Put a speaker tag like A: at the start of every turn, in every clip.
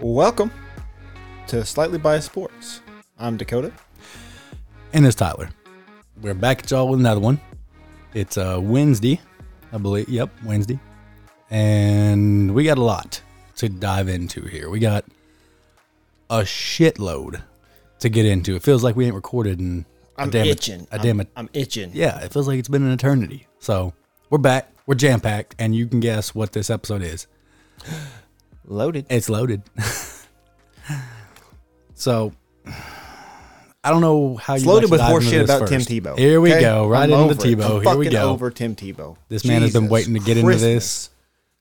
A: Welcome to Slightly Biased Sports. I'm Dakota.
B: And it's Tyler. We're back at y'all with another one. It's uh, Wednesday, I believe. Yep, Wednesday. And we got a lot to dive into here. We got a shitload to get into. It feels like we ain't recorded in a
A: I'm
B: damn
A: itching.
B: A damn
A: I'm, I'm itching.
B: yeah, it feels like it's been an eternity. So we're back. We're jam packed, and you can guess what this episode is.
A: Loaded.
B: It's loaded. so I don't know how
A: It's
B: you like
A: loaded
B: to
A: with
B: dive
A: horse
B: into
A: shit
B: this
A: about Tim
B: first.
A: Tebow.
B: Here we
A: okay?
B: go, right
A: I'm
B: into
A: over it.
B: Tebow.
A: I'm
B: Here we
A: fucking
B: go.
A: over Tim Tebow.
B: This man has been
A: Jesus
B: waiting to get into
A: Christmas.
B: this.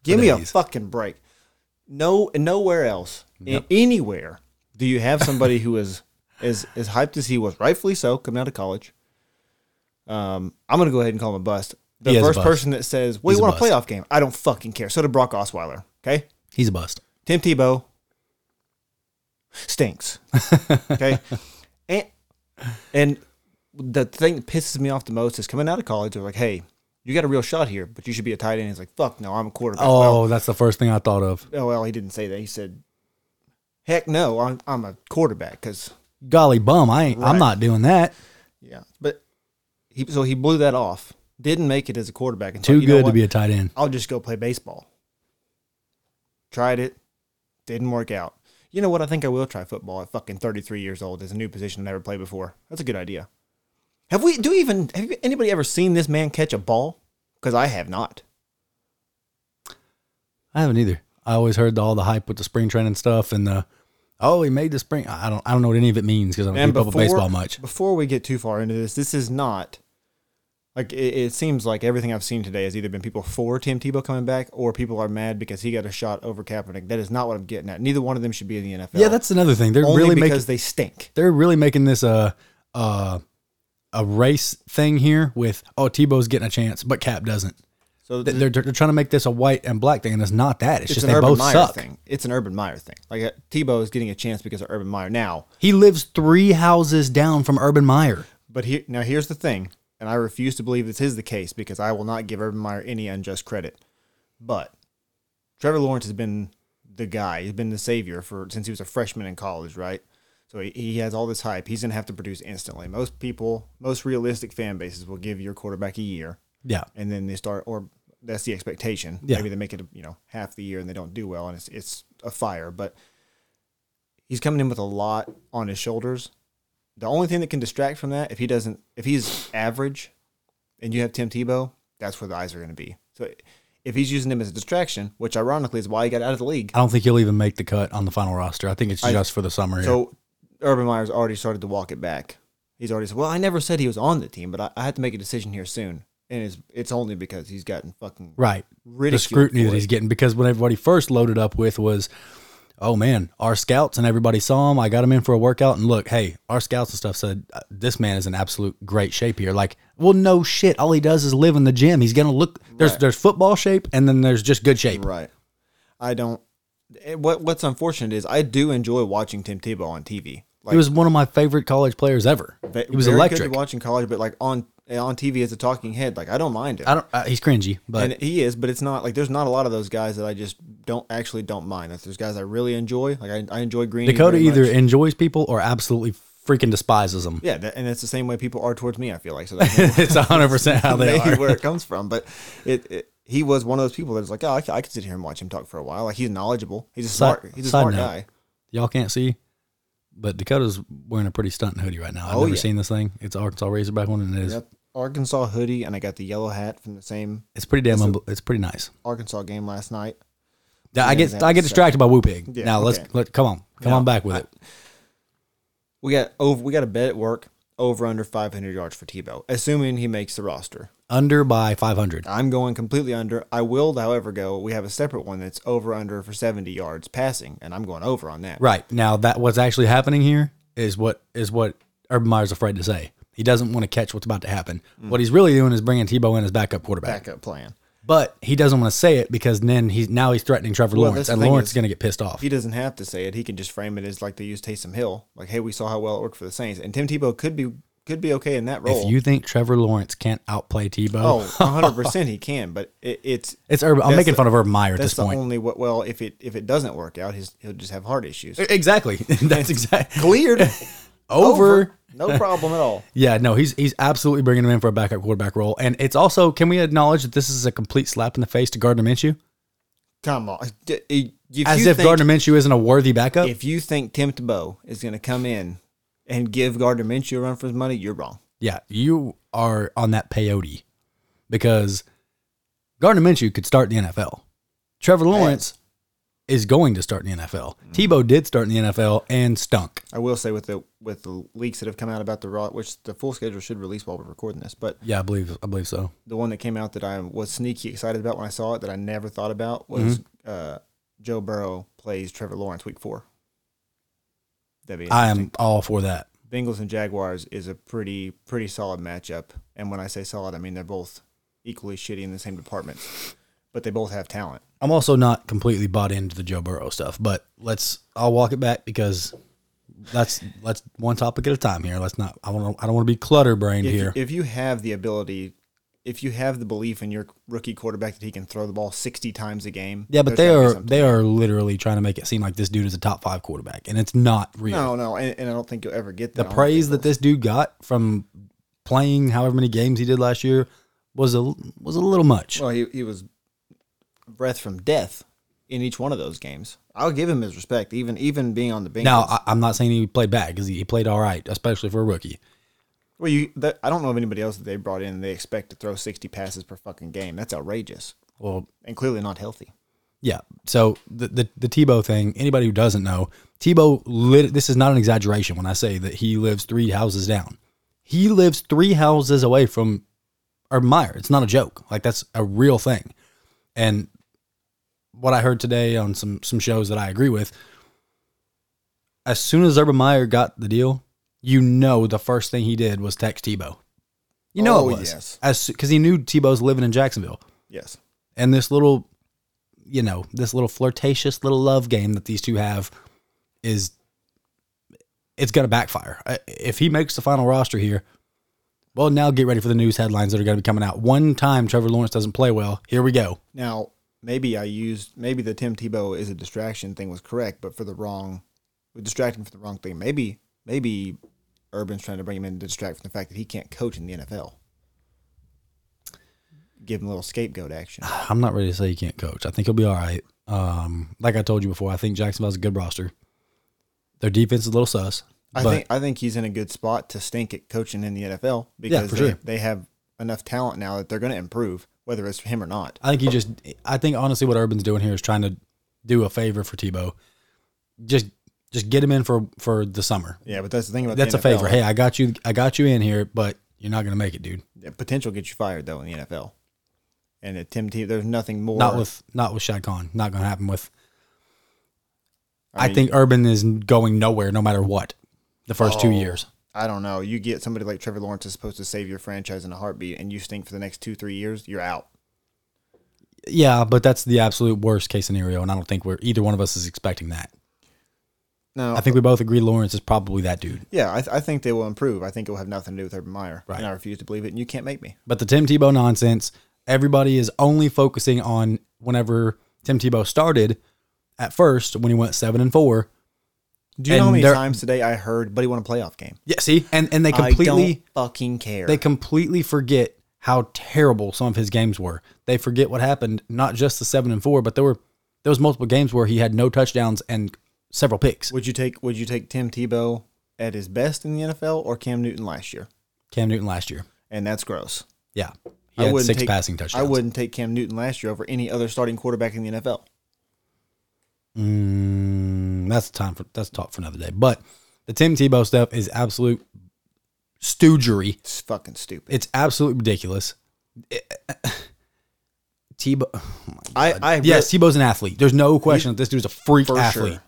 A: Give me a
B: days.
A: fucking break. No, nowhere else, in- anywhere, do you have somebody who is as as hyped as he was, rightfully so, coming out of college. Um, I'm gonna go ahead and call him a bust. The
B: He is a
A: first
B: bust.
A: person that says, "We
B: He's a
A: want a
B: bust.
A: playoff game," I don't fucking care. So did Brock Osweiler. Okay,
B: He's a bust.
A: Tim Tebow stinks. Okay. and, and the thing that pisses me off the most is coming out of college, they're like, hey, you got a real shot here, but you should be a tight end. He's like, fuck no, I'm a quarterback.
B: Oh,
A: Well,
B: that's the first thing I thought of.
A: oh, well, he didn't say that. He said, heck no, I'm, I'm a quarterback because,
B: Golly bum, I ain't,
A: Right.
B: I'm not doing that.
A: yeah. But he, so he blew that off, didn't make it as a quarterback. and
B: Too
A: thought, you know
B: good to
A: what?
B: be a tight end.
A: I'll just go play baseball. Tried it, didn't work out. You know what? I think I will try football at fucking 33 years old. It's a new position I never played before. That's a good idea. Have we? Do we even? Have you- anybody ever seen this man catch a ball? Because I have not.
B: I haven't either. I always heard all the hype with the spring training stuff and the oh he made the spring. I don't I don't know what any of it means because I don't keep up with baseball much.
A: Before we get too far into this, this is not like it, it seems like everything I've seen today has either been people for Tim Tebow coming back or people are mad because he got a shot over Kaepernick. That is not what I'm getting at. Neither one of them should be in the NFL.
B: Yeah, that's another thing. They're
A: only
B: really making
A: because they stink.
B: they're really making this a a a race thing here with oh Tebow's getting a chance but Cap doesn't.
A: So
B: They- They're, they're trying to make this a white and black thing and it's not that. It's,
A: it's
B: just
A: an
B: they
A: Urban
B: both
A: Meyer
B: suck.
A: thing. It's an Urban Meyer thing. Like uh, Tebow is getting a chance because of Urban Meyer now.
B: He lives three houses down from Urban Meyer.
A: But here now here's the thing, and I refuse to believe this is the case because I will not give Urban Meyer any unjust credit. But Trevor Lawrence has been the guy. He's been the savior for since he was a freshman in college, right? So he, he has all this hype. He's gonna have to produce instantly. Most people, most realistic fan bases will give your quarterback a year
B: Yeah.
A: and then they start or that's the expectation.
B: Yeah.
A: Maybe they make it you know half the year and they don't do well and it's it's a fire. But he's coming in with a lot on his shoulders. The only thing that can distract from that if he doesn't if he's average and you have Tim Tebow, that's where the eyes are going to be. So if he's using him as a distraction, which ironically is why he got out of the league.
B: I don't think he'll even make the cut on the final roster. I think it's just for the summer. here.
A: So Urban Meyer's already started to walk it back. He's already said, "Well, I never said he was on the team, but I, I had to make a decision here soon." And it's it's only because he's gotten fucking
B: right. The
A: ridiculed
B: scrutiny
A: for
B: that
A: it.
B: he's getting because what everybody first loaded up with was, oh man, our scouts and everybody saw him. I got him in for a workout and look, hey, our scouts and stuff said uh, this man is in absolute great shape here. Like, well, no shit. All he does is live in the gym. He's gonna look. There's
A: Right.
B: there's football shape and then there's just good shape.
A: Right. I don't. eh, What What's unfortunate is I do enjoy watching Tim Tebow on TV. Like
B: he was one of my favorite college players ever.
A: ve-
B: he was
A: very
B: electric.
A: Good to watch in college, but like on eh, on TV as a talking head, like I don't mind it.
B: I don't. Uh, he's cringy, but
A: and he is, but it's not like there's not a lot of those guys that I just don't actually don't mind. Like there's guys I really enjoy. Like I, I enjoy Green.
B: Dakota
A: very
B: either
A: much.
B: enjoys people or absolutely freaking despises them.
A: Yeah, that, and that's the same way people are towards me. I feel like so that's
B: it's hundred percent how they
A: maybe
B: are.
A: where it comes from. But it, it he was one of those people that's like, oh, I, c- I could sit here and watch him talk for a while. Like he's knowledgeable. He's a
B: Side-
A: smart. he's a
B: side
A: smart
B: note.
A: guy.
B: Y'all can't see, but Dakota's wearing a pretty stunting hoodie right now. I've
A: Oh,
B: never
A: yeah.
B: seen this thing. It's an Arkansas Razorback one, and it is
A: Yep. Arkansas hoodie, and I got the yellow hat from the same
B: it's pretty damn. unbe- it's pretty nice.
A: Arkansas game last night.
B: Now, I
A: Yeah,
B: get
A: that
B: I get
A: was-
B: distracted by Woo Pig.
A: Yeah,
B: now let's
A: okay.
B: let come on come
A: Now,
B: on back with it.
A: We got over. We got a bet at work over under 500 yards for Tebow, assuming he makes the roster.
B: Under by five hundred.
A: I'm going completely under. I will, however, go. We have a separate one that's over under for 70 yards passing, and I'm going over on that.
B: Right now, that what's actually happening here is what is what Urban Meyer's afraid to say. He doesn't want to catch what's about to happen.
A: Mm.
B: What he's really doing is bringing Tebow in as backup quarterback.
A: Backup plan.
B: But he doesn't want to say it because then he's now he's threatening Trevor
A: that's
B: Lawrence,
A: the
B: and
A: thing
B: Lawrence
A: is-
B: is going to get pissed off.
A: He doesn't have to say it. He can just frame it as like they used Taysom Hill. Like, hey, we saw how well it worked for the Saints, and Tim Tebow could be could be okay in that role.
B: If you think Trevor Lawrence can't outplay
A: Oh,
B: Tebow,
A: 100% he can, but it, it's
B: it's Urban. I'm
A: That's
B: making
A: the-
B: fun of Urban Meyer at
A: that's
B: this
A: the
B: point.
A: only what well if it if it doesn't work out, his, he'll just have heart issues.
B: Exactly. That's exactly
A: Cleared
B: over.
A: No problem at all.
B: Yeah, no, he's he's absolutely bringing him in for a backup quarterback role, and it's also can we acknowledge that this is a complete slap in the face to Gardner Minshew,
A: Come on. D- i- If
B: as
A: you
B: if
A: think,
B: Gardner Minshew isn't a worthy backup.
A: if you think Tim Tebow is going to come in and give Gardner Minshew a run for his money, you're wrong.
B: yeah, you are on that peyote because Gardner Minshew could start in the NFL. Trevor Lawrence is going to start in the NFL.
A: Mm.
B: Tebow did start in the NFL and stunk.
A: I will say with the with the leaks that have come out about the raw, which the full schedule should release while we're recording this, but
B: Yeah, I believe I believe so.
A: the one that came out that I was sneaky excited about when I saw it that I never thought about was
B: Mm-hmm.
A: uh, Joe Burrow plays Trevor Lawrence week four. That'd be
B: I am all for that.
A: Bengals and Jaguars is a pretty pretty solid matchup, and when I say solid, I mean they're both equally shitty in the same departments, but they both have talent.
B: I'm also not completely bought into the Joe Burrow stuff, but let's I'll walk it back because that's let's one topic at a time here. Let's not I want to I don't want to be clutter brained
A: If,
B: here.
A: if you have the ability, if you have the belief in your rookie quarterback that he can throw the ball sixty times a game,
B: yeah, but
A: there's gotta be
B: they are
A: something.
B: they are literally trying to make it seem like this dude is a top 5 quarterback and it's not real.
A: no no, and, and I don't think you'll ever get that.
B: the praise that this dude got from playing however many games he did last year was a was a little much.
A: well he he was breath from death in each one of those games. I'll give him his respect, even even being on the Bengals.
B: now, I, I'm not saying he played bad because he, he played all right, especially for a rookie.
A: well, you that, I don't know of anybody else that they brought in. They expect to throw sixty passes per fucking game. That's outrageous.
B: Well,
A: and clearly not healthy.
B: Yeah. So the, the the Tebow thing. Anybody who doesn't know, Tebow. Lit, this is not an exaggeration when I say that he lives three houses down. He lives three houses away from Urban Meyer. It's not a joke. Like that's a real thing. And what I heard today on some some shows that I agree with. As soon as Urban Meyer got the deal, you know the first thing he did was text Tebow. You know
A: Oh,
B: it was
A: yes.
B: as because he knew Tebow's living in Jacksonville
A: Yes.
B: and this little you know this little flirtatious little love game that these two have is it's going to backfire I- if he makes the final roster here well now get ready for the news headlines that are going to be coming out one time trevor lawrence doesn't play well here we go
A: Now, maybe I used maybe the Tim Tebow is a distraction thing was correct, but for the wrong, we distracted him for the wrong thing. Maybe maybe Urban's trying to bring him in to distract from the fact that he can't coach in the NFL. Give him a little scapegoat action.
B: i'm not ready to say he can't coach i think he'll be all right um, like i told you before i think jacksonville's a good roster their defense is a little sus
A: I
B: but
A: think I think he's in a good spot to stink at coaching in the NFL because
B: for
A: they,
B: sure.
A: they have enough talent now that they're going to improve, whether it's him or not.
B: I think he just. I think honestly, what Urban's doing here is trying to do a favor for Tebow. Just, just get him in for for the summer.
A: Yeah, but that's the thing about
B: That's
A: the
B: a
A: NFL.
B: favor. Hey, I got you. I got you in here, but you're not gonna make it, dude.
A: Potential gets you fired though in the NFL. And at Tim Tebow, there's nothing more.
B: Not with not with Shad Khan. Not gonna happen with. I,
A: I mean-
B: think Urban is going nowhere, no matter what. The first two
A: Oh.
B: years.
A: I don't know. You get somebody like Trevor Lawrence is supposed to save your franchise in a heartbeat, and you stink for the next two, three years. You're out.
B: Yeah, but that's the absolute worst case scenario, and I don't think we're either one of us is expecting that.
A: No,
B: I think we both agree Lawrence is probably that dude.
A: yeah, I, th- I think they will improve. I think it will have nothing to do with Urban Meyer,
B: Right.
A: and I refuse to believe it. And you can't make me.
B: But the Tim Tebow nonsense, everybody is only focusing on whenever Tim Tebow started at first when he went seven and four.
A: Do you know
B: And
A: how many
B: they're-
A: times today I heard, "But he won a playoff game."
B: Yeah, see? And and they
A: I
B: completely
A: don't fucking care.
B: they completely forget how terrible some of his games were. They forget what happened, not just the seven and four, but there were there was multiple games where he had no touchdowns and several picks.
A: would you take Would you take Tim Tebow at his best in the NFL or Cam Newton last year?
B: Cam Newton last year.
A: And that's gross.
B: Yeah. He had
A: wouldn't
B: six
A: take-
B: passing touchdowns.
A: I wouldn't take Cam Newton last year over any other starting quarterback in the NFL.
B: Mm, that's time for that's talk for another day. But the Tim Tebow stuff is absolute stoogery.
A: It's fucking stupid.
B: It's absolutely ridiculous. It- Tebow, oh my-
A: I, I
B: yes, Tebow's an athlete. There's no question that this dude's a freak
A: For
B: athlete.
A: sure.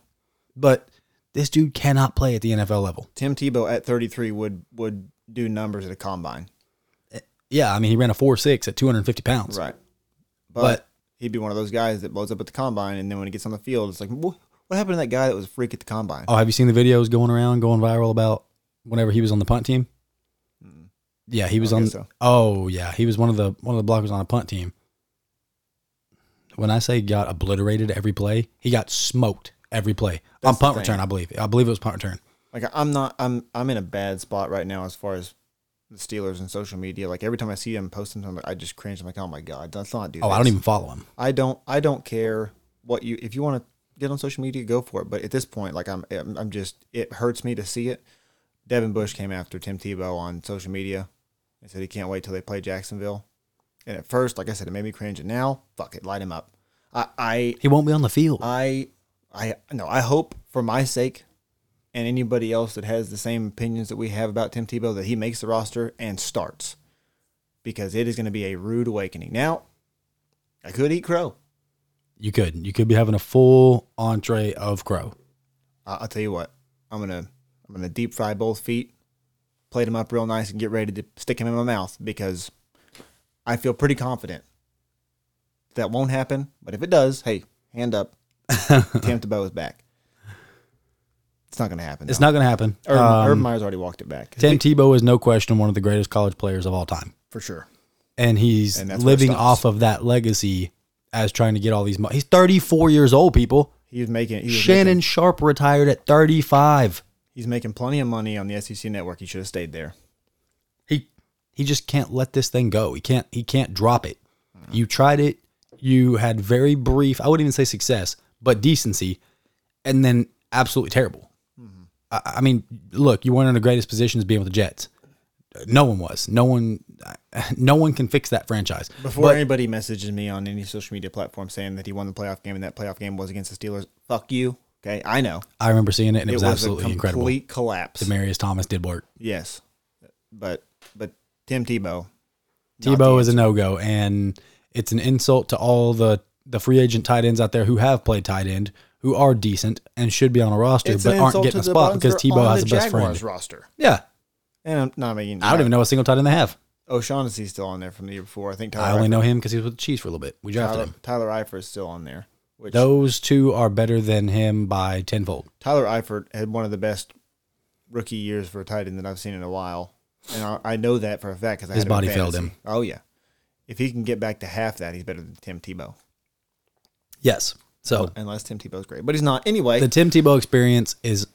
B: But this dude cannot play at the NFL level.
A: Tim Tebow at 33 would would do numbers at a combine.
B: Yeah, I mean, he ran a four six at 250 pounds.
A: Right. But,
B: But-
A: he'd be one of those guys that blows up at the combine, and then when he gets on the field, it's like, what, what happened to that guy that was a freak at the combine?
B: Oh, have you seen the videos going around, going viral about whenever he was on the punt team? Yeah, he was
A: Mm. I
B: on.
A: guess so.
B: Oh, yeah, he was one of the one of the blockers on a punt team. When I say got obliterated every play, he got smoked every play on
A: That's the
B: punt
A: thing.
B: return. I believe. I believe it was punt return.
A: Like I'm not, I'm, I'm in a bad spot right now as far as the Steelers and social media. Like every time I see him post something, I'm like, I just cringe. I'm like, oh my god, let's not do.
B: Oh, I
A: this.
B: don't even follow him.
A: I don't I don't care what you if you want to get on social media go for it but at this point like I'm I'm I'm just it hurts me to see it Devin Bush came after Tim Tebow on social media and said he can't wait till they play Jacksonville and at first like I said it made me cringe and now fuck it light him up I I
B: He won't be on the field.
A: I I no I hope for my sake and anybody else that has the same opinions that we have about Tim Tebow that he makes the roster and starts because it is going to be a rude awakening now I could eat crow
B: You could. You could be having a full entree of crow.
A: I- I'll tell you what. I'm gonna I'm gonna deep fry both feet, plate them up real nice, and get ready to stick them in my mouth because I feel pretty confident that won't happen. But if it does, hey, hand up. Tim Tebow is back. It's not gonna happen.
B: It's
A: though.
B: not going to happen.
A: Urban,
B: Um,
A: Urban Meyer's already walked it back
B: Tim Tebow is no question one of the greatest college players of all time.
A: for sure.
B: and he's
A: And that's where it
B: living
A: stops.
B: off of that legacy as trying to get all these. Mo- he's 34 years old, people.
A: He was making he was
B: Shannon
A: Making,
B: Sharp retired at 35.
A: he's making plenty of money on the SEC network. He should have stayed there.
B: He he just can't let this thing go. He can't he can't drop it. You tried it. You had very brief. I wouldn't even say success, but decency, and then absolutely terrible. I, I mean, look, you weren't in the greatest positions being with the Jets. No one was. No one. No one can fix that franchise.
A: Before anybody messages me on any social media platform saying that he won the playoff game and that playoff game was against the Steelers, fuck you. Okay, I know.
B: I remember seeing it, and it, was,
A: it was
B: absolutely
A: a complete
B: incredible.
A: collapse.
B: Demarius Thomas did work.
A: yes, but but Tim Tebow, not the
B: Tebow is a no go, and it's an insult to all the the free agent tight ends out there who have played tight end, who are decent and should be on a roster,
A: It's an
B: but aren't
A: insult
B: getting
A: to
B: a
A: the
B: spot
A: ones
B: because
A: that are
B: Tebow
A: on
B: has a
A: the
B: best
A: Jaguars
B: friend.
A: roster.
B: Yeah,
A: And I'm not mean
B: I don't even know a single tight end they have.
A: O'Shaughnessy's still on there from the year before. I think
B: I
A: Tyler
B: only know him because he was with the Chiefs for a little bit. We drafted
A: Tyler,
B: him.
A: Tyler Eifert's still on there. Which
B: Those two are better than him by tenfold.
A: Tyler Eifert had one of the best rookie years for a tight end that I've seen in a while, and I, I know that for a fact because
B: His body failed him.
A: Oh yeah, if he can get back to half that, he's better than Tim Tebow.
B: Yes. So
A: Unless Tim Tebow's great, but he's not. Anyway,
B: the Tim Tebow experience is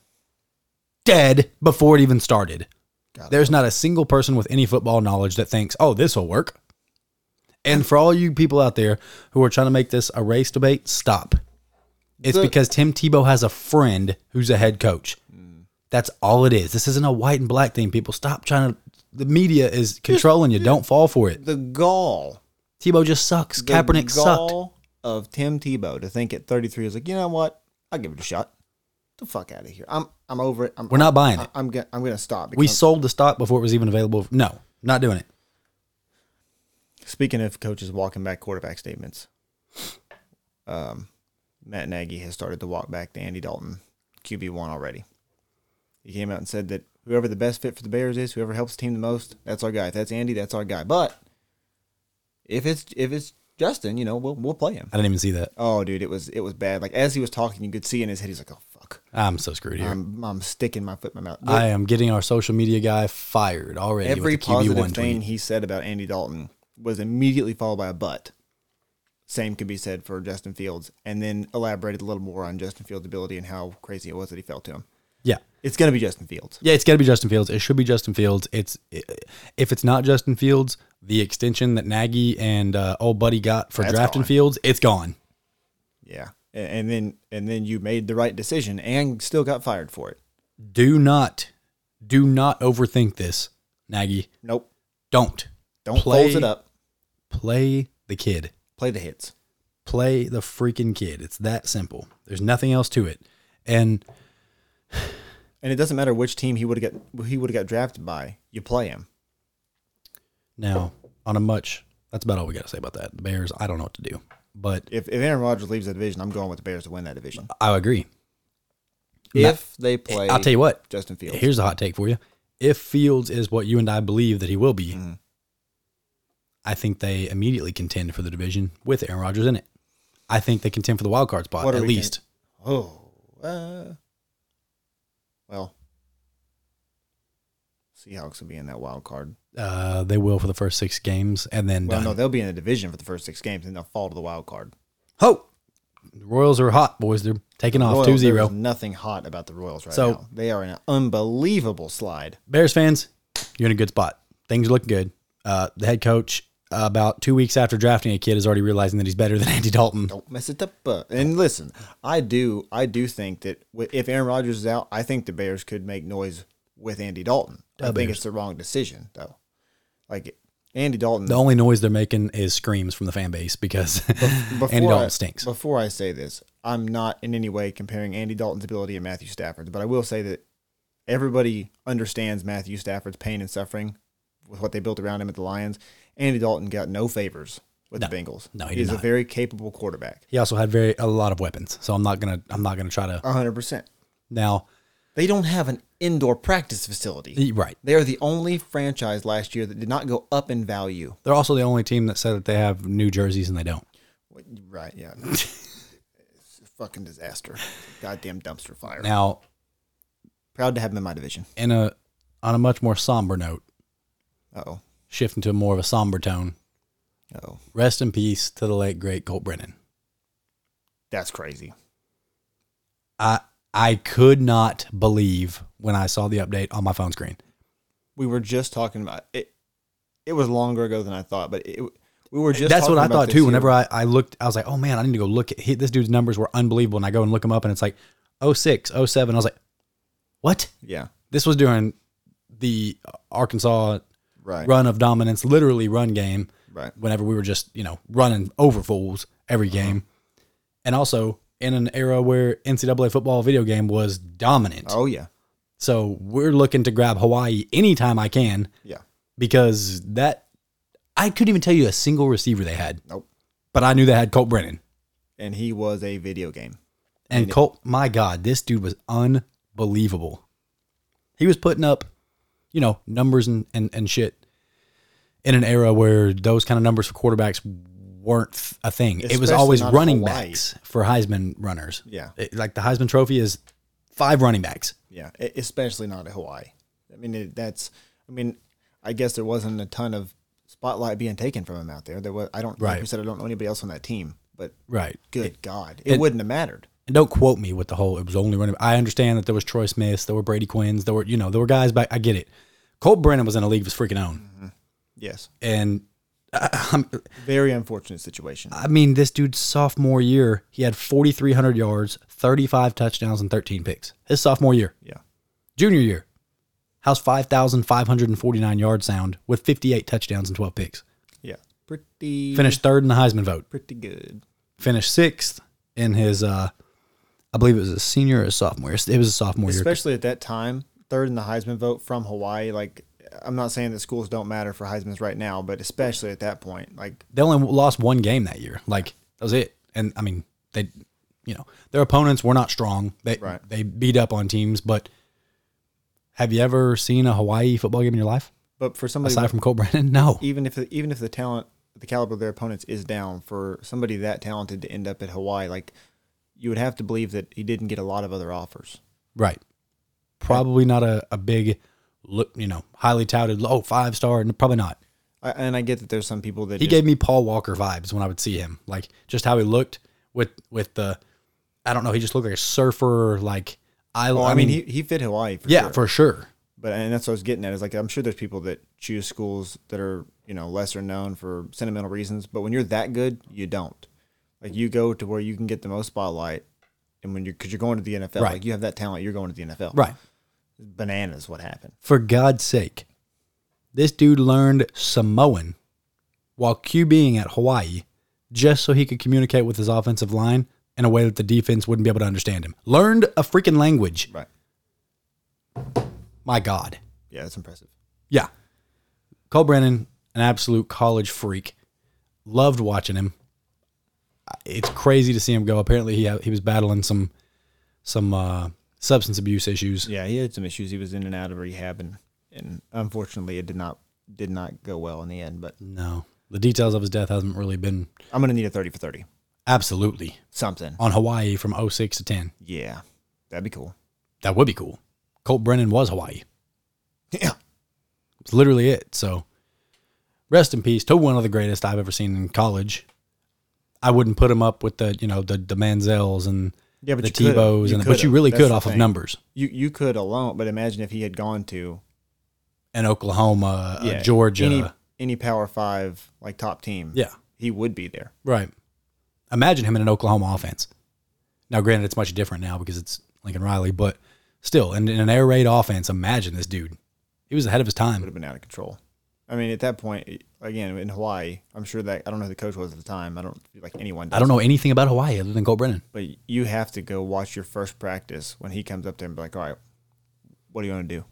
B: dead before it even started.
A: God,
B: There's not a single person with any football knowledge that thinks, oh, this will work. And for all you people out there who are trying to make this a race debate, stop. It's
A: The-
B: because Tim Tebow has a friend who's a head coach. That's all it is. This isn't a white and black thing, people. Stop trying to. The media is controlling you. Don't fall for it.
A: the gall
B: Tebow just sucks.
A: the
B: Kaepernick sucked.
A: gall of Tim Tebow to think at 33 is like, you know what? I'll give it a shot. Get the fuck out of here. I'm I'm over it. I'm,
B: We're not buying it.
A: I'm go- I'm gonna stop.
B: We
A: Because
B: sold the stock before it was even available. No, not doing it.
A: speaking of coaches walking back quarterback statements, um, Matt Nagy has started to walk back the Andy Dalton QB one already. He came out and said that whoever the best fit for the Bears is, whoever helps the team the most, that's our guy. If that's Andy, that's our guy. But if it's if it's Justin, you know, we'll we'll play him.
B: I didn't even see that.
A: Oh, dude, it was it was bad. Like as he was talking, you could see in his head, he's like, "Oh fuck,
B: I'm so screwed here.
A: I'm I'm sticking my foot in my mouth."
B: I am getting our social media guy fired already.
A: Every
B: with the QB1
A: positive
B: tweet.
A: thing he said about Andy Dalton was immediately followed by a but. Same could be said for Justin Fields, and then elaborated a little more on Justin Fields' ability and how crazy it was that he fell to him.
B: Yeah.
A: It's gonna be Justin Fields.
B: Yeah, it's got to be Justin Fields. It should be Justin Fields. It's if it's not Justin Fields, the extension that Nagy and uh, old buddy got for
A: That's
B: drafting
A: gone.
B: Fields, it's gone.
A: Yeah, A- and, then and then you made the right decision and still got fired for it.
B: Do not, do not overthink this, Nagy.
A: Nope,
B: Don't
A: don't
B: Play-
A: close it up.
B: play the kid.
A: Play the hits.
B: Play the freaking kid. It's that simple. There's nothing else to it. And
A: And it doesn't matter which team he would have got he would have got drafted by. You play him.
B: now, on a much, that's about all we got to say about that. The Bears, I don't know what to do, but
A: If, if Aaron Rodgers leaves the division, I'm going with the Bears to win that division.
B: I agree.
A: If they play,
B: I'll tell you what.
A: Justin Fields.
B: Here's a hot take for you. if Fields is what you and I believe that he will be,
A: Mm.
B: I think they immediately contend for the division with Aaron Rodgers in it. I think they contend for the wild card spot
A: What are
B: at
A: we
B: least.
A: Oh, uh, well, Seahawks will be in that wild card.
B: Uh, they will for the first six games, and then
A: Well,
B: done.
A: no, they'll be in the division for the first six games, and they'll fall to the wild card.
B: Ho! The Royals are hot, boys. They're taking off
A: Royals,
B: 2
A: there is
B: 0.
A: Nothing hot about the Royals right
B: So-
A: now. They are in an unbelievable slide.
B: Bears fans, you're in a good spot. Things look good. Uh, the head coach, uh, about two weeks after drafting a kid, is already realizing that he's better than Andy Dalton.
A: Don't mess it up. uh, And listen, I do, I do think that wi- if Aaron Rodgers is out, I think the Bears could make noise with Andy Dalton. I think it's the wrong decision though. Like Andy Dalton.
B: The only noise they're making is screams from the fan base because Andy Dalton
A: I,
B: stinks.
A: Before I say this, I'm not in any way comparing Andy Dalton's ability and Matthew Stafford's, but I will say that everybody understands Matthew Stafford's pain and suffering with what they built around him at the Lions. Andy Dalton got no favors with the Bengals.
B: No, he did
A: he's a
B: not.
A: very capable quarterback.
B: He also had very a lot of weapons, so I'm not gonna I'm not gonna try to
A: 100%.
B: now.
A: They don't have an indoor practice facility.
B: e- Right,
A: They are the only franchise last year that did not go up in value.
B: they're also the only team that said that they have new jerseys and they don't.
A: What- Right, yeah. no. it's a fucking disaster. Goddamn dumpster fire.
B: Now,
A: Proud to have him in my division.
B: in a on a much more somber note,
A: Uh-oh.
B: shifting to more of a somber tone.
A: Oh,
B: Rest in peace to the late great Colt Brennan.
A: that's crazy.
B: I I could not believe when I saw the update on my phone screen.
A: We were just talking about it. It was longer ago than I thought, but it, we were just.
B: That's what I
A: talking about
B: thought
A: this
B: too.
A: here.
B: Whenever I, I looked, I was like, oh man, I need to go look at he, this dude's numbers were unbelievable. And I go and look them up, and it's like 06, 07. I was like, what?
A: yeah,
B: This was during the Arkansas
A: right,
B: run of dominance, literally run game.
A: right,
B: Whenever we were just you know running over fools every
A: Uh-huh.
B: game, and also in an era where NCAA football video game was dominant.
A: oh yeah,
B: So we're looking to grab Hawaii anytime I can
A: yeah,
B: because that I couldn't even tell you a single receiver they had,
A: nope.
B: but I knew they had Colt Brennan.
A: And he was a video game.
B: And Colt, my God, this dude was unbelievable. He was putting up, you know, numbers and, and, and shit in an era where those kind of numbers for quarterbacks weren't th- a thing. it was
A: Especially
B: always
A: not in
B: running
A: Hawaii.
B: backs for Heisman runners.
A: Yeah,
B: It- like the Heisman Trophy is five running backs.
A: yeah. e- especially not at Hawaii. I mean, it, that's. I mean, I guess there wasn't a ton of spotlight being taken from him out there. There was. I don't. Like
B: Right.
A: you said, I don't know anybody else on that team. But
B: Right.
A: good God, it, wouldn't have mattered.
B: And don't quote me with the whole it was only running. I understand that there was Troy Smiths, there were Brady Quinns, there were you know there were guys back. I get it. Colt Brennan was in a league of his freaking own,
A: Mm-hmm. Yes,
B: and I, I'm-
A: very unfortunate situation.
B: I mean this dude's sophomore year he had 4,300 yards, 35 touchdowns, and 13 picks. His sophomore year,
A: yeah,
B: junior year, house 5,549 yard sound with 58 touchdowns and 12 picks.
A: yeah. Pretty
B: Finished third in the Heisman vote.
A: Pretty good.
B: Finished sixth in his, uh, I believe it was a senior or a sophomore. It was a sophomore year.
A: especially at that time, third in the Heisman vote from Hawaii. Like, I'm not saying that schools don't matter for Heisman's right now, but especially at that point, like,
B: they only lost one game that year. Like that was it. And I mean, they, you know, their opponents were not strong. They
A: Right.
B: they beat up on teams. But have you ever seen a Hawaii football game in your life
A: but for somebody,
B: aside from Colt Brennan? No.
A: even if even if the talent, the caliber of their opponents is down, for somebody that talented to end up at Hawaii, like, you would have to believe that he didn't get a lot of other offers.
B: Right. Probably not a, a big look. You know, highly touted. Oh, five star. and Probably not.
A: I, and I get that there's some people that
B: He
A: just-
B: gave me Paul Walker vibes when I would see him. Like just how he looked with with the, I don't know. He just looked like a surfer. Like I.
A: Well,
B: Oh, I,
A: I mean,
B: mean,
A: he, he fit Hawaii. For
B: yeah,
A: sure.
B: for sure.
A: But and that's what I was getting at is like I'm sure there's people that choose schools that are you know lesser known for sentimental reasons. But when you're that good, you don't. Like you go to where you can get the most spotlight, and when you're because you're going to the NFL,
B: Right.
A: like you have that talent, you're going to the NFL.
B: Right.
A: Bananas, what happened?
B: For God's sake, this dude learned Samoan while QBing at Hawaii just so he could communicate with his offensive line in a way that the defense wouldn't be able to understand him. Learned a freaking language.
A: Right.
B: My God.
A: Yeah, that's impressive.
B: Yeah. Cole Brennan, an absolute college freak. Loved watching him. It's crazy to see him go. Apparently, he he was battling some some uh, substance abuse issues.
A: Yeah, he had some issues. He was in and out of rehab, and and unfortunately, it did not did not go well in the end. But
B: No, the details of his death hasn't really been
A: I'm gonna need a thirty for thirty
B: absolutely
A: something.
B: on Hawaii from 06 to 10.
A: Yeah, that'd be cool.
B: That would be cool. Colt Brennan was Hawaii.
A: Yeah,
B: It's literally it. So rest in peace to one of the greatest I've ever seen in college. I wouldn't put him up with the, you know, the, the Manzels and
A: yeah, but
B: the
A: you could've.
B: Tebows, and but you
A: could've.
B: really
A: That's
B: could
A: the
B: off of
A: thing.
B: numbers.
A: You you could alone, but imagine if he had gone to
B: And Oklahoma, uh,
A: yeah,
B: Georgia.
A: any, any Power Five like top team.
B: yeah,
A: he would be there.
B: right. Imagine him in an Oklahoma offense. Now, granted, it's much different now because it's Lincoln Riley, but still, in, in an air raid offense, imagine this dude. He was ahead of his
A: Would
B: time.
A: have been out of control. I mean, at that point, again in Hawaii, I'm sure that I don't know who the coach was at the time. I don't like anyone. Does.
B: I don't know anything about Hawaii other than Colt Brennan.
A: But you have to go watch your first practice when he comes up there and be like, all right, what are you going to do?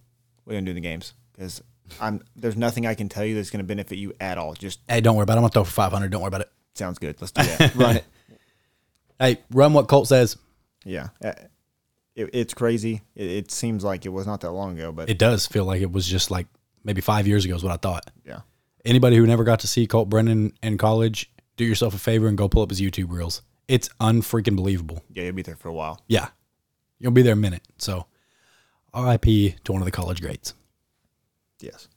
A: What are you going to do in the games? Because I'm there's nothing I can tell you that's going to benefit you at all. Just
B: Hey, don't worry about it. I'm going to throw for 500. Don't worry about it.
A: sounds good. Let's do that. Run it.
B: Hey, run what Colt says.
A: Yeah. Uh, It, it's crazy. It, it seems like it was not that long ago, but
B: It does feel like it was just like maybe five years ago is what I thought.
A: yeah.
B: Anybody who never got to see Colt Brennan in college, do yourself a favor and go pull up his YouTube reels. It's unfreaking believable.
A: Yeah, you'll be there for a while.
B: Yeah. You'll be there a minute. So RIP to one of the college greats.
A: Yes.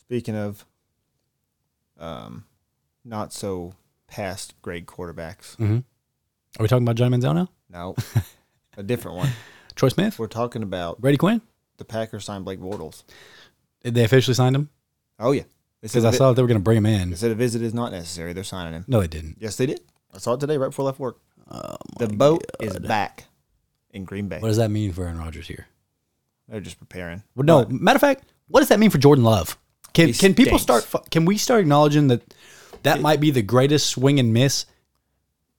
A: Speaking of um, not so past grade quarterbacks,
B: Are we talking about Johnny Manziel now?
A: no, a different one.
B: Troy Smith?
A: We're talking about
B: Brady Quinn?
A: the Packers signed Blake Bortles.
B: Did they officially signed him?
A: Oh yeah, they said
B: Because I
A: a vi-
B: saw that they were going to bring him in.
A: they said a visit is not necessary. They're signing him.
B: No, they didn't.
A: Yes, they did. Oh, I saw it today right before I left work. the boat is back in Green Bay.
B: What does that mean for Aaron Rodgers here?
A: They're just preparing.
B: Well, no, matter of fact, what does that mean for Jordan Love? Can
A: He
B: can people start?
A: stinks.
B: fu- Can we start acknowledging that that might be the greatest swing and miss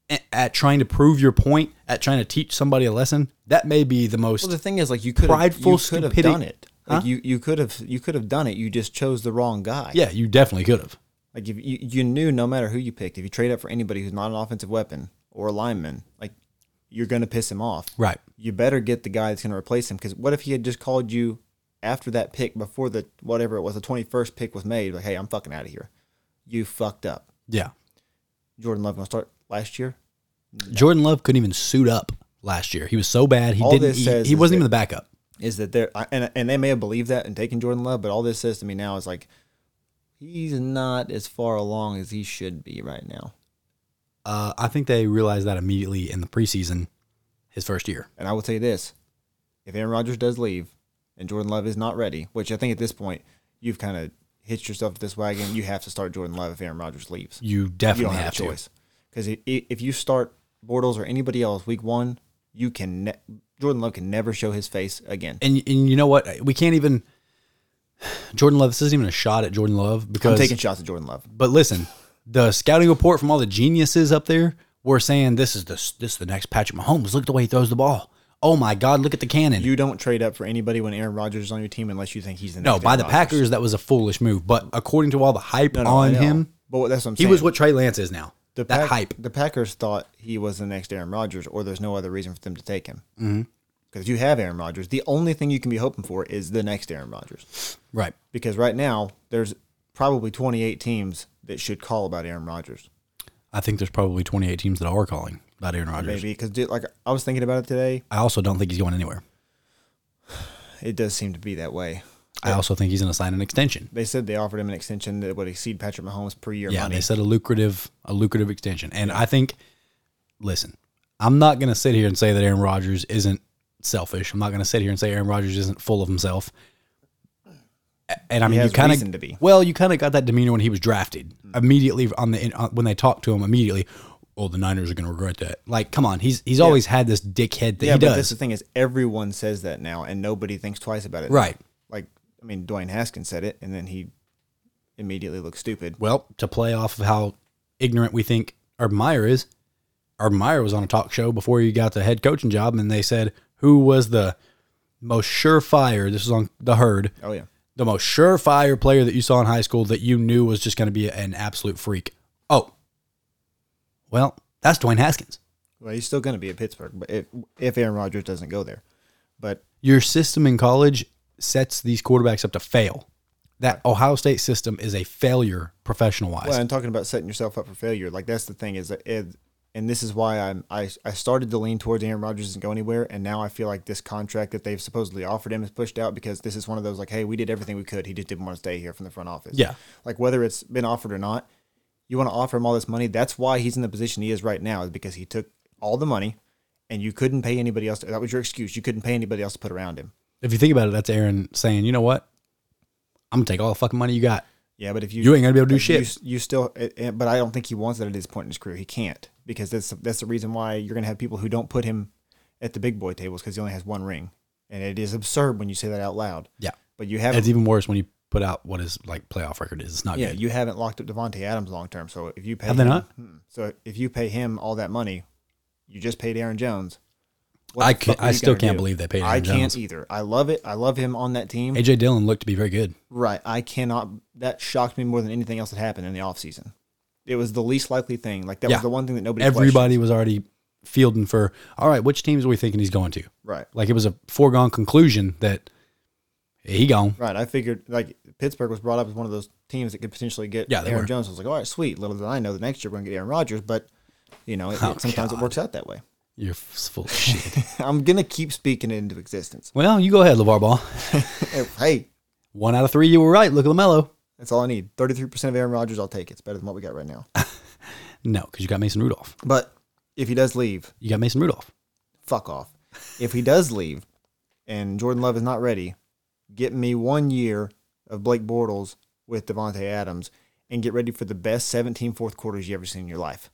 B: a- at trying to prove your point, at trying to teach somebody a lesson? That may be the most.
A: Well, the thing is, like you could
B: Prideful
A: you could have
B: stupidity-
A: done it. Like you, you could have you could have done it. You just chose the wrong guy.
B: yeah, you definitely could have.
A: Like if you, you knew no matter who you picked, if you trade up for anybody who's not an offensive weapon or a lineman, like you're gonna piss him off.
B: Right.
A: You better get the guy that's gonna replace him because what if he had just called you after that pick before the whatever it was, the twenty first pick was made, like, hey, I'm fucking out of here. You fucked up.
B: Yeah.
A: Jordan Love gonna start last year?
B: Jordan Love couldn't even suit up last year. He was so bad. He
A: All
B: didn't.
A: this
B: He,
A: says
B: he
A: is
B: wasn't
A: that-
B: even the backup.
A: Is that there I- and and they may have believed that and taken Jordan Love, but all this says to me now is like he's not as far along as he should be right now.
B: Uh, I think they realized that immediately in the preseason, his first year.
A: And I will tell you this: if Aaron Rodgers does leave and Jordan Love is not ready, which I think at this point you've kind of hitched yourself to this wagon, you have to start Jordan Love if Aaron Rodgers leaves.
B: You
A: You don't
B: definitely
A: have,
B: have
A: a
B: to.
A: choice because if you start Bortles or anybody else week one, you can ne- Jordan Love can never show his face again.
B: and and you know what? We can't even Jordan Love. This isn't even a shot at Jordan Love
A: I'm
B: because.
A: taking shots at Jordan Love.
B: but listen, the scouting report from all the geniuses up there were saying this is the this is the next Patrick Mahomes. Look at the way he throws the ball. Oh my God! Look at the cannon.
A: You don't trade up for anybody when Aaron Rodgers is on your team unless you think he's the next
B: no, by
A: Aaron
B: the
A: Rodgers.
B: Packers, that was a foolish move. But according to all the hype
A: No, no, I
B: on
A: know.
B: him,
A: But that's what I'm
B: he
A: saying.
B: was what Trey Lance is now.
A: the
B: that
A: Pack-
B: hype.
A: The Packers thought he was the next Aaron Rodgers, or there's no other reason for them to take him. Because
B: Mm-hmm.
A: you have Aaron Rodgers, the only thing you can be hoping for is the next Aaron Rodgers.
B: Right.
A: Because right now there's probably 28 teams that should call about Aaron Rodgers.
B: I think there's probably 28 teams that are calling about Aaron Rodgers.
A: Maybe because like I was thinking about it today,
B: I also don't think he's going anywhere.
A: it does seem to be that way.
B: I also think he's going to sign an extension.
A: They said they offered him an extension that would exceed Patrick Mahomes per year
B: Yeah,
A: money.
B: they said a lucrative, a lucrative extension, and I think, listen, I'm not going to sit here and say that Aaron Rodgers isn't selfish. I'm not going to sit here and say Aaron Rodgers isn't full of himself. A- And I mean, you
A: has
B: kind
A: reason to be. Mm.
B: of well, you kind of got that demeanor when he was drafted. Immediately on the in- on, when they talked to him, immediately, oh, the Niners are going to regret that. Like, come on, he's he's always had this dickhead that
A: yeah,
B: he
A: but that's
B: does.
A: the thing is everyone says that now, and nobody thinks twice about it.
B: Right.
A: Like I mean, Dwayne Haskins said it, and then he immediately looked stupid.
B: Well, to play off of how ignorant we think Urban Meyer is, Urban Meyer was on a talk show before he got the head coaching job, and they said who was the most surefire. This was on the herd,
A: Oh yeah.
B: the most surefire player that you saw in high school that you knew was just going to be an absolute freak. Oh, well, that's Dwayne Haskins.
A: Well, he's still going to be at Pittsburgh, but if, if Aaron Rodgers doesn't go there, But
B: Your system in college sets these quarterbacks up to fail. That Ohio State system is a failure professional wise.
A: well, I'm talking about setting yourself up for failure. Like that's the thing is that it, and this is why I'm I, I started to lean towards Aaron Rodgers doesn't go anywhere, and now I feel like this contract that they've supposedly offered him is pushed out because this is one of those like, hey, we did everything we could. He just didn't want to stay here from the front office.
B: Yeah.
A: Like whether it's been offered or not, you want to offer him all this money. That's why he's in the position he is right now is because he took all the money, and you couldn't pay anybody else. that was your excuse. You couldn't pay anybody else to put around him.
B: if you think about it, that's Aaron saying, you know what? I'm gonna take all the fucking money you got.
A: Yeah, but if you
B: You ain't gonna be able to do
A: but you
B: shit.
A: s- You, still, eh, eh, but I don't think he wants that at this point in his career. He can't because that's that's the reason why you're gonna have people who don't put him at the big boy tables because he only has one ring, and it is absurd when you say that out loud.
B: Yeah.
A: But you haven't,
B: It's even worse when you put out what his like playoff record is. It's not
A: yeah,
B: good.
A: you haven't locked up Devonte Adams long term. So if you pay,
B: Have they
A: him-
B: not?
A: Mm. So if you pay him all that money, you just paid Aaron Jones. What
B: I
A: the
B: can,
A: fuck are
B: I
A: you
B: still
A: gonna
B: can't
A: do?
B: believe they paid Aaron
A: I
B: Jones.
A: can't either. I love it. I love him on that team.
B: AJ Dillon looked to be very good.
A: Right. I cannot. That shocked me more than anything else that happened in the offseason. It was the least likely thing. Like that
B: Yeah.
A: was the one thing that nobody. questioned.
B: Everybody was already fielding for. All right, which teams are we thinking he's going to?
A: Right.
B: Like it was a foregone conclusion that he gone.
A: Right. I figured like Pittsburgh was brought up as one of those teams that could potentially get
B: Yeah, they
A: Aaron
B: were.
A: Jones. I was like, all right, sweet. Little did I know the next year we're gonna get Aaron Rodgers, but you know, it,
B: Oh,
A: it- sometimes it works out that way.
B: You're f- full of shit.
A: I'm gonna keep speaking it into existence.
B: well, you go ahead, Levar Ball.
A: hey,
B: One out of three, you were right. Look at Lamelo.
A: that's all I need. Thirty three percent of Aaron Rodgers, I'll take it. It's better than what we got right now.
B: No, because you got Mason Rudolph.
A: But if he does leave,
B: You got Mason Rudolph.
A: fuck off. If he does leave and Jordan Love is not ready, get me one year of Blake Bortles with Devontae Adams and get ready for the best 17 fourth quarters you ever seen in your life.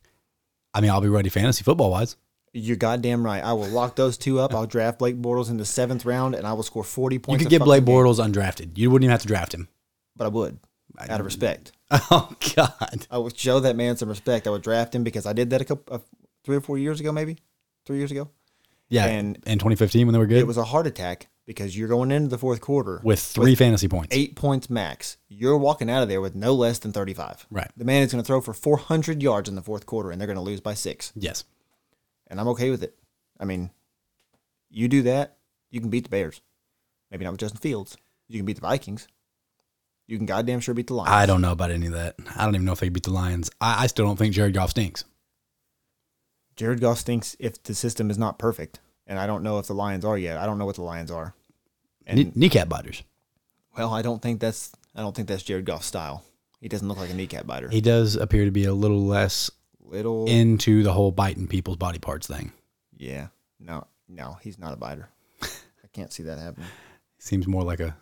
B: I mean, I'll be ready fantasy football wise.
A: You're goddamn right. I will lock those two up. I'll draft Blake Bortles in the seventh round and I will score 40
B: You
A: points.
B: could
A: a
B: get
A: fucking
B: Blake
A: game,
B: Bortles undrafted. You wouldn't even have to draft him.
A: But I would, out of respect.
B: Oh God.
A: I would show that man some respect. I would draft him because I did that a couple, uh, three or four years ago, maybe three years ago.
B: Yeah.
A: And-
B: in 2015 when they were
A: It
B: good
A: was a heart attack because you're going into the fourth quarter
B: with three fantasy points.
A: eight points max, you're walking out of there with no less than 35.
B: Right.
A: The man is going to throw for 400 yards in the fourth quarter and they're going to lose by six.
B: Yes.
A: And I'm okay with it. I mean, you do that, you can beat the Bears. Maybe not with Justin Fields. You can beat the Vikings. You can goddamn sure beat the Lions.
B: I don't know about any of that. I don't even know if they beat the Lions. I, I still don't think Jared Goff stinks.
A: Jared Goff stinks if the system is not perfect. And I don't know if the Lions are yet. I don't know what the Lions are. And
B: Knee, kneecap biters.
A: well, I don't think that's I don't think that's Jared Goff's style. He doesn't look like a kneecap biter.
B: He does appear to be a little less
A: Little
B: into the whole biting people's body parts thing.
A: Yeah. No, no, he's not a biter. I can't see that happening.
B: Seems more like a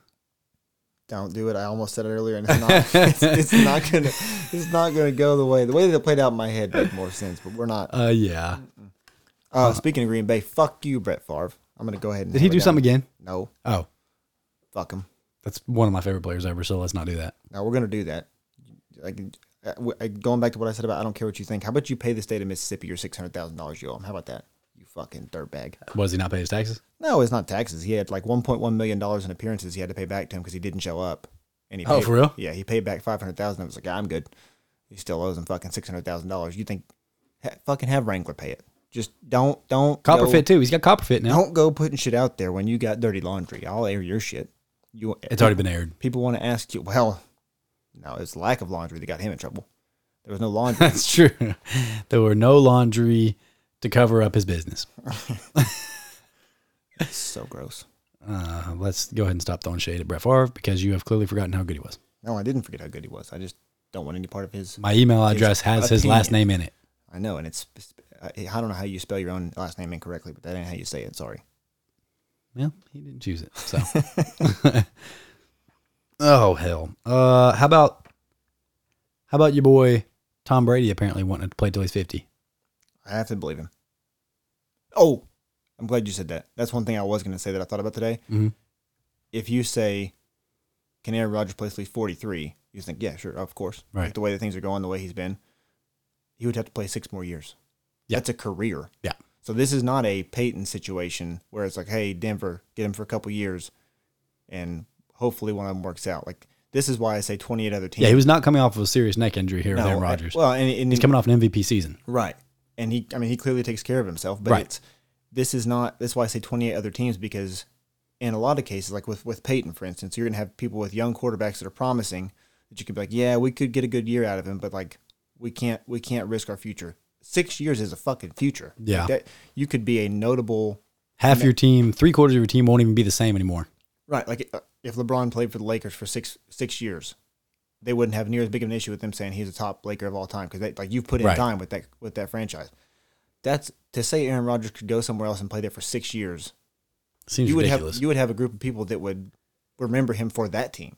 A: Don't do it. I almost said it earlier, and it's not. it's, it's not gonna. It's not gonna go the way the way that it played out in my head made more sense. But we're not.
B: uh yeah.
A: Uh, speaking of Green Bay, fuck you, Brett Favre. I'm gonna go ahead and.
B: Uh-huh. Did he
A: hammer
B: do
A: down.
B: something again?
A: No,
B: Oh,
A: fuck him.
B: that's one of my favorite players ever. So let's not do that.
A: No, we're gonna do that. Like uh, w- uh, going back to what I said about I don't care what you think. How about you pay the state of Mississippi your six hundred thousand dollars you owe him? How about that? You fucking dirtbag.
B: Was he not paying his taxes?
A: No, it's not taxes. He had like one point one million dollars in appearances he had to pay back to him because he didn't show up. And he
B: Oh,
A: paid-
B: for real?
A: Yeah, he paid back five hundred thousand. I was like, I'm good. He still owes him fucking six hundred thousand dollars. You think ha- fucking have Wrangler pay it? Just don't don't
B: Copper
A: go,
B: fit too. He's got copper fit now.
A: Don't go putting shit out there when you got dirty laundry. I'll air your shit. You
B: It's already been aired.
A: people want to ask you. Well, no, it's lack of laundry that got him in trouble. There was no laundry.
B: That's true. There were no laundry to cover up his business.
A: It's so gross.
B: Uh, let's go ahead and stop throwing shade at Brett Favre because you have clearly forgotten how good he was.
A: No, I didn't forget how good he was. I just don't want any part of his.
B: My email address has his last name
A: opinion.
B: in it.
A: I know, and it's I I don't know how you spell your own last name incorrectly, but that ain't how you say it. Sorry.
B: Well, he didn't choose it. So, oh hell. Uh, how about how about your boy Tom Brady? Apparently, wanting to play till he's fifty.
A: I have to believe him. Oh, I'm glad you said that. That's one thing I was going to say that I thought about today.
B: Mhm.
A: If you say, "Can Aaron Rodgers play till he's 43?" You think, "Yeah, sure, of course." Like,
B: Right.
A: the way that things are going, the way he's been, he would have to play six more years.
B: Yeah.
A: That's a career.
B: Yeah.
A: So this is not a Peyton situation where it's like, "Hey, Denver, get him for a couple years, and hopefully one of them works out." Like this is why I say 28 other teams.
B: Yeah, he was not coming off of a serious neck injury here with
A: No,
B: Aaron
A: I-
B: Rodgers.
A: Well, and, and
B: he's coming off an MVP season.
A: Right. And he, I mean, he clearly takes care of himself, but
B: Right.
A: it's, this is not, that's why I say 28 other teams because in a lot of cases, like with with Peyton, for instance, you're gonna have people with young quarterbacks that are promising that you could be like, yeah, we could get a good year out of him, but like we can't we can't risk our future. Six years is a fucking future. Like,
B: Yeah.
A: that you could be a notable
B: Half your team, three quarters of your team won't even be the same anymore.
A: right. Like uh, if LeBron played for the Lakers for six six years, they wouldn't have near as big of an issue with them saying he's a top Laker of all time because like you've put in
B: Right.
A: time with that with that franchise. That's to say Aaron Rodgers could go somewhere else and play there for six years
B: Seems
A: you would
B: ridiculous.
A: have you would have a group of people that would remember him for that team.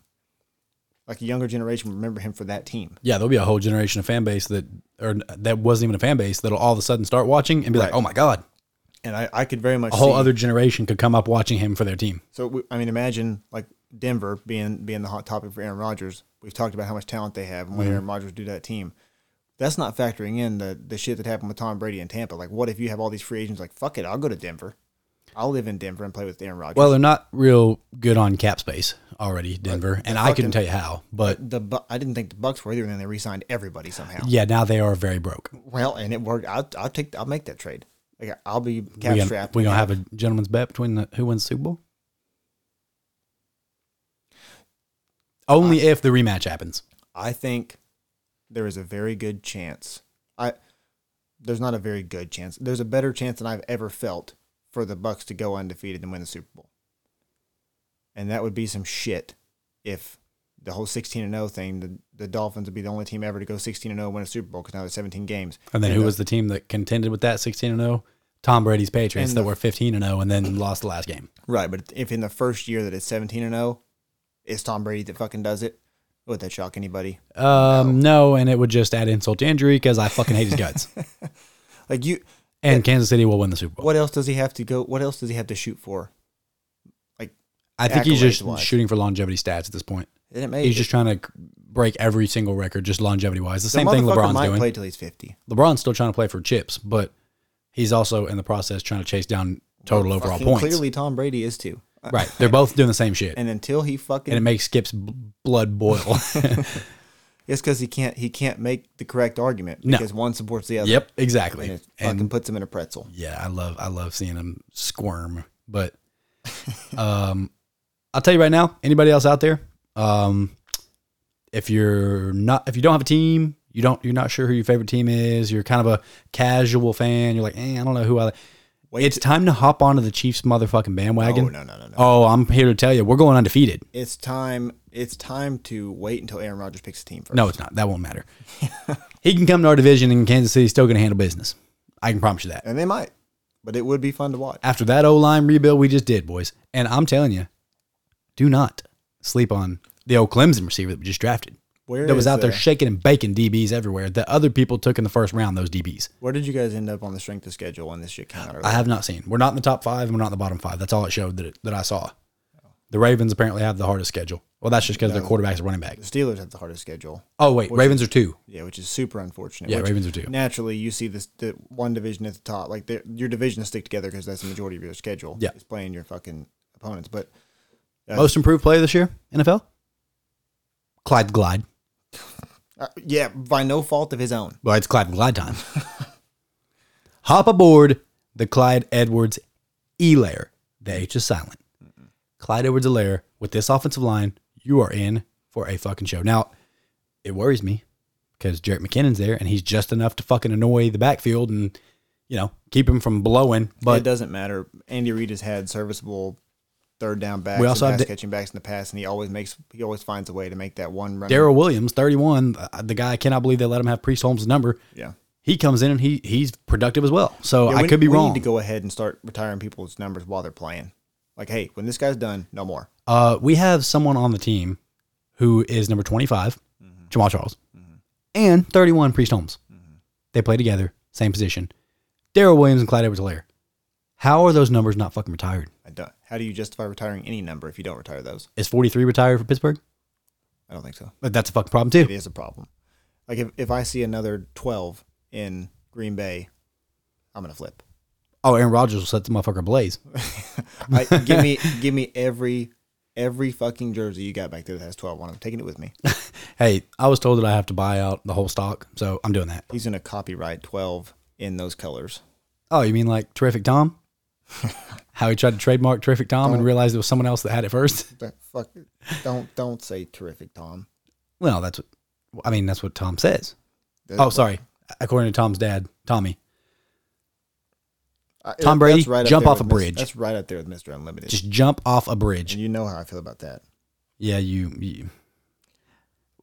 A: Like a younger generation would remember him for that team.
B: yeah, there'll be a whole generation of fan base that or that wasn't even a fan base that'll all of a sudden start watching and be like,
A: Right.
B: "Oh my god!"
A: And I, I could very much
B: A whole
A: see,
B: other generation could come up watching him for their team.
A: So we, I mean, imagine like Denver being being the hot topic for Aaron Rodgers. We've talked about how much talent they have
B: Mm-hmm.
A: and what Aaron Rodgers do to that team. That's not factoring in the the shit that happened with Tom Brady in Tampa. Like, what if you have all these free agents? Like, fuck it, I'll go to Denver. I'll live in Denver and play with Aaron Rodgers.
B: Well, they're not real good on cap space already, Denver, and I couldn't tell you how, but
A: the Bu- I didn't think the Bucks were either, and then they re-signed everybody somehow.
B: yeah, now they are very broke.
A: Well, and it worked. I'll, I'll take. I'll make that trade. Like I'll be cap
B: We gonna,
A: strapped.
B: we gonna have a gentleman's bet between the, who wins the Super Bowl.
A: Uh,
B: Only if the rematch happens.
A: I think there is a very good chance. I there's not a very good chance. There's a better chance than I've ever felt for the Bucks to go undefeated and win the Super Bowl. And that would be some shit if the whole 16 and 0 thing, the, the Dolphins would be the only team ever to go 16 and 0 and win a Super Bowl because now there's 17 games.
B: And then who was the team that contended with that 16 and 0? Tom Brady's Patriots
A: And
B: that
A: the-
B: were 15 and 0 and then lost the last game.
A: Right, but if in the first year that it's 17 and 0, it's Tom Brady that fucking does it, would that shock anybody?
B: Um, no. and it would just add insult to injury because I fucking hate his guts.
A: Like you,
B: and Kansas City will win the Super Bowl.
A: what else does he have to go? What else does he have to shoot for?
B: I think he's just
A: accolades-wise?
B: shooting for longevity stats at this point.
A: Isn't it maybe
B: He's just trying to break every single record, just longevity wise. The
A: The
B: same thing
A: motherfucker
B: LeBron's
A: might
B: doing.
A: play till he's fifty.
B: LeBron's still trying to play for chips, but he's also in the process trying to chase down total overall
A: Fucking
B: points.
A: Clearly, Tom Brady is too. Uh,
B: Right. They're both doing the same shit.
A: And until he fucking,
B: And it makes Skip's b- blood boil.
A: it's because he can't he can't make the correct argument
B: No.
A: because one supports the other.
B: yep,
A: And
B: exactly.
A: it fucking
B: And
A: puts him in a pretzel.
B: yeah, I love I love seeing him squirm. But um I'll tell you right now, anybody else out there, um if you're not if you don't have a team, you don't you're not sure who your favorite team is, you're kind of a casual fan, you're like, eh, I don't know who I like.
A: Wait
B: it's time to hop onto the Chiefs motherfucking
A: Oh
B: bandwagon.
A: no no no no!
B: Oh, I'm here to tell you, we're going undefeated.
A: It's time. It's time to wait until Aaron Rodgers picks a team first.
B: No, it's not. That won't matter. he can come to our division, and Kansas City's still going to handle business. I can promise you that.
A: and they might, but it would be fun to watch.
B: After that O line rebuild we just did, boys, and I'm telling you, do not sleep on the old Clemson receiver that we just drafted.
A: Where
B: That was
A: is,
B: out there
A: uh,
B: shaking and baking DBs everywhere that other people took in the first round. Those DBs
A: where did you guys end up on the strength of schedule when this shit came out?
B: I have not seen. We're not in the top five, and we're not in the bottom five. That's all it showed that it, that I saw. The Ravens apparently have the hardest schedule. Well, that's just because their quarterback's and running back.
A: the Steelers have the hardest schedule.
B: Oh wait, Ravens are two.
A: Yeah, which is super unfortunate.
B: Yeah,
A: which
B: Ravens are two.
A: Naturally, you see this the one division at the top, like the- your divisions stick together because that's the majority of your schedule.
B: Yeah.
A: is playing your fucking opponents. But
B: Most improved player this year, NFL? Clyde Glide.
A: uh, yeah, by no fault of his own.
B: Well, it's Clyde Glide time. Hop aboard the Clyde Edwards Elair. The H is silent. Clyde Edwards Elair with this offensive line, you are in for a fucking show. Now, it worries me because Jarrett McKinnon's there and he's just enough to fucking annoy the backfield and, you know, keep him from blowing.
A: But it
B: But
A: doesn't matter. Andy Reid has had serviceable third down backs,
B: We also
A: and
B: have
A: pass
B: the-
A: catching backs in the past, and he always makes he always finds a way to make that one run.
B: Daryl Williams, 31, uh, the guy I cannot believe they let him have Priest Holmes' number.
A: yeah.
B: He comes in and he he's productive as well. So
A: Yeah,
B: I
A: we-
B: could be
A: we
B: wrong.
A: need to go ahead and start retiring people's numbers while they're playing. Like, hey, when this guy's done, no more.
B: Uh, we have someone on the team who is number 25, Jamal Charles, and 31, Priest Holmes. They play together, same position. Daryl Williams and Clyde Edwards Helaire. How are those numbers not fucking retired?
A: I don't, how do you justify retiring any number if you don't retire those?
B: Is 43 retired for Pittsburgh?
A: I don't think so.
B: But that's a fucking problem, too.
A: it is a problem. Like if, if I see another twelve in Green Bay, I'm gonna flip.
B: Oh, Aaron Rodgers will set the motherfucker ablaze.
A: I, give me give me every every fucking jersey you got back there that has twelve on. it. I'm taking it with me.
B: Hey, I was told that I have to buy out the whole stock, so I'm doing that.
A: He's gonna copyright twelve in those colors.
B: Oh, you mean like Terrific Tom? How he tried to trademark Terrific Tom and realized it was someone else that had it first.
A: That fuck. Don't don't say terrific, Tom.
B: Well, that's what I mean. That's what Tom says.
A: That-
B: Oh, sorry. According to Tom's dad, Tommy,
A: I-
B: Tom
A: that's
B: Brady,
A: up
B: jump
A: there
B: off
A: with
B: a
A: Mis-
B: bridge.
A: that's right up there with Mister Unlimited.
B: just jump off a
A: and
B: bridge.
A: you know how I feel about that.
B: Yeah, you, you.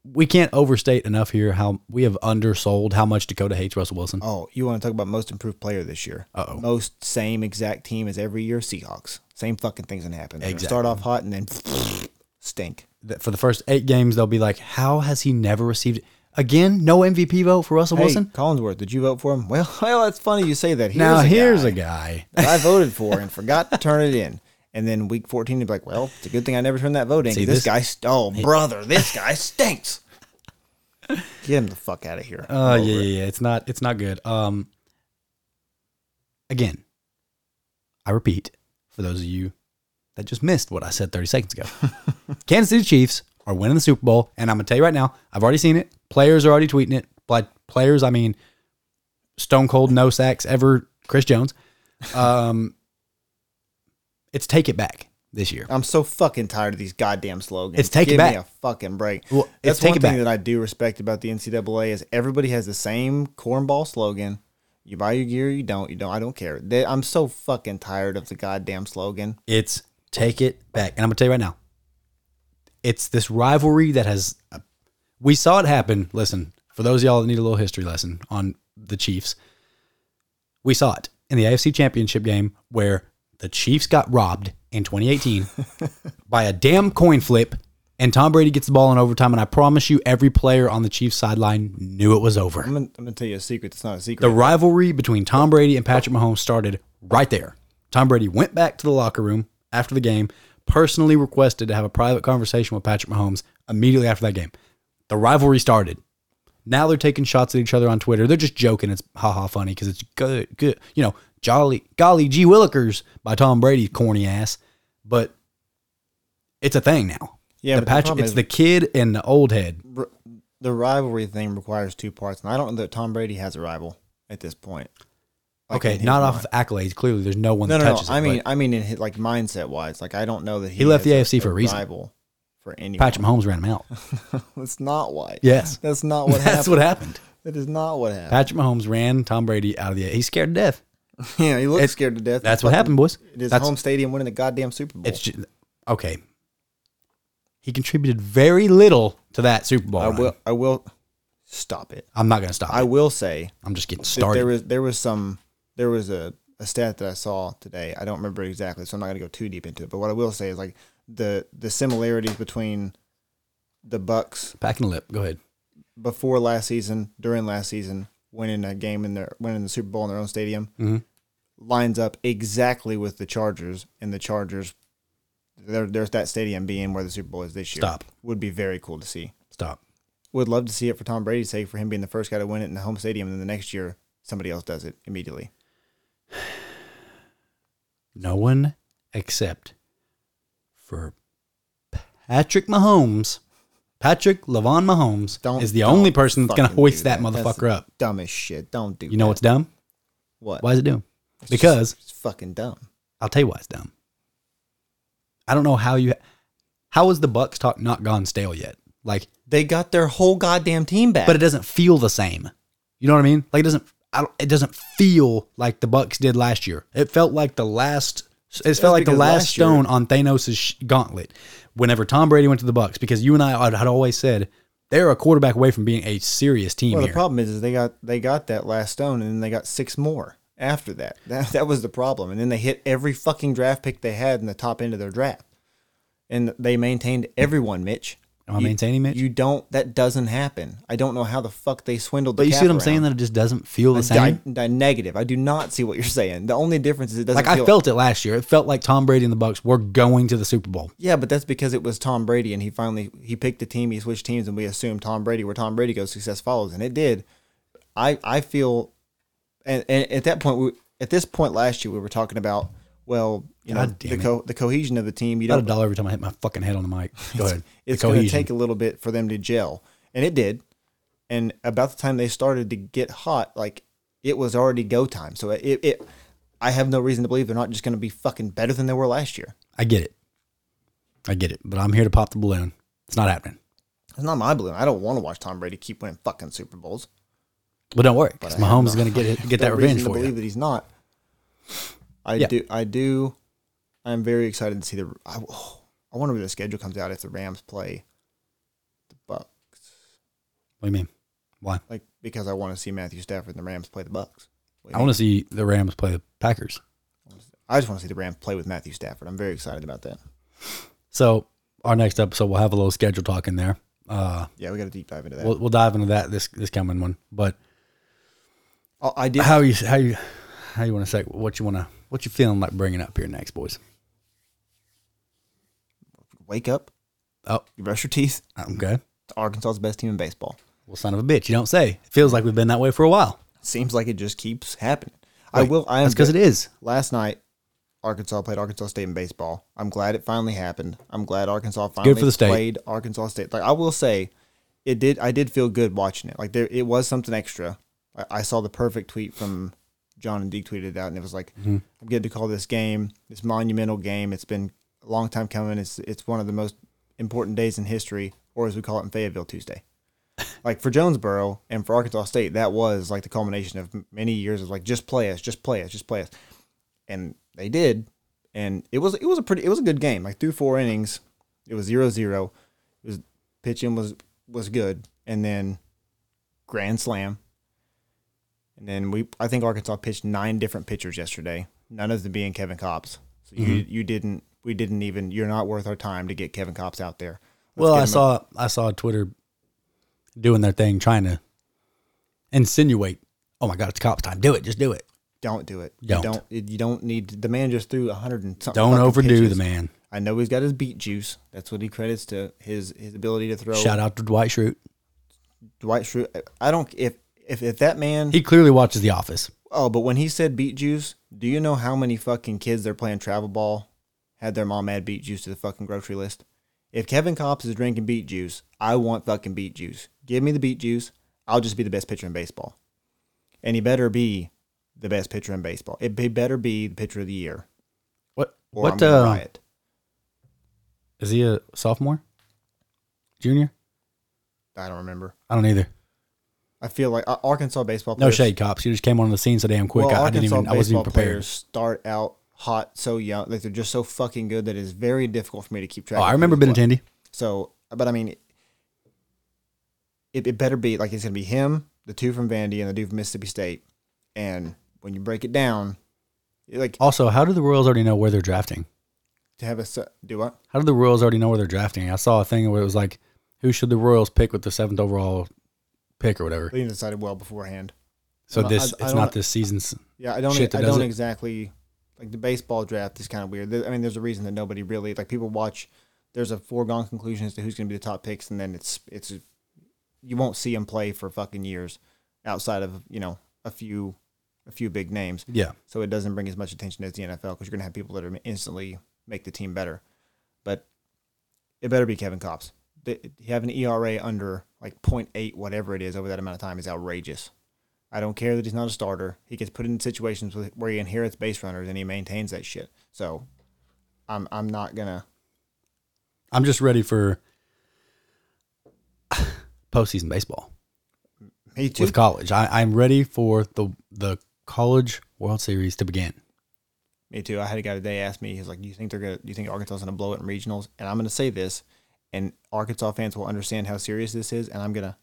B: We can't overstate enough here how we have undersold how much Dakota hates Russell Wilson. Uh,
A: Oh, you want to talk about most improved player this year?
B: Uh-oh.
A: Most same exact team as every year Seahawks. Same fucking things gonna happen. They're gonna
B: Exactly.
A: Start off hot and then stink.
B: That for the first eight games, they'll be like, "How has he never received it? again? No MVP vote for Russell
A: Hey,
B: Wilson."
A: Collinsworth, did you vote for him? Well, well, that's funny you say that. Here's
B: now
A: a
B: here's
A: guy
B: a guy.
A: that I voted for and forgot to turn it in. And then week 14, you'd be like, well, it's a good thing I never turned that vote in. 'cause
B: See,
A: this,
B: this-
A: guy, st- oh, brother, this guy stinks. Get him the fuck out of here.
B: Oh
A: I'm
B: yeah,
A: over it.
B: yeah, yeah. It's not. It's not good. Um. Again, I repeat for those of you that just missed what I said 30 seconds ago. Kansas City Chiefs are winning the Super Bowl, and I'm gonna tell you right now, I've already seen it. Players are already tweeting it. Like players, I mean, Stone Cold No Sacks ever Chris Jones. Um, it's take it back this year.
A: I'm so fucking tired of these goddamn slogans.
B: It's take it
A: Give
B: back.
A: me a fucking break.
B: Well, it's
A: That's
B: take
A: one
B: it
A: thing
B: back.
A: that I do respect about the NCAA is everybody has the same cornball slogan. You buy your gear, you don't, you don't. I don't care. They, I'm so fucking tired of the goddamn slogan.
B: It's take it back. And I'm going to tell you right now, it's this rivalry that has, we saw it happen. Listen, for those of y'all that need a little history lesson on the Chiefs, we saw it in the AFC Championship game where the Chiefs got robbed in 2018 by a damn coin flip. And Tom Brady gets the ball in overtime, and I promise you, every player on the Chiefs sideline knew it was over.
A: I'm gonna, I'm gonna tell you a secret. It's not a secret.
B: The rivalry between Tom Brady and Patrick Mahomes started right there. Tom Brady went back to the locker room after the game, personally requested to have a private conversation with Patrick Mahomes immediately after that game. The rivalry started. Now they're taking shots at each other on Twitter. They're just joking. It's haha funny because it's good, good, you know, jolly, golly gee willikers by Tom Brady, corny ass. But it's a thing now.
A: yeah,
B: the
A: but
B: Patrick,
A: problem
B: it's
A: is
B: the kid and the old head.
A: r- the rivalry thing requires two parts, and I don't know that Tom Brady has a rival at this point. Like,
B: Okay,
A: in his
B: not off
A: mind.
B: of accolades. Clearly, there's no one
A: No,
B: that
A: no, no.
B: touches it.
A: I mean,
B: but
A: I mean, in his, like mindset wise, like I don't know that he,
B: left
A: has
B: the AFC for a reason.
A: Rival for anyone.
B: Patrick Mahomes ran him out.
A: That's not why.
B: Yes.
A: That's not what
B: That's
A: happened.
B: what happened.
A: that is not what happened.
B: Patrick Mahomes ran Tom Brady out of the. He's scared to death.
A: yeah, he looked
B: It's-
A: scared to death.
B: That's what happened, boys.
A: It is
B: That's
A: home stadium winning the goddamn Super Bowl.
B: it's just, okay. He contributed very little to that Super Bowl.
A: I
B: run.
A: will. I will stop it.
B: I'm not going to stop.
A: I
B: I,
A: will say
B: I'm just getting
A: that
B: started.
A: there was there was some there was a, a stat that I saw today. I don't remember exactly, so I'm not gonna go too deep into it. But what I will say is like the the similarities between the Bucks
B: Packing the lip. Go ahead.
A: before last season, during last season, winning a game in their winning the Super Bowl in their own stadium
B: Mhm.
A: lines up exactly with the Chargers and the Chargers. There, there's that stadium being where the Super Bowl is this year.
B: Stop.
A: Would be very cool to see.
B: Stop.
A: Would love to see it for Tom Brady's sake, for him being the first guy to win it in the home stadium, and then the next year somebody else does it immediately.
B: No one except for Patrick Mahomes, Patrick Levon Mahomes,
A: Don't-
B: is the
A: don't
B: only person that's going to
A: fucking
B: hoist
A: do
B: that,
A: that. That's
B: motherfucker up.
A: Dumb as shit. Don't do.
B: You know
A: that.
B: what's dumb?
A: what?
B: Why is it dumb?
A: It's just-
B: Because
A: it's fucking dumb.
B: I'll tell you why it's dumb. I don't know how you. How is the Bucks talk not gone stale yet? Like,
A: They got their whole goddamn team back.
B: but it doesn't feel the same. You know what I mean? Like it doesn't. I don't, it doesn't feel like the Bucks did last year. It felt like the last. It felt like the
A: because
B: last,
A: last year-
B: stone on Thanos' sh- gauntlet. Whenever Tom Brady went to the Bucks, because you and I had had always said they're a quarterback away from being a serious team
A: well, the
B: here.
A: problem is, is they got they got that last stone, and then they got six more after that. That that was the problem, and then they hit every fucking draft pick they had in the top end of their draft, and they maintained everyone, Mitch.
B: Am I maintaining Mitch?
A: You don't. That doesn't happen. I don't know how the fuck they swindled.
B: but you see what I'm saying? That it just doesn't feel the same.
A: negative. I do not see what you're saying. The only difference is it doesn't
B: Like I
A: feel-
B: felt it last year. It felt like Tom Brady and the Bucks were going to the Super Bowl.
A: Yeah, but that's because it was Tom Brady, and he finally he picked a team, he switched teams, and we assumed Tom Brady where Tom Brady goes, success follows, and it did. I I feel, and, and at that point, we, at this point last year, we were talking about well, you know,
B: God damn
A: the
B: it.
A: co- the cohesion of the team. You
B: About a
A: don't.
B: dollar every time I hit my fucking head on the mic. Go ahead. The
A: It's going to
B: cohesion.
A: take a little bit for them to gel, and it did. And about the time they started to get hot, like it was already go time. So it it. I have no reason to believe they're not just going to be fucking better than they were last year.
B: I get it. I get it. But I'm here to pop the balloon. It's not happening.
A: It's not my balloon. I don't want to watch Tom Brady keep winning fucking Super Bowls.
B: But don't worry, because Mahomes is going to get it, get
A: No
B: that revenge
A: reason
B: for
A: to
B: you.
A: believe that he's not. I
B: Yeah.
A: do. I do. I'm very excited to see the. I, oh, I wonder where the schedule comes out if the Rams play the Bucks.
B: What do you mean? Why?
A: Like because I want to see Matthew Stafford and the Rams play the Bucks.
B: I want to see the Rams play the Packers.
A: I just want to see the Rams play with Matthew Stafford. I'm very excited about that.
B: So our next episode, we'll have a little schedule talk in there. Uh,
A: Yeah, we got to deep dive into that.
B: we'll, we'll dive into that this this coming one. But
A: Oh, I did.
B: how you how you how you want to say what you want to what you feeling like bringing up here next, boys?
A: Wake up.
B: Oh,
A: You brush your teeth.
B: okay.
A: It's Arkansas's best team in baseball.
B: Well, son of a bitch, you don't say. It feels like we've been that way for a while.
A: Seems like it just keeps happening. I
B: Wait,
A: will. I am
B: That's because it is.
A: last night Arkansas played Arkansas State in baseball. I'm glad it finally happened. I'm glad Arkansas finally
B: for the state.
A: played Arkansas State. Like I will say, it did. I did feel good watching it. Like there, it was something extra. I, I saw the perfect tweet from John and Deke tweeted it out, and it was like,
B: Mm-hmm.
A: "I'm getting to call this game, this monumental game. It's been a long time coming. It's it's one of the most important days in history, or as we call it in Fayetteville, Tuesday." like for Jonesboro and for Arkansas State, that was like the culmination of m- many years of like just play us, just play us, just play us, and they did, and it was it was a pretty it was a good game. Like through four innings, it was zero zero. It was pitching was was good, and then grand slam, and then we I think Arkansas pitched nine different pitchers yesterday, none of them being Kevin Copps. So you
B: Mm-hmm.
A: you didn't we didn't even you're not worth our time to get Kevin Copps out there. Let's
B: Well,
A: get
B: I
A: him a-
B: saw I saw Twitter doing their thing, trying to insinuate. Oh my God, it's cops time. Do it. Just do it.
A: Don't do it. You
B: Don't.
A: don't. it- You don't need. To, the man just threw a hundred and something.
B: Don't
A: fucking
B: overdo
A: pitches.
B: the man.
A: I know he's got his beat juice. That's what he credits to his his ability to throw.
B: Shout out to Dwight Schrute.
A: Dwight Schrute. I don't if if if that man.
B: He clearly watches The Office.
A: oh, but when he said beet juice, do you know how many fucking kids they're playing travel ball had their mom add beet juice to the fucking grocery list? If Kevin Copps is drinking beet juice, I want fucking beet juice. Give me the beet juice. I'll just be the best pitcher in baseball. And he better be the best pitcher in baseball. It he better be the pitcher of the year.
B: What?
A: Or I'm
B: what?
A: gonna
B: Uh,
A: riot.
B: is he a sophomore? Junior?
A: I don't remember.
B: I don't either.
A: I feel like uh, Arkansas baseball.
B: No
A: players,
B: shade, cops. You just came on the scene so damn quick.
A: Well,
B: I, I didn't
A: Arkansas
B: even. I wasn't
A: baseball
B: even prepared.
A: Players start out hot, so young, like they're just so fucking good that it's very difficult for me to keep track.
B: Oh,
A: of
B: I
A: who
B: remember
A: is what.
B: Benintendi.
A: So, but I mean, it, it better be like it's gonna be him, the two from Vandy, and the dude from Mississippi State. And when you break it down, it, like
B: Also, how do the Royals already know where they're drafting?
A: to have a se- do what?
B: How do the Royals already know where they're drafting? I saw a thing where it was like, who should the Royals pick with the seventh overall pick or whatever.
A: They need to decide it well beforehand.
B: So
A: I-
B: this,
A: I
B: it's
A: don't-
B: not this season's.
A: Yeah, I don't. e,
B: shit that
A: I
B: does
A: don't
B: it.
A: exactly like the baseball draft is kind of weird. There- I mean, there's a reason that nobody really like people watch. There's a foregone conclusion as to who's going to be the top picks, and then it's it's you won't see them play for fucking years outside of you know a few a few big names.
B: Yeah.
A: So it doesn't bring as much attention as the NFL because you're going to have people that are instantly make the team better. But it better be Kevin Copps. The- You have an ERA under like 0.8, whatever it is, over that amount of time is outrageous. I don't care that he's not a starter. He gets put in situations with- where he inherits base runners and he maintains that shit. So I'm I'm not gonna.
B: I'm just ready for postseason baseball
A: Me too.
B: with college. I, I'm ready for the the college World Series to begin.
A: Me too. I had a guy today ask me, he's like, "Do you think they're gonna? Do you think Arkansas's gonna blow it in regionals?" And I'm gonna say this, and Arkansas fans will understand how serious this is, and I'm gonna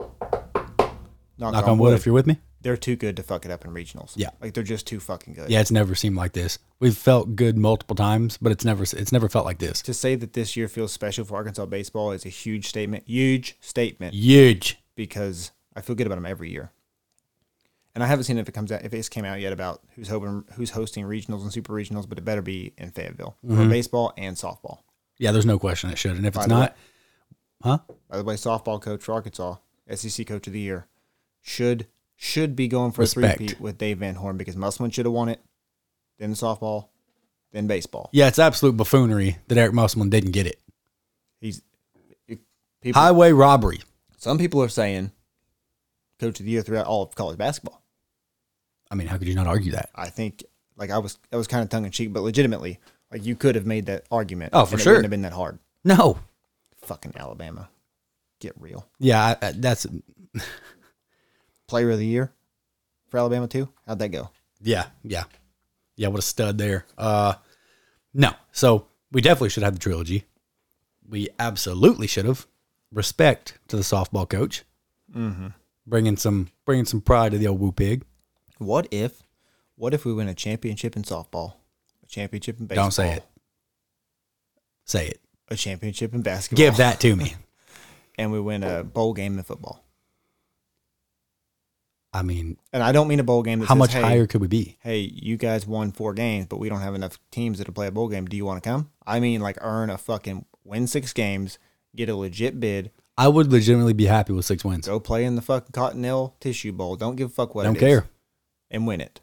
A: knock,
B: Knock on wood if you're with me.
A: they're too good to fuck it up in regionals.
B: Yeah.
A: like they're just too fucking good.
B: Yeah, it's never seemed like this. We've felt good multiple times, but it's never it's never felt like this.
A: To say that this year feels special for Arkansas baseball is a huge statement. Huge statement.
B: Huge.
A: because I feel good about them every year. And I haven't seen if it comes out if it's came out yet about who's hoping who's hosting regionals and super regionals, but it better be in Fayetteville
B: Mm-hmm.
A: for baseball and softball.
B: Yeah, there's no question it should. And if
A: By
B: it's
A: the
B: not, huh?
A: By the way, softball coach for Arkansas, SEC coach of the year, should should be going for
B: Respect.
A: a three with Dave Van Horn because Musselman should have won it, then softball, then baseball.
B: Yeah, it's absolute buffoonery that Eric Musselman didn't get it.
A: He's it- people.
B: Highway robbery.
A: Some people are saying coach of the year throughout all of college basketball.
B: I mean, how could you not argue that?
A: I think Like I was, I was kind of tongue in cheek, but legitimately, like you could have made that argument.
B: Oh, for
A: and
B: sure.
A: it wouldn't have been that hard.
B: No.
A: Fucking Alabama, get real.
B: Yeah, I, I, that's
A: Player of the year for Alabama too. How'd that go?
B: yeah, yeah, yeah. What a stud there. Uh, no. So we definitely should have the trilogy. We absolutely should have respect to the softball coach,
A: Mm-hmm.
B: bringing some bringing some pride to the old woo pig.
A: What if, what if we win a championship in softball, a championship in baseball,
B: Don't say it. Say it.
A: a championship in basketball,
B: Give that to me.
A: and we win a bowl game in football?
B: I mean,
A: And I don't mean a bowl game. That
B: how
A: says,
B: much
A: hey,
B: higher could we be?
A: hey, you guys won four games, but we don't have enough teams that'll play a bowl game. Do you want to come? I mean, like, earn a fucking win six games, get a legit bid,
B: I would legitimately be happy with six wins.
A: go play in the fucking Cottonelle Tissue Bowl. Don't give a fuck what.
B: Don't
A: it is,
B: care.
A: and win it.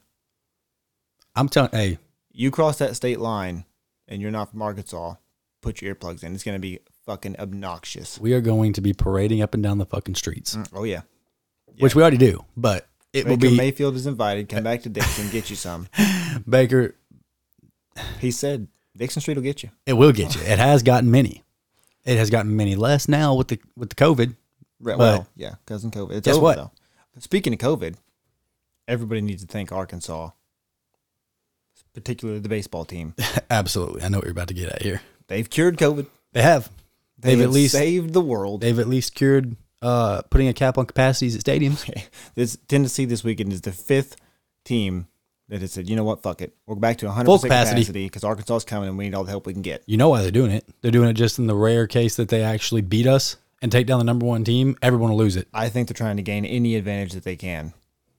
B: I'm telling. Hey,
A: You cross that state line, and you're not from Arkansas. Put your earplugs in. It's gonna be fucking obnoxious.
B: we are going to be parading up and down the fucking streets,
A: Mm, Oh yeah.
B: which we already do. But it will
A: Baker
B: be
A: Mayfield is invited. Come back to Dixon, get you some.
B: Baker.
A: He said Dixon Street will get you.
B: It will get you. It has gotten many. It has gotten many less now with the with the COVID.
A: Right.
B: But-
A: well, yeah, cousin COVID. It's
B: Guess
A: over
B: what?
A: though. Speaking of COVID, everybody needs to thank Arkansas, particularly the baseball team.
B: Absolutely, I know what you're about to get at here.
A: They've cured COVID.
B: They have. They've,
A: They've
B: at least
A: saved the world.
B: they've at least cured uh, putting a cap on capacities at stadiums.
A: This Tennessee this weekend is the fifth team that has said, you know what, fuck it, we're back to 100
B: Full
A: percent
B: capacity.
A: capacity because Arkansas is coming and we need all the help we can get.
B: You know why they're doing it? They're doing it just in the rare case that they actually beat us and take down the number one team. Everyone will lose it.
A: I think they're trying to gain any advantage that they can.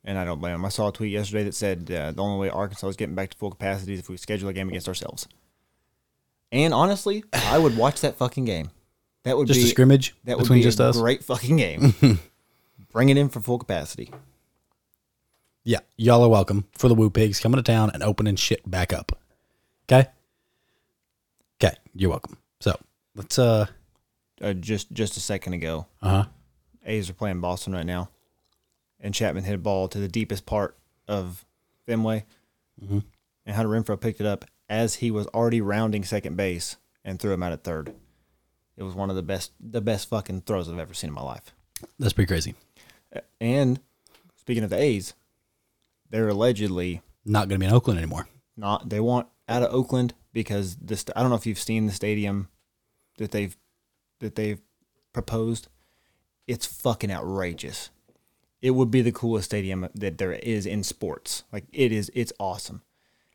A: And I don't blame them. I saw a tweet yesterday that said uh, the only way Arkansas is getting back to full capacity is if we schedule a game against ourselves. And honestly, I would watch that fucking game. That would
B: Just
A: be
B: a scrimmage
A: that would
B: between
A: be
B: just
A: a
B: us.
A: great fucking game. Bring it in for full capacity.
B: Yeah, y'all are welcome for the Woo Pigs coming to town and opening shit back up. Okay. Okay, you're welcome. So let's uh
A: Uh, just just a second ago,
B: uh huh.
A: A's are playing Boston right now, and Chapman hit a ball to the deepest part of Fenway, and Hunter Renfro picked it up as he was already rounding second base and threw him out at third. It was one of the best the best fucking throws I've ever seen in my life.
B: That's pretty crazy.
A: And speaking of the A's, they're allegedly
B: Not gonna be in Oakland anymore.
A: not they want out of Oakland because this I don't know if you've seen the stadium that they've that they've proposed. It's fucking outrageous. It would be the coolest stadium that there is in sports. Like it is it's awesome.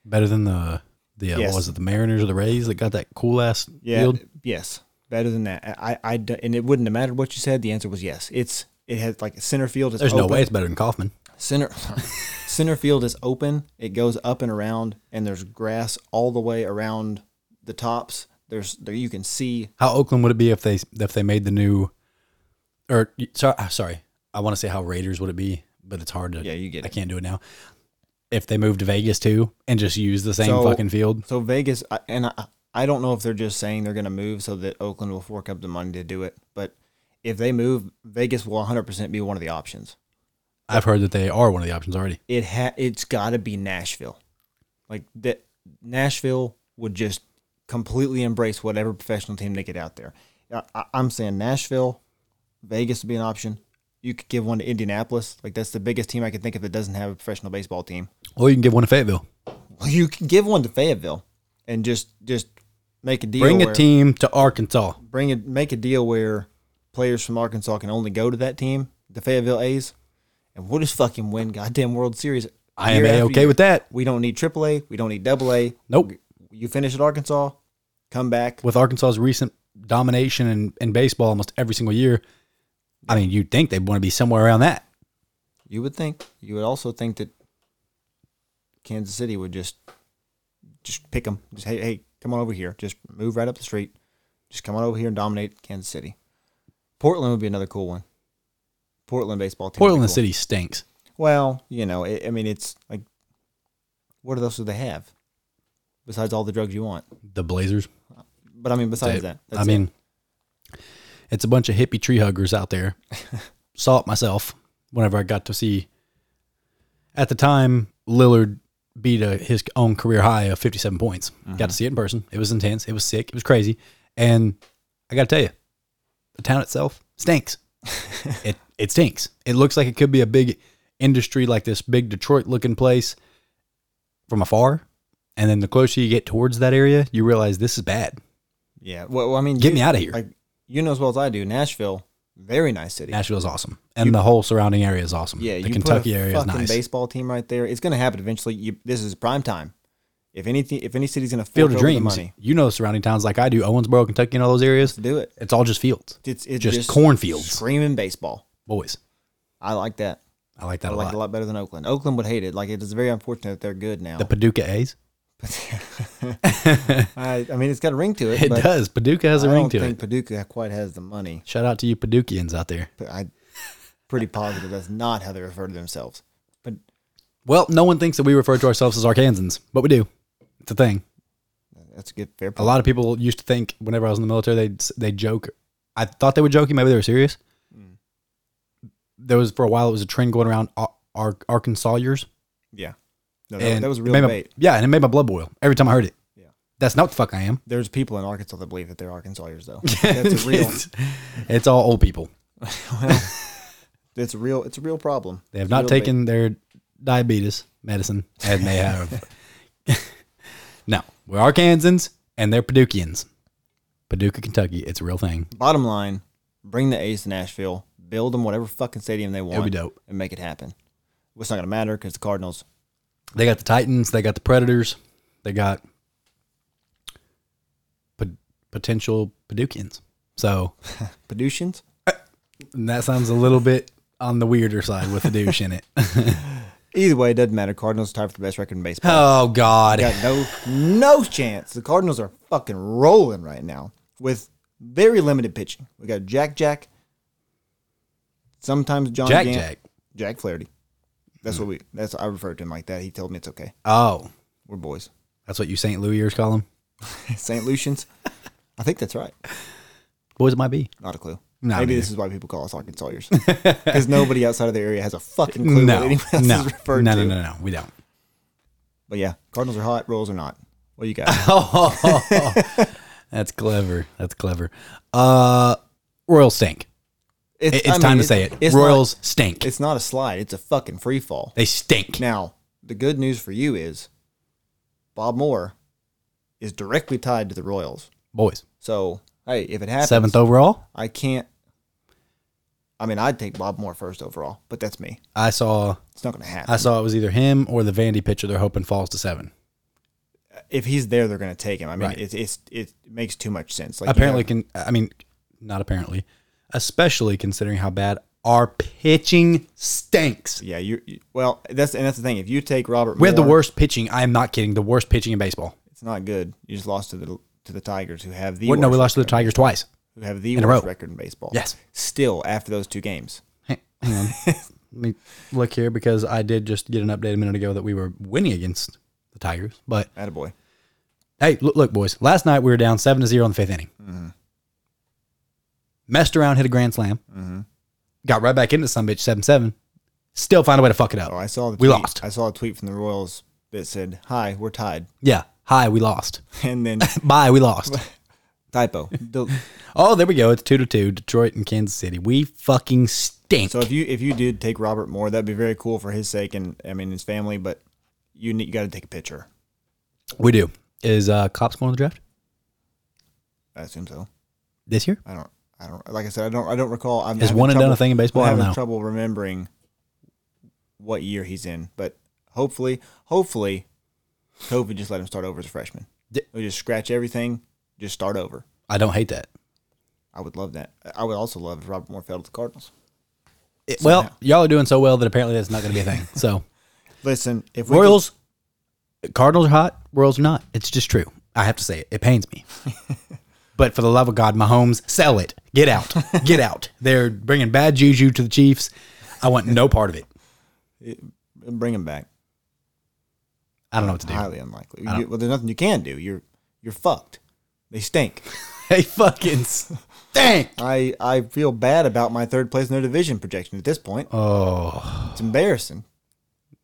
B: Better than the the uh,
A: Yes.
B: what was it, the Mariners or the Rays that got that cool ass
A: Yeah.
B: field?
A: Yes. Better than that. I, I d- and it wouldn't have mattered what you said. The answer was yes. It's it has like center field is
B: There's no
A: open.
B: way it's better than Kaufman.
A: Center center field is open. It goes up and around, and there's grass all the way around the tops. There's there you can see
B: How Oakland would it be if they if they made the new or sorry sorry. I want to say how Raiders would it be, but it's hard to
A: Yeah, you get
B: I
A: it.
B: can't do it now. If they moved to Vegas too and just use the same
A: So-
B: fucking field.
A: So Vegas, I- and I, I don't know if they're just saying they're going to move so that Oakland will fork up the money to do it. But if they move, Vegas will 100% be one of the options.
B: I've heard that they are one of the options already.
A: It ha- it's got to be Nashville, like that. Nashville would just completely embrace whatever professional team they get out there. I, I, I'm saying Nashville, Vegas would be an option. You could give one to Indianapolis. Like that's the biggest team I could think of that doesn't have a professional baseball team.
B: Or you can give one to Fayetteville.
A: Well, you can give one to Fayetteville, and just just make a deal.
B: Bring a
A: where-
B: team to Arkansas.
A: bring it make a deal where players from Arkansas can only go to that team, the Fayetteville A's, and we'll just fucking win goddamn World Series.
B: I am
A: year after
B: a okay
A: year.
B: with that.
A: We don't need AAA. We don't need AA.
B: Nope.
A: You finish at Arkansas, come back.
B: With Arkansas's recent domination in, in baseball almost every single year, I mean, you'd think they'd want to be somewhere around that.
A: You would think. You would also think that Kansas City would just just pick them. Just hey, hey, come on over here. Just move right up the street. Just come on over here and dominate Kansas City. Portland would be another cool one. Portland baseball team. would be
B: Portland
A: cool.
B: City stinks.
A: Well, you know, it, I mean, it's like, what else do they have besides all the drugs you want?
B: The Blazers.
A: But I mean, besides that, that's
B: I
A: it.
B: mean, it's a bunch of hippie tree huggers out there. Saw it myself whenever I got to see, at the time, Lillard beat a, his own career high of 57 points.
A: Uh-huh.
B: Got to see it in person. It was intense. It was sick. It was crazy. And I got to tell you, the town itself stinks. it it stinks. It looks like it could be a big industry like this big Detroit looking place from afar. And then the closer you get towards that area, you realize this is bad.
A: Yeah. Well, well, I mean,
B: Get
A: you-
B: me out of here.
A: Like you know as well as I do, Nashville, very nice city.
B: Nashville's awesome. And the whole surrounding area is awesome.
A: Yeah,
B: the
A: you
B: Kentucky
A: put a
B: area is
A: fucking
B: nice.
A: baseball team right there. It's going to happen eventually. You, this is prime time. If anything, if any city's going to field
B: Field of
A: over the
B: Dreams.
A: money,
B: You know surrounding towns like I do, Owensboro, Kentucky, and all those areas.
A: do it.
B: It's all just fields,
A: It's, it's
B: Just cornfields.
A: screaming baseball.
B: boys.
A: I like that.
B: I like
A: I
B: that a
A: like it
B: lot.
A: a lot better than Oakland. Oakland would hate it. Like it is very unfortunate that they're good now.
B: The Paducah A's.
A: I, I mean, it's got a ring to it.
B: It
A: but
B: does. Paducah has a
A: I
B: ring
A: don't
B: to
A: think
B: it.
A: Paducah quite has the money.
B: Shout out to you Paducahians out there.
A: But I, pretty positive that's not how they refer to themselves. But
B: Well, no one thinks that we refer to ourselves as Arkansans, but we do. It's a thing.
A: that's a good fair
B: A
A: point.
B: lot of people used to think whenever I was in the military, they they joke. I thought they were joking. Maybe they were serious.
A: Mm.
B: There was for a while it was a trend going around Ar- Ar- Arkansasiers.
A: Yeah, no, that,
B: And
A: that was a
B: it
A: real
B: made my-
A: debate.
B: yeah, and it made my blood boil every time I heard it.
A: Yeah.
B: That's not what the fuck I am.
A: There's people in Arkansas that believe that they're Arkansasiers, though. That's a real.
B: it's, it's all old people.
A: well, it's a real. It's a real problem.
B: They have
A: It's a
B: not
A: real
B: taken their diabetes medicine, and they have no. We're Arkansans, and they're Paducahians. Paducah, Kentucky. It's a real thing.
A: big- Bottom line, bring the A's to Nashville, build them whatever fucking stadium they want,
B: It'll be dope.
A: and make it happen. Well, It's not gonna matter because the Cardinals.
B: They got the Titans. They got the Predators. They got pot- potential Paducahians. So
A: Paducians?
B: and that sounds a little bit on the weirder side with the douche in it.
A: Either way, it doesn't matter. Cardinals are tied for the best record in baseball.
B: Oh God.
A: Got no no chance. The Cardinals are fucking rolling right now with very limited pitching. We got Jack Jack. Sometimes John
B: Jack
A: Gant-
B: Jack.
A: Jack Flaherty. That's what we. That's I referred to him like that. He told me it's okay.
B: Oh,
A: We're boys.
B: that's what you St. Louisers call them.
A: St. Lucians. I think that's right.
B: Boys, it might be.
A: Not a clue.
B: No,
A: Maybe
B: neither.
A: this is why people call us Arkansasiers because nobody outside of the area has a fucking clue what
B: No,
A: anyone else
B: no,
A: is
B: no,
A: referred
B: no,
A: to.
B: no, no. We don't.
A: But yeah, Cardinals are hot. Rolls are not. What do you got?
B: Oh, that's clever. That's clever. Uh, Royals stink.
A: It's,
B: It- It's
A: I mean,
B: time to
A: it's-
B: say it.
A: It's
B: Royals
A: Not,
B: stink.
A: it's not a slide. It's a fucking free fall.
B: they stink.
A: Now, the good news for you is Bob Moore is directly tied to the Royals.
B: Boys.
A: So, hey, if it happens,
B: Seventh overall.
A: I can't. I mean, I'd take Bob Moore first overall, but that's me.
B: I saw.
A: It's not going to happen.
B: I saw it was either him or the Vandy pitcher. They're hoping falls to seven.
A: if he's there, they're going to take him. I mean,
B: Right.
A: it's, it's it makes too much sense. Like you
B: apparently,
A: have-
B: can I mean, not apparently, especially considering how bad our pitching stinks.
A: yeah. You you- well, that's and that's the thing. If you take Robert,
B: We had the
A: Moore,
B: worst pitching. I am not kidding. The worst pitching in baseball.
A: It's not good. You just lost to the to the Tigers, who have the
B: Well,
A: worst,
B: no, we lost to the Tigers twice.
A: who have the
B: a
A: worst
B: row.
A: record in baseball.
B: Yes.
A: Still, after those two games,
B: Hang hang on. Let me look here because I did just get an update a minute ago that we were winning against the Tigers. But
A: attaboy.
B: hey, look, look boys. Last night we were down seven to zero in the fifth inning.
A: Mm-hmm.
B: Messed around, hit a grand slam.
A: Mm-hmm.
B: Got right back into some bitch seven seven. Still find a way to fuck it up.
A: Oh, I saw the
B: We
A: tweet.
B: lost.
A: I saw a tweet from the Royals that said, "Hi, we're tied,"
B: Yeah. Hi, we lost.
A: and then
B: Bye, we lost.
A: typo. Del-
B: oh, there we go. It's two to two. Detroit and Kansas City. We fucking stink.
A: so if you if you did take Robert Moore, that'd be very cool for his sake and I mean his family. But you need, you got to take a picture.
B: we do. Is uh cops going to the draft
A: I assume so.
B: this year?
A: I don't. I don't. Like I said, I don't. I don't recall. I'm
B: Is
A: having
B: one and done
A: trouble-
B: a thing in baseball?
A: I'm
B: I don't
A: having
B: know.
A: trouble remembering what year he's in, but hopefully, hopefully, COVID just let him start over as a freshman.
B: D-
A: He'll just scratch everything, just start over.
B: I don't hate that.
A: I would love that. I would also love if Robert Moore fell to the Cardinals.
B: It- well, y'all are doing so well that apparently that's not going to be a thing. So
A: Listen, if we could-
B: Royals, Cardinals are hot. Royals are not. It's just true. I have to say it. It pains me. but for the love of God, Mahomes, sell it. Get out. Get out. They're bringing bad juju to the Chiefs. I want no part of it.
A: bring him back.
B: I don't know what to do.
A: Highly unlikely. You- well, there's nothing you can do. You're you're fucked. They stink.
B: They fucking stink.
A: I I feel bad about my third place in their division projection at this point.
B: Oh,
A: It's embarrassing.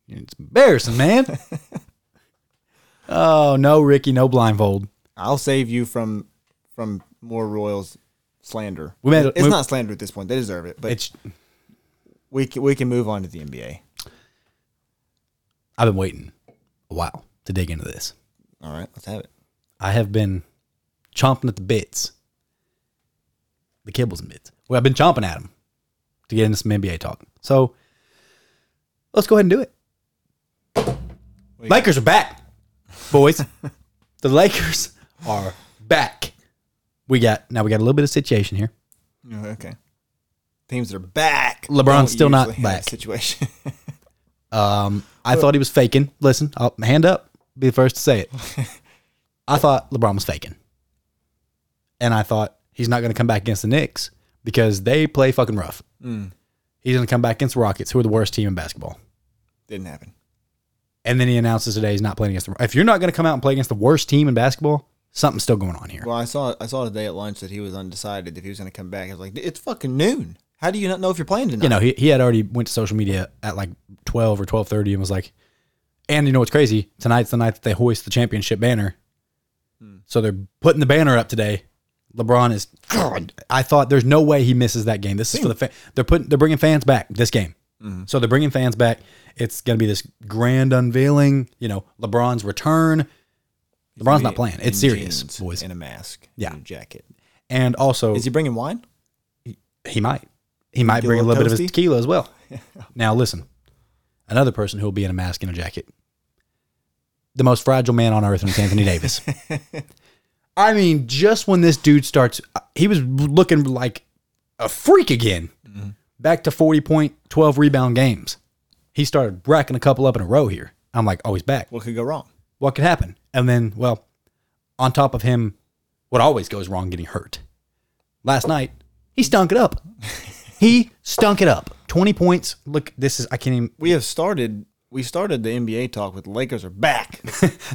B: it's embarrassing, man. Oh no, Ricky, no blindfold.
A: I'll save you from from more Royals slander.
B: We made-
A: it's
B: we-
A: not slander at this point. They deserve it, but
B: It's
A: we can, we can move on to the NBA.
B: I've been waiting a while to dig into this.
A: All right, let's have it.
B: I have been chomping at the bits, the kibbles and bits. Well, I've been chomping at them to get into some NBA talk. So let's go ahead and do it.
A: Wait.
B: Lakers are back, boys. the Lakers are back. We got now. We got a little bit of situation here.
A: Yeah, Okay. Teams that are back.
B: LeBron's
A: don't
B: still not
A: usually have
B: back.
A: that Situation.
B: Um, I thought he was faking. Listen, I'll hand up, be the first to say it. I thought LeBron was faking. And I thought he's not going to come back against the Knicks because they play fucking rough. He's going to come back against the Rockets, who are the worst team in basketball.
A: Didn't happen.
B: And then he announces today he's not playing against the If you're not going to come out and play against the worst team in basketball, something's still going on here.
A: Well, I saw I saw today at lunch that he was undecided if he was going to come back. I was like, it's fucking noon. How do you not know if you're playing tonight?
B: You know, he, he had already went to social media at like 12 or 12.30 and was like, and you know what's crazy? Tonight's the night that they hoist the championship banner.
A: Hmm.
B: So they're putting the banner up today. LeBron is God. I thought there's no way he misses that game. This is for the fa- they're putting they're bringing fans back this game.
A: Mm-hmm.
B: So they're bringing fans back. It's gonna be this grand unveiling. You know, LeBron's return. LeBron's not playing. It's
A: In
B: serious,
A: jeans,
B: boys.
A: In a mask.
B: Yeah.
A: in a jacket.
B: And also,
A: Is he bringing wine?
B: He might. He might
A: Get a
B: bring a
A: little
B: little bit of his
A: toasty?
B: tequila as well. now listen, another person who will be in a mask and a jacket, the most fragile man on earth, and it's Anthony Davis. I mean, just when this dude starts, he was looking like a freak again.
A: Mm-hmm.
B: Back to forty point, twelve rebound games. He started racking a couple up in a row here. I'm like, oh, he's back
A: What could go wrong?
B: what could happen? And then, well, on top of him, what always goes wrong getting hurt. Last night, he stunk it up. he stunk it up. 20 points. Look, this is, I can't even,
A: We have started. We started the NBA talk with Lakers are back.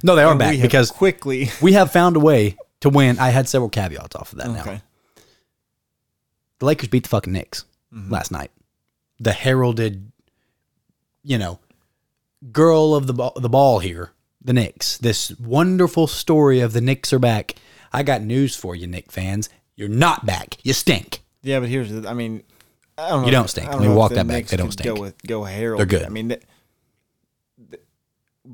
B: no, they are
A: we
B: back
A: have
B: because
A: quickly.
B: we have found a way to win. I had several caveats off of that now.
A: Okay.
B: The Lakers beat the fucking Knicks
A: Mm-hmm.
B: last night. The heralded, you know, girl of the ball, the ball here, the Knicks. This wonderful story of the Knicks are back. I got news for you, Knick fans. You're not back. You stink.
A: Yeah, but here's. The, I mean, I don't know.
B: You don't stink.
A: I don't
B: Let me
A: know if
B: walk
A: the
B: that back.
A: Knicks
B: They don't
A: could
B: stink.
A: Go with go Harold.
B: They're good.
A: I mean, th- th-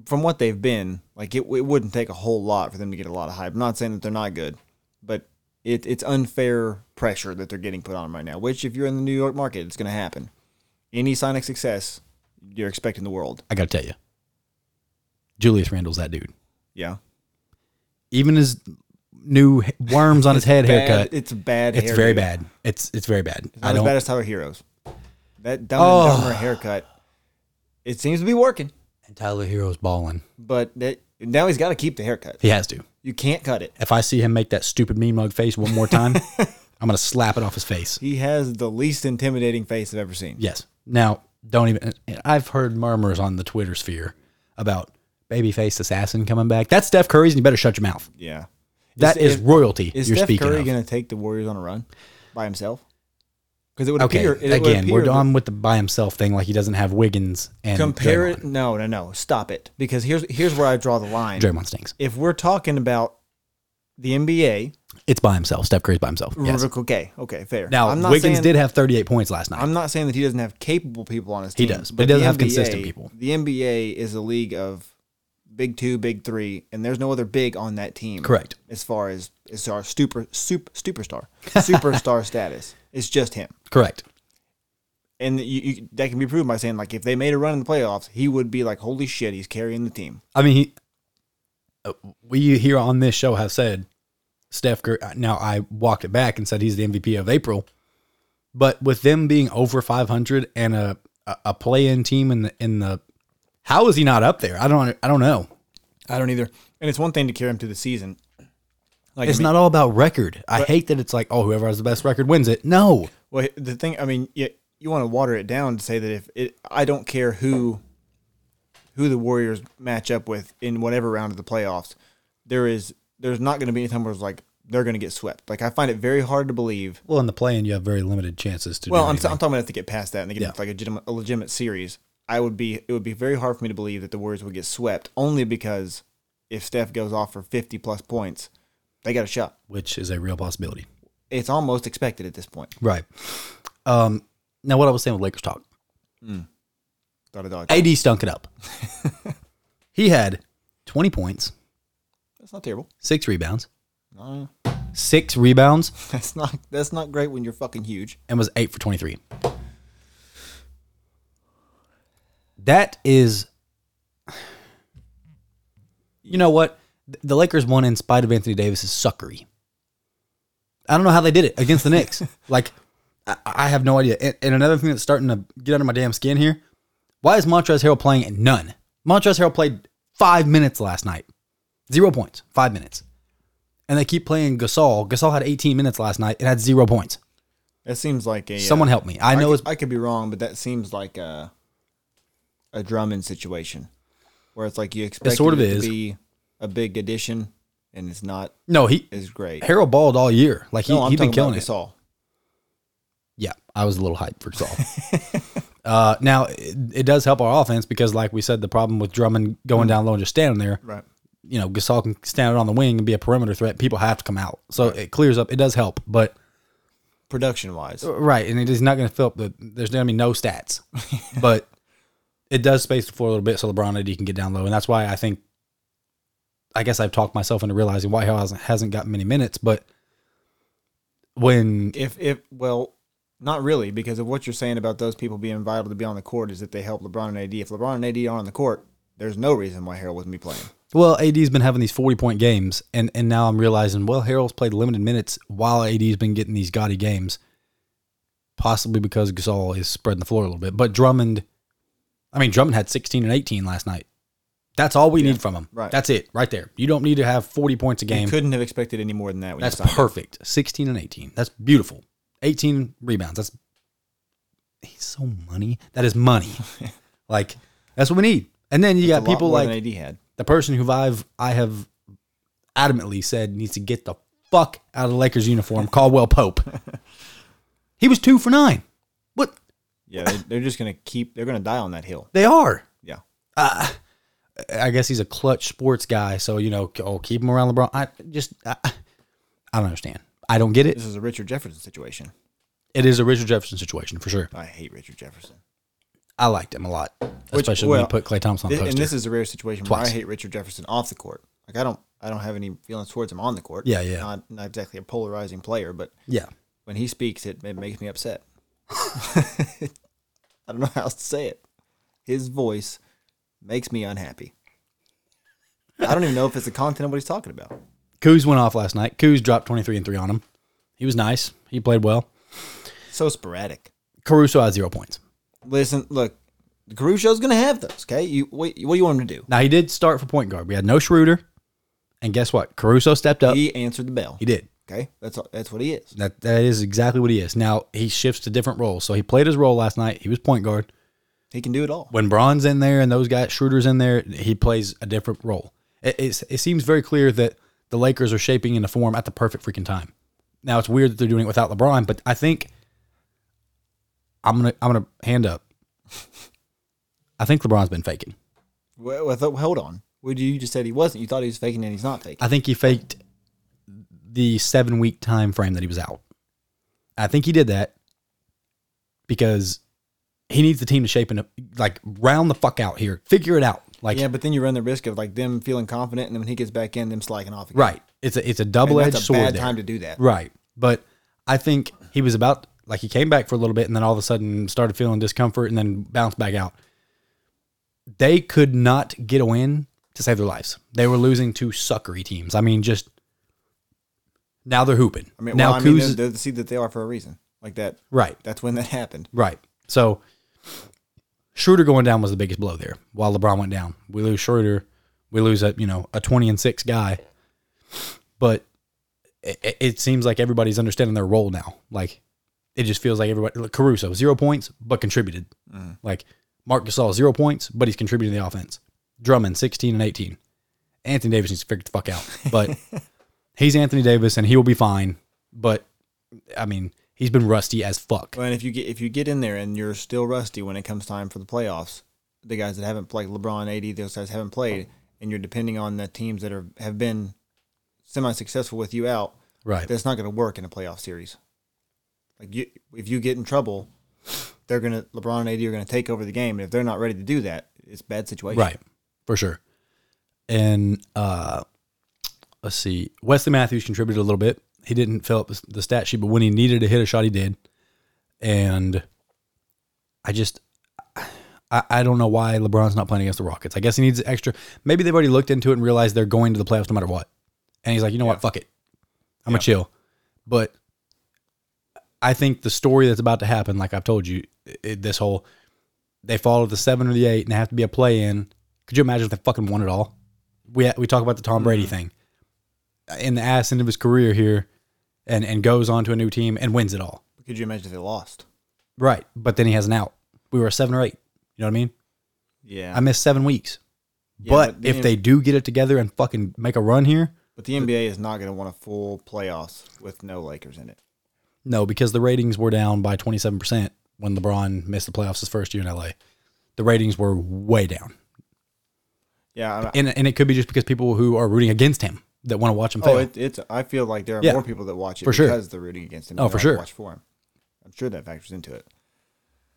A: from what they've been, like it, it wouldn't take a whole lot for them to get a lot of hype. I'm not saying that they're not good, but it, it's unfair pressure that they're getting put on them right now. Which, if you're in the New York market, it's going to happen. Any sign of success, you're expecting the world.
B: I got to tell you, Julius Randle's that dude.
A: Yeah.
B: Even his new h- worms on his head
A: Bad-
B: haircut,
A: It's a bad.
B: it's
A: hairdo.
B: very bad. It's it's very bad.
A: Not
B: I
A: as
B: don't.
A: bad as Tyler Heroes. That dumb
B: Oh.
A: and dumber haircut. It seems to be working,
B: Tyler Hero's balling.
A: but that now he's got to keep the haircut.
B: He has to.
A: You can't cut it.
B: If I see him make that stupid mean mug face one more time, I'm gonna slap it off his face.
A: He has the least intimidating face I've ever seen.
B: Yes. Now, don't even. I've heard murmurs on the Twitter sphere about babyface assassin coming back. That's Steph Curry's, and you better shut your mouth.
A: Yeah.
B: That is
A: if-
B: royalty.
A: Is
B: you're
A: Steph
B: speaking
A: Curry
B: of.
A: going to take the Warriors on a run by himself? Because it would
B: okay.
A: appear. It would
B: again,
A: appear
B: we're
A: that-
B: done with the by himself thing. Like he doesn't have Wiggins and
A: Compare
B: Draymond.
A: it. No, no, no. Stop it. Because here's here's where I draw the line.
B: Draymond stinks.
A: If we're talking about the NBA,
B: It's by himself. Steph Curry's by himself. Yes.
A: okay, okay, fair.
B: Now
A: I'm not
B: Wiggins
A: saying-
B: did have 38 points last night.
A: I'm not saying that he doesn't have capable people on his
B: He
A: team.
B: does, but he doesn't
A: the
B: have consistent people.
A: The NBA is a league of big two, big three, and there's no other big on that team.
B: Correct.
A: As far as as our super super superstar superstar status, it's just him,
B: Correct.
A: and you, you, that can be proven by saying like if they made a run in the playoffs, he would be like, holy shit, he's carrying the team.
B: I mean, he, uh, we here on this show have said Steph Curry. uh, Now I walked it back and said he's the MVP of April, but with them being over 500 and a a- a play-in team in the in the, how is he not up there? I don't I don't know.
A: I don't either, and it's one thing to carry him through the season. Like, I
B: It's
A: mean-
B: not all about record. I hate that it's like oh whoever has the best record wins it. No,
A: Well, the thing, I mean, you, you want to water it down to say that if it, I don't care who, who the Warriors match up with in whatever round of the playoffs, there is there's not going to be any time where it's like they're going to get swept. Like I find it very hard to believe.
B: well in the play-in you have very limited chances to.
A: Well,
B: do
A: I'm, I'm
B: anything.
A: talking about if they get past that and they get into, like a legitimate, a legitimate series. I would be it would be very hard for me to believe that the Warriors would get swept only because if Steph goes off for 50 plus points, they got a shot.
B: which is a real possibility.
A: It's almost expected at this point.
B: Right. Um, now, what I was saying with Lakers talk,
A: Thought a dog.
B: AD stunk it up. he had 20 points,
A: That's not terrible. Uh,
B: six rebounds,
A: No,
B: six rebounds,
A: that's not that's not great when you're fucking huge.
B: and was eight for 23. That is, you know what? The Lakers won in spite of Anthony Davis's suckery. I don't know how they did it against the Knicks. like, I, I have no idea. And, and another thing that's starting to get under my damn skin here why is Montrezl Harrell playing at none? Montrezl Harrell played five minutes last night, zero points, five minutes. And they keep playing Gasol. Gasol had 18 minutes last night and had zero points.
A: That seems like a uh,
B: Someone help me. I
A: I
B: know
A: could,
B: it's
A: I could be wrong, but that seems like a a Drummond situation where it's like you expect
B: sort of
A: it
B: is.
A: to be a big addition, and it's not
B: no. He
A: as great.
B: Harold balled all year. Like he
A: no, I'm
B: he
A: talking
B: been killing
A: about
B: it.
A: Gasol.
B: Yeah, I was a little hyped for Gasol. uh, now it, it does help our offense because, like we said, the problem with Drummond
A: Mm-hmm.
B: going down low and just standing there.
A: Right.
B: You know, Gasol can stand out on the wing and be a perimeter threat. People have to come out, so it clears up. It does help, but
A: Production wise,
B: right, and it is not going to fill up the. There's going to be no stats, but it does space the floor a little bit so LeBron AD can get down low, and that's why I think. I guess I've talked myself into realizing why he hasn't, hasn't got many minutes, but when
A: if if well, not really, because of what you're saying about those people being vital to be on the court is that they help LeBron and AD. If LeBron and AD aren't on the court, there's no reason why Harold wouldn't be playing.
B: Well, AD's been having these 40 point games, and, and now I'm realizing, well, Harold's played limited minutes while AD's been getting these gaudy games, possibly because Gasol is spreading the floor a little bit. But Drummond, I mean, Drummond had 16 and 18 last night. That's all we need from him.
A: right.
B: That's it, right there. You don't need to have 40 points a game.
A: You couldn't have expected any more than that. When
B: That's
A: you signed him.
B: perfect. 16 and 18. That's beautiful. 18 rebounds. That's he's so money. That is money. like that's what we need. And then you
A: It's a
B: got
A: lot
B: people
A: more
B: like
A: than AD had.
B: the person who I've I have adamantly said needs to get the fuck out of the Lakers uniform, Caldwell Pope. he was two for nine. What
A: Yeah, they're, they're just gonna keep. They're gonna die on that hill.
B: they are.
A: Yeah.
B: Uh, I guess he's a clutch sports guy, so you know, oh, keep him around LeBron. I just I, I don't understand. I don't get it.
A: This is a Richard Jefferson situation.
B: It is a Richard Jefferson situation for sure.
A: I hate Richard Jefferson.
B: I liked him a lot, especially when
A: well,
B: you put Clay Thompson on the
A: Thi-
B: poster.
A: and this is a rare situation
B: Twice.
A: where I hate Richard Jefferson off the court. Like I don't, I don't have any feelings towards him on the court.
B: Yeah, yeah.
A: Not, not exactly a polarizing player, but
B: yeah,
A: when he speaks, it, it makes me upset. I don't know how else to say it. His voice makes me unhappy. I don't even know if it's the content of what he's talking about.
B: Kuz went off last night. Kuz dropped twenty three and three on him. He was nice. He played well.
A: So sporadic.
B: Caruso had zero points.
A: Listen, look, Caruso's gonna have those. Okay, you what, what do you want him to do?
B: Now he did start for point guard. We had no Schroeder, and guess what? Caruso stepped up. He,
A: He answered the bell.
B: did.
A: Okay, that's all- that's what he is.
B: That that is exactly what he is. Now he shifts to different roles. So he played his role last night. He was point guard.
A: He can do it all.
B: When Braun's in there and those guys, Schroeder's in there, he plays a different role. It, it's, it seems very clear that the Lakers are shaping into form at the perfect freaking time. Now it's weird that they're doing it without LeBron, but I think I'm gonna I'm gonna hand up. I think LeBron's been faking.
A: Well, well, th- hold on. What you just said he wasn't. You thought he was faking, and he's not faking.
B: I think he faked the seven week time frame that he was out. I think he did that because he needs the team to shape and like round the fuck out here. Figure it out. Like
A: yeah, but then you run the risk of like them feeling confident, and then when he gets back in, them slacking off again.
B: right. It's a it's a
A: And
B: double edged
A: that's a
B: sword.
A: bad
B: there.
A: time to do that.
B: Right. But I think he was about like he came back for a little bit and then all of a sudden started feeling discomfort and then bounced back out. They could not get a win to save their lives. They were losing to suckery teams. I mean, just now they're hooping.
A: I mean,
B: now
A: well, I mean,
B: Kuz
A: they're,
B: is-
A: they're the seed that they are for a reason. Like that.
B: right,
A: That's when that happened.
B: right. So Schroeder going down was the biggest blow there. While LeBron went down, we lose Schroeder, we lose a you know a twenty and six guy. But it, it seems like everybody's understanding their role now. Like it just feels like everybody like Caruso zero points but contributed. Like Mark Gasol zero points but he's contributing to the offense. Drummond sixteen and eighteen. Anthony Davis needs to figure the fuck out, but he's Anthony Davis and he will be fine. But I mean, he's been rusty as fuck.
A: And if you get if you get in there and you're still rusty when it comes time for the playoffs, the guys that haven't played LeBron, AD, those guys haven't played, and you're depending on the teams that are have been semi successful with you out,
B: Right.
A: that's not going to work in a playoff series. Like you, if you get in trouble, they're going to LeBron and AD are going to take over the game, and if they're not ready to do that, it's a bad situation.
B: Right. For sure. And uh let's see. Wesley Matthews contributed a little bit. He didn't fill up the stat sheet, but when he needed to hit a shot, he did. And I just I, I don't know why LeBron's not playing against the Rockets. I guess he needs extra maybe they've already looked into it and realized they're going to the playoffs no matter what. And he's like, you know what, fuck it. I'm gonna chill. But I think the story that's about to happen, like I've told you, it, this whole they fall to the seven or the eight and have to be a play in. Could you imagine if they fucking won it all? We we talk about the Tom
A: Mm-hmm.
B: Brady thing in the ass end of his career here, and and goes on to a new team and wins it all.
A: Could you imagine if they lost?
B: Right, but then he has an out. We were a seven or eight. You know what I mean?
A: Yeah,
B: I missed seven weeks.
A: Yeah,
B: but
A: but
B: if
A: then-
B: they do get it together and fucking make a run here,
A: but the NBA is not going to want a full playoffs with no Lakers in it.
B: No, because the ratings were down by 27% when LeBron missed the playoffs his first year in LA. The ratings were way down.
A: Yeah, I,
B: And, and it could be just because people who are rooting against him that want to watch him fail.
A: Oh, it, it's. I feel like there are
B: Yeah.
A: more people that watch it
B: For sure.
A: because they're rooting against him.
B: Oh,
A: and
B: for
A: not
B: sure.
A: Watch for him. I'm sure that factors into it.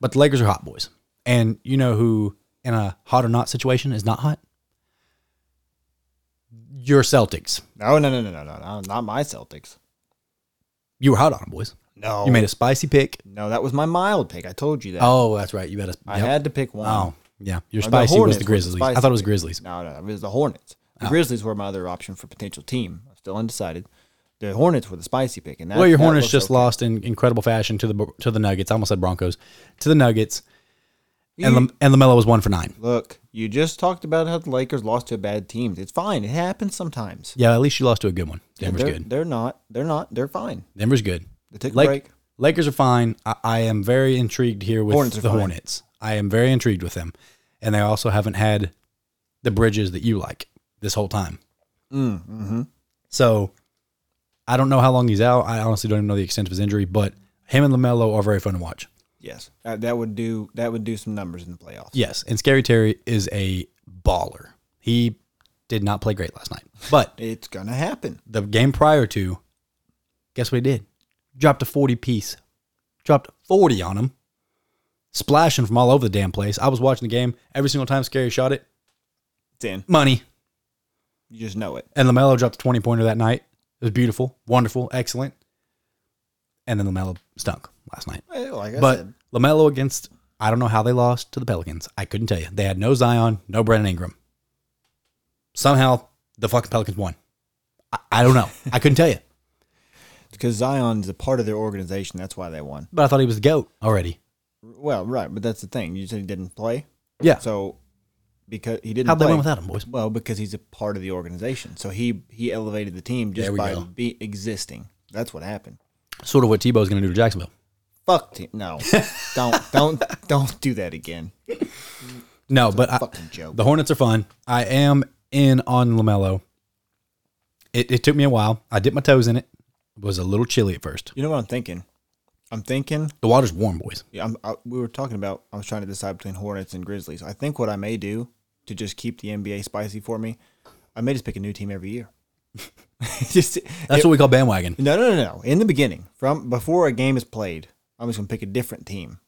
B: but the Lakers are hot boys. And you know who in a hot or not situation is not hot? Your Celtics.
A: No, no, no, no, no, no, no. Not my Celtics.
B: You were hot on them, boys.
A: No,
B: You made a spicy pick.
A: no. That was my mild pick. I told you that.
B: Oh, that's right. You had a.
A: I
B: yep.
A: had to pick one.
B: Oh, yeah. Your
A: Or
B: spicy was
A: Hornets
B: the Grizzlies. I
A: spicy
B: thought it was
A: pick.
B: Grizzlies. Oh.
A: No, no, it was the Hornets. The Grizzlies were my other option for potential team. I'm still undecided. The Hornets were the spicy pick, and that,
B: Well, your
A: that
B: Hornets
A: was
B: just
A: okay.
B: lost in incredible fashion to the to the Nuggets. I almost said Broncos to the Nuggets, and
A: You-
B: Lam- and Lamelo was one for nine.
A: Look, you just talked about how the Lakers lost to a bad team. It's fine. It happens sometimes.
B: Yeah, at least you lost to a good one. Denver's
A: they're,
B: good.
A: They're not. They're not. They're fine.
B: Denver's good.
A: They took a
B: Lake-
A: break.
B: Lakers are fine. I, I am very intrigued here with
A: Hornets are
B: the
A: fine.
B: Hornets. I am very intrigued with them, and they also haven't had the bridges that you like this whole time.
A: Mm, hmm
B: So I don't know how long he's out. I honestly don't even know the extent of his injury, but him and Lamelo are very fun to watch.
A: Yes, uh, that would do. That would do some numbers in the playoffs.
B: Yes, and Scary Terry is a baller. He did not play great last night, but
A: It's gonna happen.
B: the game prior to, guess what he did? Dropped a 40 piece. Dropped 40 on him. Splashing from all over the damn place. I was watching the game. Every single time Scary shot it,
A: It's in.
B: money.
A: You just know it.
B: And LaMelo dropped a 20 pointer that night. It was beautiful, wonderul, excellent. And then LaMelo stunk last night.
A: Well, Like I
B: But
A: said,
B: LaMelo against, I don't know how they lost to the Pelicans. I couldn't tell you. They had no Zion, no Brandon Ingram. Somehow the fucking Pelicans won. I, I don't know. I couldn't tell you.
A: because Zion is a part of their organization, that's why they won.
B: But I thought he was the GOAT already.
A: Well, right, but that's the thing. You said he didn't play,
B: Yeah.
A: so because he didn't.
B: How'd they
A: play,
B: win without him, boys?
A: Well, because he's a part of the organization, so he he elevated the team
B: There
A: just
B: we
A: by
B: go.
A: be existing. That's what happened.
B: Sort of what Tebow's going to do to Jacksonville.
A: Fuck team. No, don't don't don't do that again.
B: No, but I,
A: Fucking joke.
B: the Hornets are fun. I am in on LaMelo. It, it took me a while. I dipped my toes in it. It was a little chilly at first.
A: You know what I'm thinking? I'm thinking
B: The water's warm, boys.
A: Yeah, I'm, I, we were talking about. I was trying to decide between Hornets and Grizzlies. I think what I may do to just keep the NBA spicy for me, I may just pick a new team every year. just
B: That's what we call bandwagon.
A: no, no, no, no. In the beginning, from before a game is played, I'm just gonna pick a different team,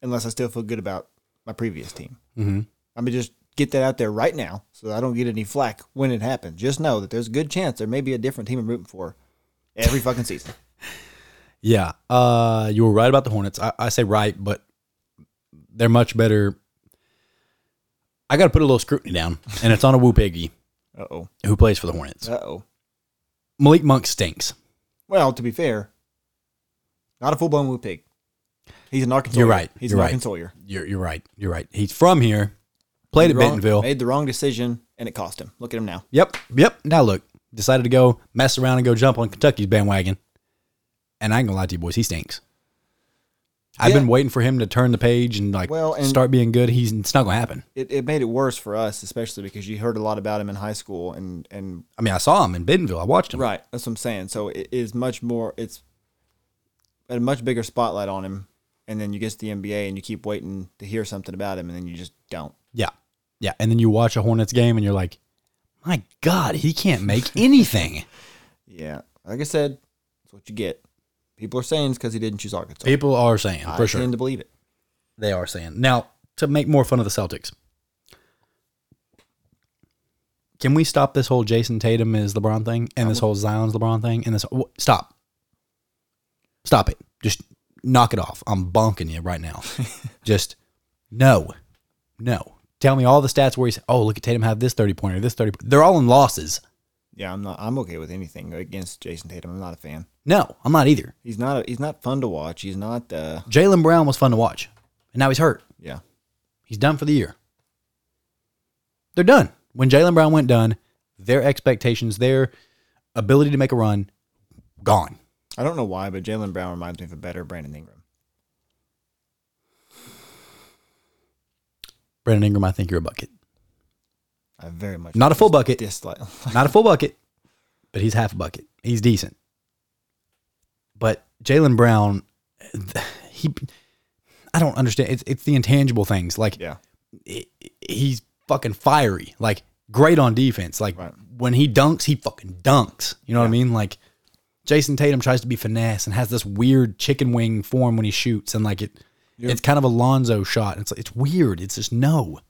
A: unless I still feel good about my previous team.
B: Mm-hmm.
A: I'm gonna just get that out there right now, so that I don't get any flack when it happens. Just know that there's a good chance there may be a different team I'm rooting for every fucking season.
B: Yeah, uh, you were right about the Hornets. I, I say right, but they're much better. I got to put a little scrutiny down, and it's on a Woo Piggy
A: Uh oh.
B: who plays for the Hornets.
A: Uh oh.
B: Malik Monk stinks.
A: Well, to be fair, not a full blown Wu pig. He's an Arkansas.
B: You're right.
A: He's
B: You're
A: an
B: right.
A: Arkansas. Right.
B: You're, you're right. You're right. He's from here. Played at Bentonville.
A: Made the wrong decision and it cost him. Look at him now.
B: Yep. Yep. Now look, decided to go mess around and go jump on Kentucky's bandwagon. And I ain't gonna lie to you, boys, he stinks. I've
A: Yeah.
B: been waiting for him to turn the page and like
A: Well, and-
B: start being good. He's it's not gonna happen.
A: It, it made it worse for us, especially because you heard a lot about him in high school and and
B: I mean, I saw him in Bentonville. I watched him.
A: right. That's what I'm saying. So it is much more. It's a much bigger spotlight on him, and then you get to the NBA and you keep waiting to hear something about him, and then you just don't.
B: Yeah. Yeah. And then you watch a Hornets game and you're like, My God, he can't make anything.
A: Yeah, like I said, that's what you get. People are saying it's because he didn't choose Arkansas.
B: People are saying,
A: I
B: for sure.
A: tend to believe it.
B: They are saying. Now, to make more fun of the Celtics, can we stop this whole Jason Tatum is LeBron thing and this whole Zion's LeBron thing and this? wh- Stop. Stop it. Just knock it off. I'm bonking you right now. Just no. No. Tell me all the stats where he's, oh, look at Tatum have this 30 pointer, this 30. They're all in losses.
A: Yeah, I'm not. I'm okay with anything against Jason Tatum. I'm not a fan.
B: No, I'm not either.
A: He's not. A, he's not fun to watch. He's not. Uh,
B: Jalen Brown was fun to watch, and now he's hurt.
A: yeah,
B: He's done for the year. They're done. When Jalen Brown went done, their expectations, their ability to make a run, gone.
A: I don't know why, but Jalen Brown reminds me of a better Brandon Ingram.
B: Brandon Ingram, I think you're a bucket.
A: I very much
B: Not a full bucket.
A: dislike.
B: Not a full bucket, but he's half a bucket. He's decent. But Jalen Brown, he, I don't understand. It's, it's the intangible things. Like,
A: yeah,
B: he- he's fucking fiery, like great on defense. Like
A: Right.
B: when he dunks, he fucking dunks. You know what I mean? Like Jason Tatum tries to be finesse and has this weird chicken wing form when he shoots, and like it, it's kind of a Lonzo shot. It's it's weird. It's just no,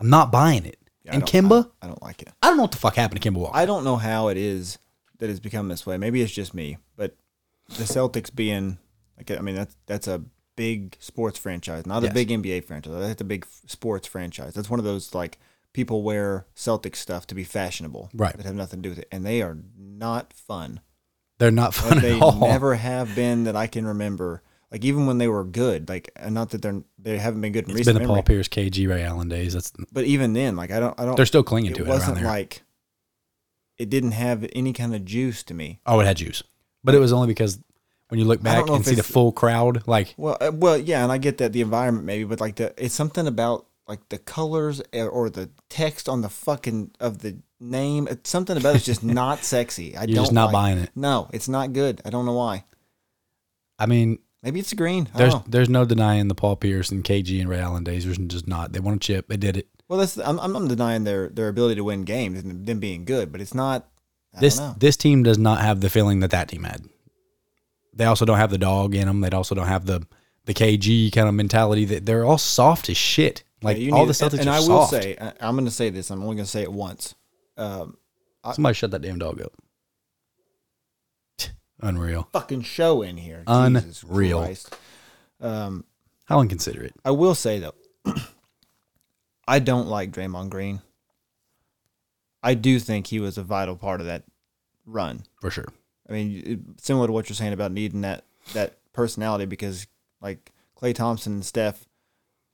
B: I'm not buying it.
A: Yeah, I
B: and
A: don't-
B: Kimba,
A: I, I don't like it.
B: I, don't know what the fuck happened to Kimba Walker.
A: I don't know how it is that it's become this way. Maybe it's just me, but the Celtics being like I mean that's that's a big sports franchise, not
B: Yes.
A: a big NBA franchise. That's a big f- sports franchise. That's one of those like people wear Celtics stuff to be fashionable,
B: Right.
A: That have nothing to do with it, and they are not fun.
B: They're not fun
A: they
B: at all.
A: never have been that I can remember. Like even when they were good, like and not that they're they haven't been good in
B: it's
A: recent
B: been the Paul
A: memory,
B: Pierce, KG, Ray Allen days. That's
A: but even then, like I don't I don't.
B: they're still clinging to
A: it
B: it around
A: wasn't
B: there.
A: like it didn't have any kind of juice to me.
B: oh, it had juice, but it was only because when you look
A: don't
B: back
A: know
B: and
A: if
B: see the
A: it's-
B: full crowd, like
A: Well, uh, well, yeah, and I get that the environment maybe, but like the it's something about like the colors or- or the text on the fucking of the name. It's something about it's just not sexy. I
B: You're
A: don't
B: just not
A: like-
B: buying it.
A: No, it's not good. I don't know why.
B: I mean,
A: Maybe it's the green. I
B: There's
A: don't know.
B: there's no denying the Paul Pierce and KG and Ray Allen days. There's just not. They want a chip. They did it.
A: Well, that's I'm I'm not denying their their ability to win games and them being good, but it's not. I
B: This
A: don't know.
B: this team does not have the feeling that that team had. They also don't have the dog in them. They also don't have the the KG kind of mentality. That they're all soft as shit. Like
A: Yeah, you
B: all
A: need-
B: the Celtics
A: and, and
B: are
A: I will
B: soft.
A: say I, I'm going to say this. I'm only going to say it once. Um,
B: Somebody shut that damn dog up. Unreal.
A: fucking show in here. Jesus
B: Unreal.
A: Christ. Um,
B: How inconsiderate.
A: I will say though, I don't like Draymond Green. I do think he was a vital part of that run.
B: For sure.
A: I mean, it- similar to what you're saying about needing that that personality, because like Clay Thompson and Steph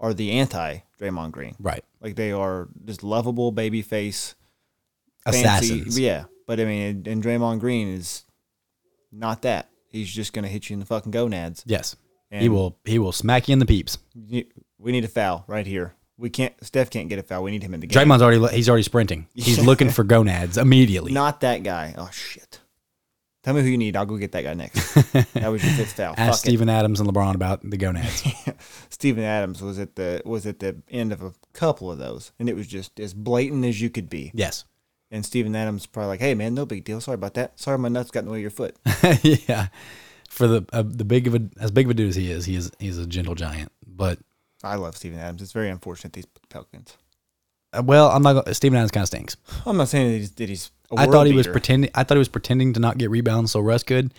A: are the anti Draymond Green.
B: Right.
A: Like they are just lovable baby face
B: Assassins.
A: Yeah, but I mean, and Draymond Green is not that. He's just gonna hit you in the fucking gonads.
B: Yes. he
A: And-
B: will he will smack you in the peeps.
A: You- We need a foul right here. We can't. Steph can't get a foul. We need him in the game.
B: Draymond's already he's already sprinting. He's looking for gonads immediately.
A: Not that guy. Oh shit. Tell me who you need. I'll go get that guy next. that was your fifth foul.
B: Ask
A: Fuck it.
B: Steven Adams and LeBron about the gonads.
A: Steven Adams was at the was at the end of a couple of those, and it was just as blatant as you could be.
B: yes.
A: And Steven Adams probably like, "Hey man, no big deal. Sorry about that. Sorry my nuts got in the way of your foot."
B: yeah. For the uh, the big of a as big of a dude as he is, he is he's a gentle giant. But
A: I love Steven Adams. It's very unfortunate these Pelicans.
B: uh, well, I'm not. gonna Steven Adams kind of stinks.
A: I'm not saying that he's, that he's a
B: I
A: world
B: thought he was
A: beater.
B: pretending. I thought he was pretending to not get rebounds so Russ could.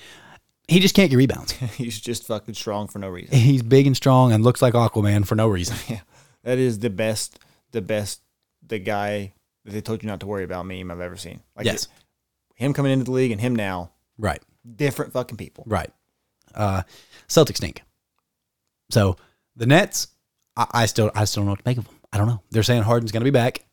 B: He just can't get rebounds.
A: he's just fucking strong for no reason.
B: he's big and strong and looks like Aquaman for no reason.
A: Yeah, that is the best, the best, the guy that they told you not to worry about meme I've ever seen. Like
B: Yes.
A: him coming into the league and him now,
B: Right.
A: different fucking people.
B: Right. Uh, Celtics stink. So the Nets, I, I still I still don't know what to make of them. I don't know. They're saying Harden's going to be back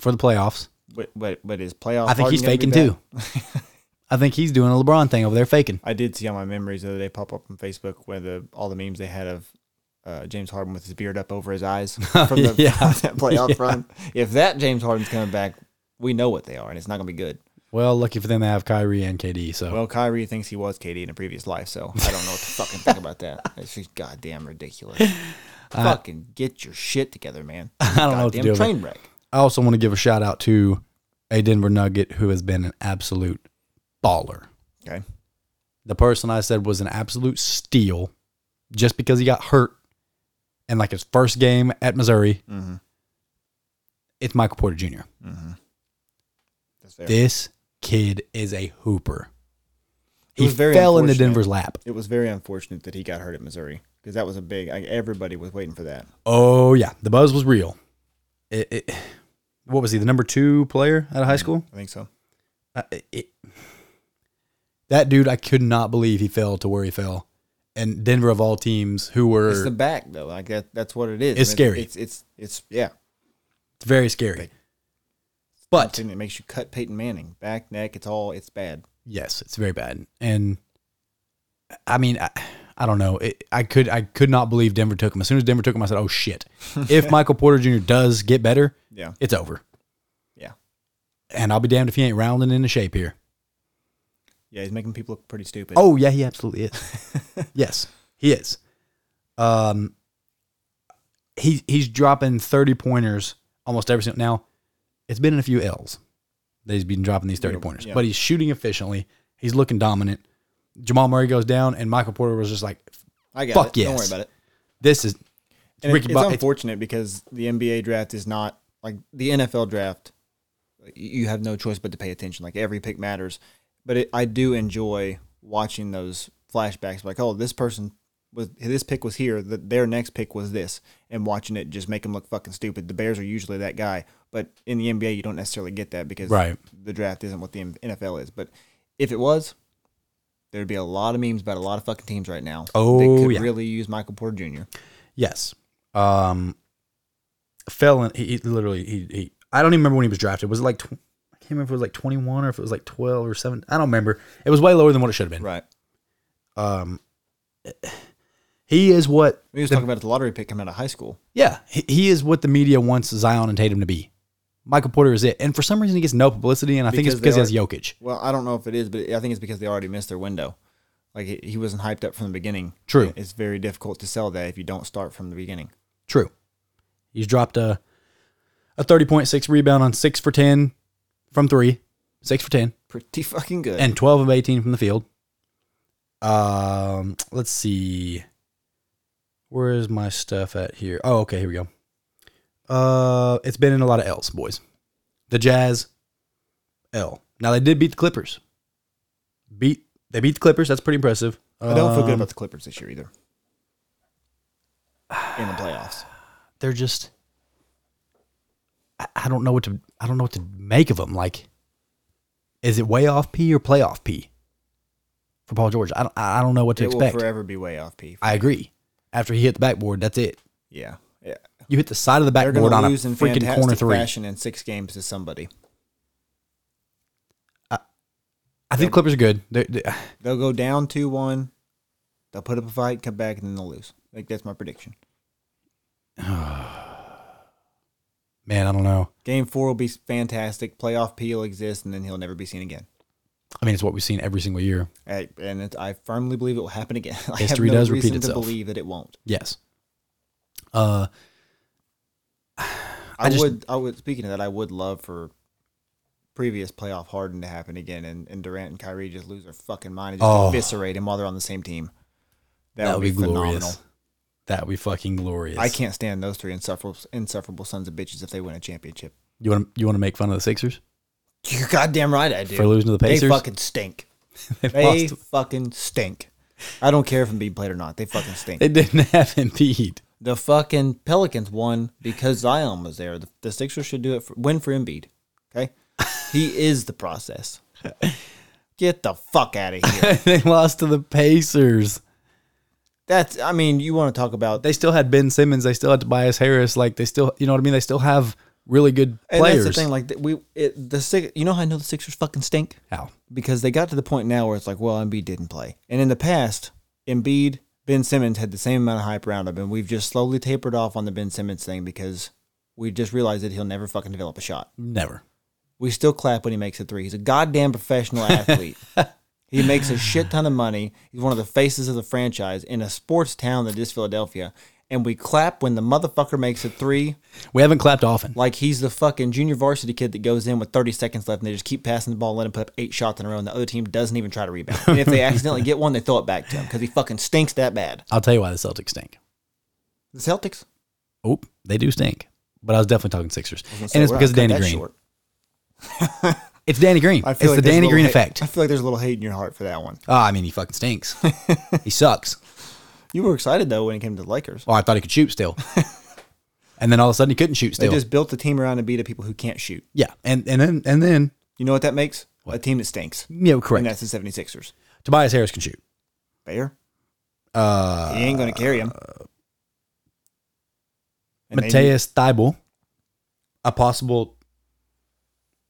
B: for the playoffs.
A: But but but his playoff.
B: I think
A: Harden
B: he's
A: gonna be
B: faking
A: back?
B: too. I think he's doing a LeBron thing over there faking.
A: I did see on my memories the other day pop up on Facebook where the all the memes they had of. Uh, James Harden with his beard up over his eyes from the
B: Oh, Yeah.
A: from that playoff run. If that James Harden's coming back, we know what they are, and it's not going to be good.
B: Well, lucky for them, they have Kyrie and KD. So
A: Well, Kyrie thinks he was KD in a previous life, so I don't know what to fucking think about that. It's just goddamn ridiculous. fucking get your shit together, man.
B: Uh, I don't know what to
A: Goddamn
B: do with it.
A: train wreck.
B: I also want to give a shout out to a Denver Nugget who has been an absolute baller.
A: Okay.
B: The person I said was an absolute steal just because he got hurt in like his first game at Missouri.
A: Mm-hmm.
B: It's Michael Porter Jr.
A: Mm-hmm. That's fair.
B: This kid is a hooper.
A: It
B: He
A: was very
B: fell into
A: unfortunate.
B: Denver's lap.
A: It was very unfortunate that he got hurt at Missouri because that was a big. Like, everybody was waiting for that.
B: Oh yeah, the buzz was real. It, it, what was he? The number two player out of high school.
A: I think so.
B: Uh, it, that dude, I could not believe he fell to where he fell. And Denver of all teams, who were
A: It's the back though. Like that. That's what it is.
B: It's
A: And
B: scary.
A: It's it's it's yeah.
B: it's very scary.
A: It's
B: But
A: something that makes you cut Peyton Manning back neck. It's all. It's bad.
B: yes, it's very bad. And I mean, I, I don't know. It, I could I could not believe Denver took him. As soon as Denver took him, I said, "Oh shit!" if Michael Porter Jr. does get better,
A: Yeah.
B: it's over.
A: Yeah.
B: And I'll be damned if he ain't rounding into shape here.
A: Yeah. He's making people look pretty stupid.
B: Oh yeah, he absolutely is. yes, he is. Um, he he's dropping thirty pointers almost every single. Now, it's been in a few L's that he's been dropping these thirty
A: Yeah,
B: pointers,
A: yeah.
B: but he's shooting efficiently. He's looking dominant. Jamal Murray goes down, and Michael Porter was just like,
A: I got
B: fuck
A: it. Don't worry
B: yes.
A: about it.
B: "This is
A: And it-
B: Ricky
A: it's
B: Bo- it's-
A: unfortunate because the NBA draft is not like the NFL draft. y- You have no choice but to pay attention. Like every pick matters, but it, I do enjoy watching those flashbacks. Like, oh, this person was this pick was here. That their next pick was this, and watching it just make them look fucking stupid. The Bears are usually that guy, but in the NBA, you don't necessarily get that because
B: Right.
A: the draft isn't what the NFL is. But if it was, there'd be a lot of memes about a lot of fucking teams right now.
B: Oh,
A: that could
B: yeah.
A: really use Michael Porter Jr.
B: yes." Um, fell in. He, he literally he, he. I don't even remember when he was drafted. Was it like? Tw- I can't remember if it was like twenty one or if it was like twelve or seven. I don't remember. It was way lower than what it should have been.
A: Right.
B: um he is what
A: We was talking about the lottery pick coming out of high school.
B: yeah he, he is what the media wants Zion and Tatum to be. Michael Porter is it, and for some reason he gets no publicity, and I think it's
A: Because
B: because
A: they
B: he has Jokic.
A: Well, I don't know if it is, but I think it's because they already missed their window. Like he, he wasn't hyped up from the beginning.
B: True.
A: It's very difficult to sell that if you don't start from the beginning.
B: True, he's dropped a a thirty point six rebound on six for ten from three, six for ten,
A: Pretty fucking good.
B: and twelve of eighteen from the field. Um, let's see, where is my stuff at here? Oh, okay, here we go. Uh, it's been in a lot of L's, boys. The Jazz, L. Now they did beat the Clippers. Beat they beat the Clippers. That's pretty impressive.
A: I don't feel good
B: Um,
A: about the Clippers this year either. In the playoffs,
B: They're just. I, I don't know what to. I don't know what to make of them. Like, is it way off P or playoff P for Paul George? I don't. I don't know what to
A: it
B: expect.
A: will forever be way off. P.
B: I agree. After he hit the backboard, that's it.
A: Yeah, yeah.
B: You hit the side of the
A: They're
B: backboard
A: going
B: on
A: to
B: a
A: lose in freaking
B: freaking corner three.
A: fashion in six games to somebody.
B: I think Clippers are good. They're, they're-
A: They'll go down two one. They'll put up a fight, come back, and then they'll lose. Like that's my prediction.
B: man, I don't know.
A: Game four will be fantastic. Playoff P will exist, and then he'll never be seen again.
B: I mean, it's what we've seen every single year.
A: I, and it, I firmly believe it will happen again. I
B: History
A: have no
B: does repeat
A: reason
B: itself.
A: to believe that it won't.
B: Yes. Uh,
A: I,
B: I just-
A: would. I would. Speaking of that, I would love for previous playoff Harden to happen again, and, and Durant and Kyrie just lose their fucking mind and just
B: Oh.
A: eviscerate him while they're on the same team. That,
B: that, would be,
A: phenomenal.
B: glorious. That would be fucking glorious.
A: I can't stand those three insufferable, insufferable sons of bitches if they win a championship.
B: You want to you want to make fun of the Sixers
A: You're goddamn right, I do.
B: for losing to the Pacers?
A: They fucking stink.
B: They
A: They
B: lost.
A: fucking stink. I don't care if Embiid played or not. They fucking stink.
B: They didn't have Embiid.
A: The fucking Pelicans won because Zion was there. The, the Sixers should do it for win for Embiid. Okay, he is the process. Get the fuck out of here.
B: they lost to the Pacers.
A: That's. I mean, you want to talk about
B: They still had Ben Simmons. They still had Tobias Harris. Like they still, you know what I mean. They still have really good
A: and
B: players.
A: That's the thing. Like th- we, it, the six. You know how I know the Sixers fucking stink
B: How?
A: because they got to the point now where it's like, well, Embiid didn't play, and in the past, Embiid, Ben Simmons had the same amount of hype around him, and we've just slowly tapered off on the Ben Simmons thing because we just realized that he'll never fucking develop a shot.
B: Never.
A: We still clap when he makes a three. He's a goddamn professional athlete. he makes a shit ton of money. He's one of the faces of the franchise in a sports town that is Philadelphia. and we clap when the motherfucker makes a three,
B: We haven't clapped often.
A: like he's the fucking junior varsity kid that goes in with 30 seconds left and they just keep passing the ball in and put up eight shots in a row and the other team doesn't even try to rebound. And if they accidentally get one, they throw it back to him because he fucking stinks that bad.
B: I'll tell you why the Celtics stink.
A: The Celtics.
B: Oh, they do stink. But I was definitely talking Sixers,
A: I was gonna say,
B: and it's
A: we're
B: because of
A: not cut
B: Danny
A: that
B: Green.
A: short.
B: It's Danny Green. It's
A: like
B: the
A: there's a
B: Danny
A: little
B: Green
A: hate-
B: effect.
A: I feel like there's a little hate in your heart for that one.
B: Ah, I mean, he fucking stinks. he sucks.
A: You were excited though when it came to the Lakers.
B: Oh, I thought he could shoot still, and then all of a sudden he couldn't shoot
A: They
B: still.
A: just built the team around a beat of people who can't shoot.
B: yeah, and and then and then
A: You know what that makes? A team that stinks.
B: yeah,
A: And
B: correct.
A: that's the 76ers.
B: Tobias Harris can shoot.
A: Fair.
B: Uh,
A: He ain't going to carry him. And they need-
B: Mateus Thybul, a possible.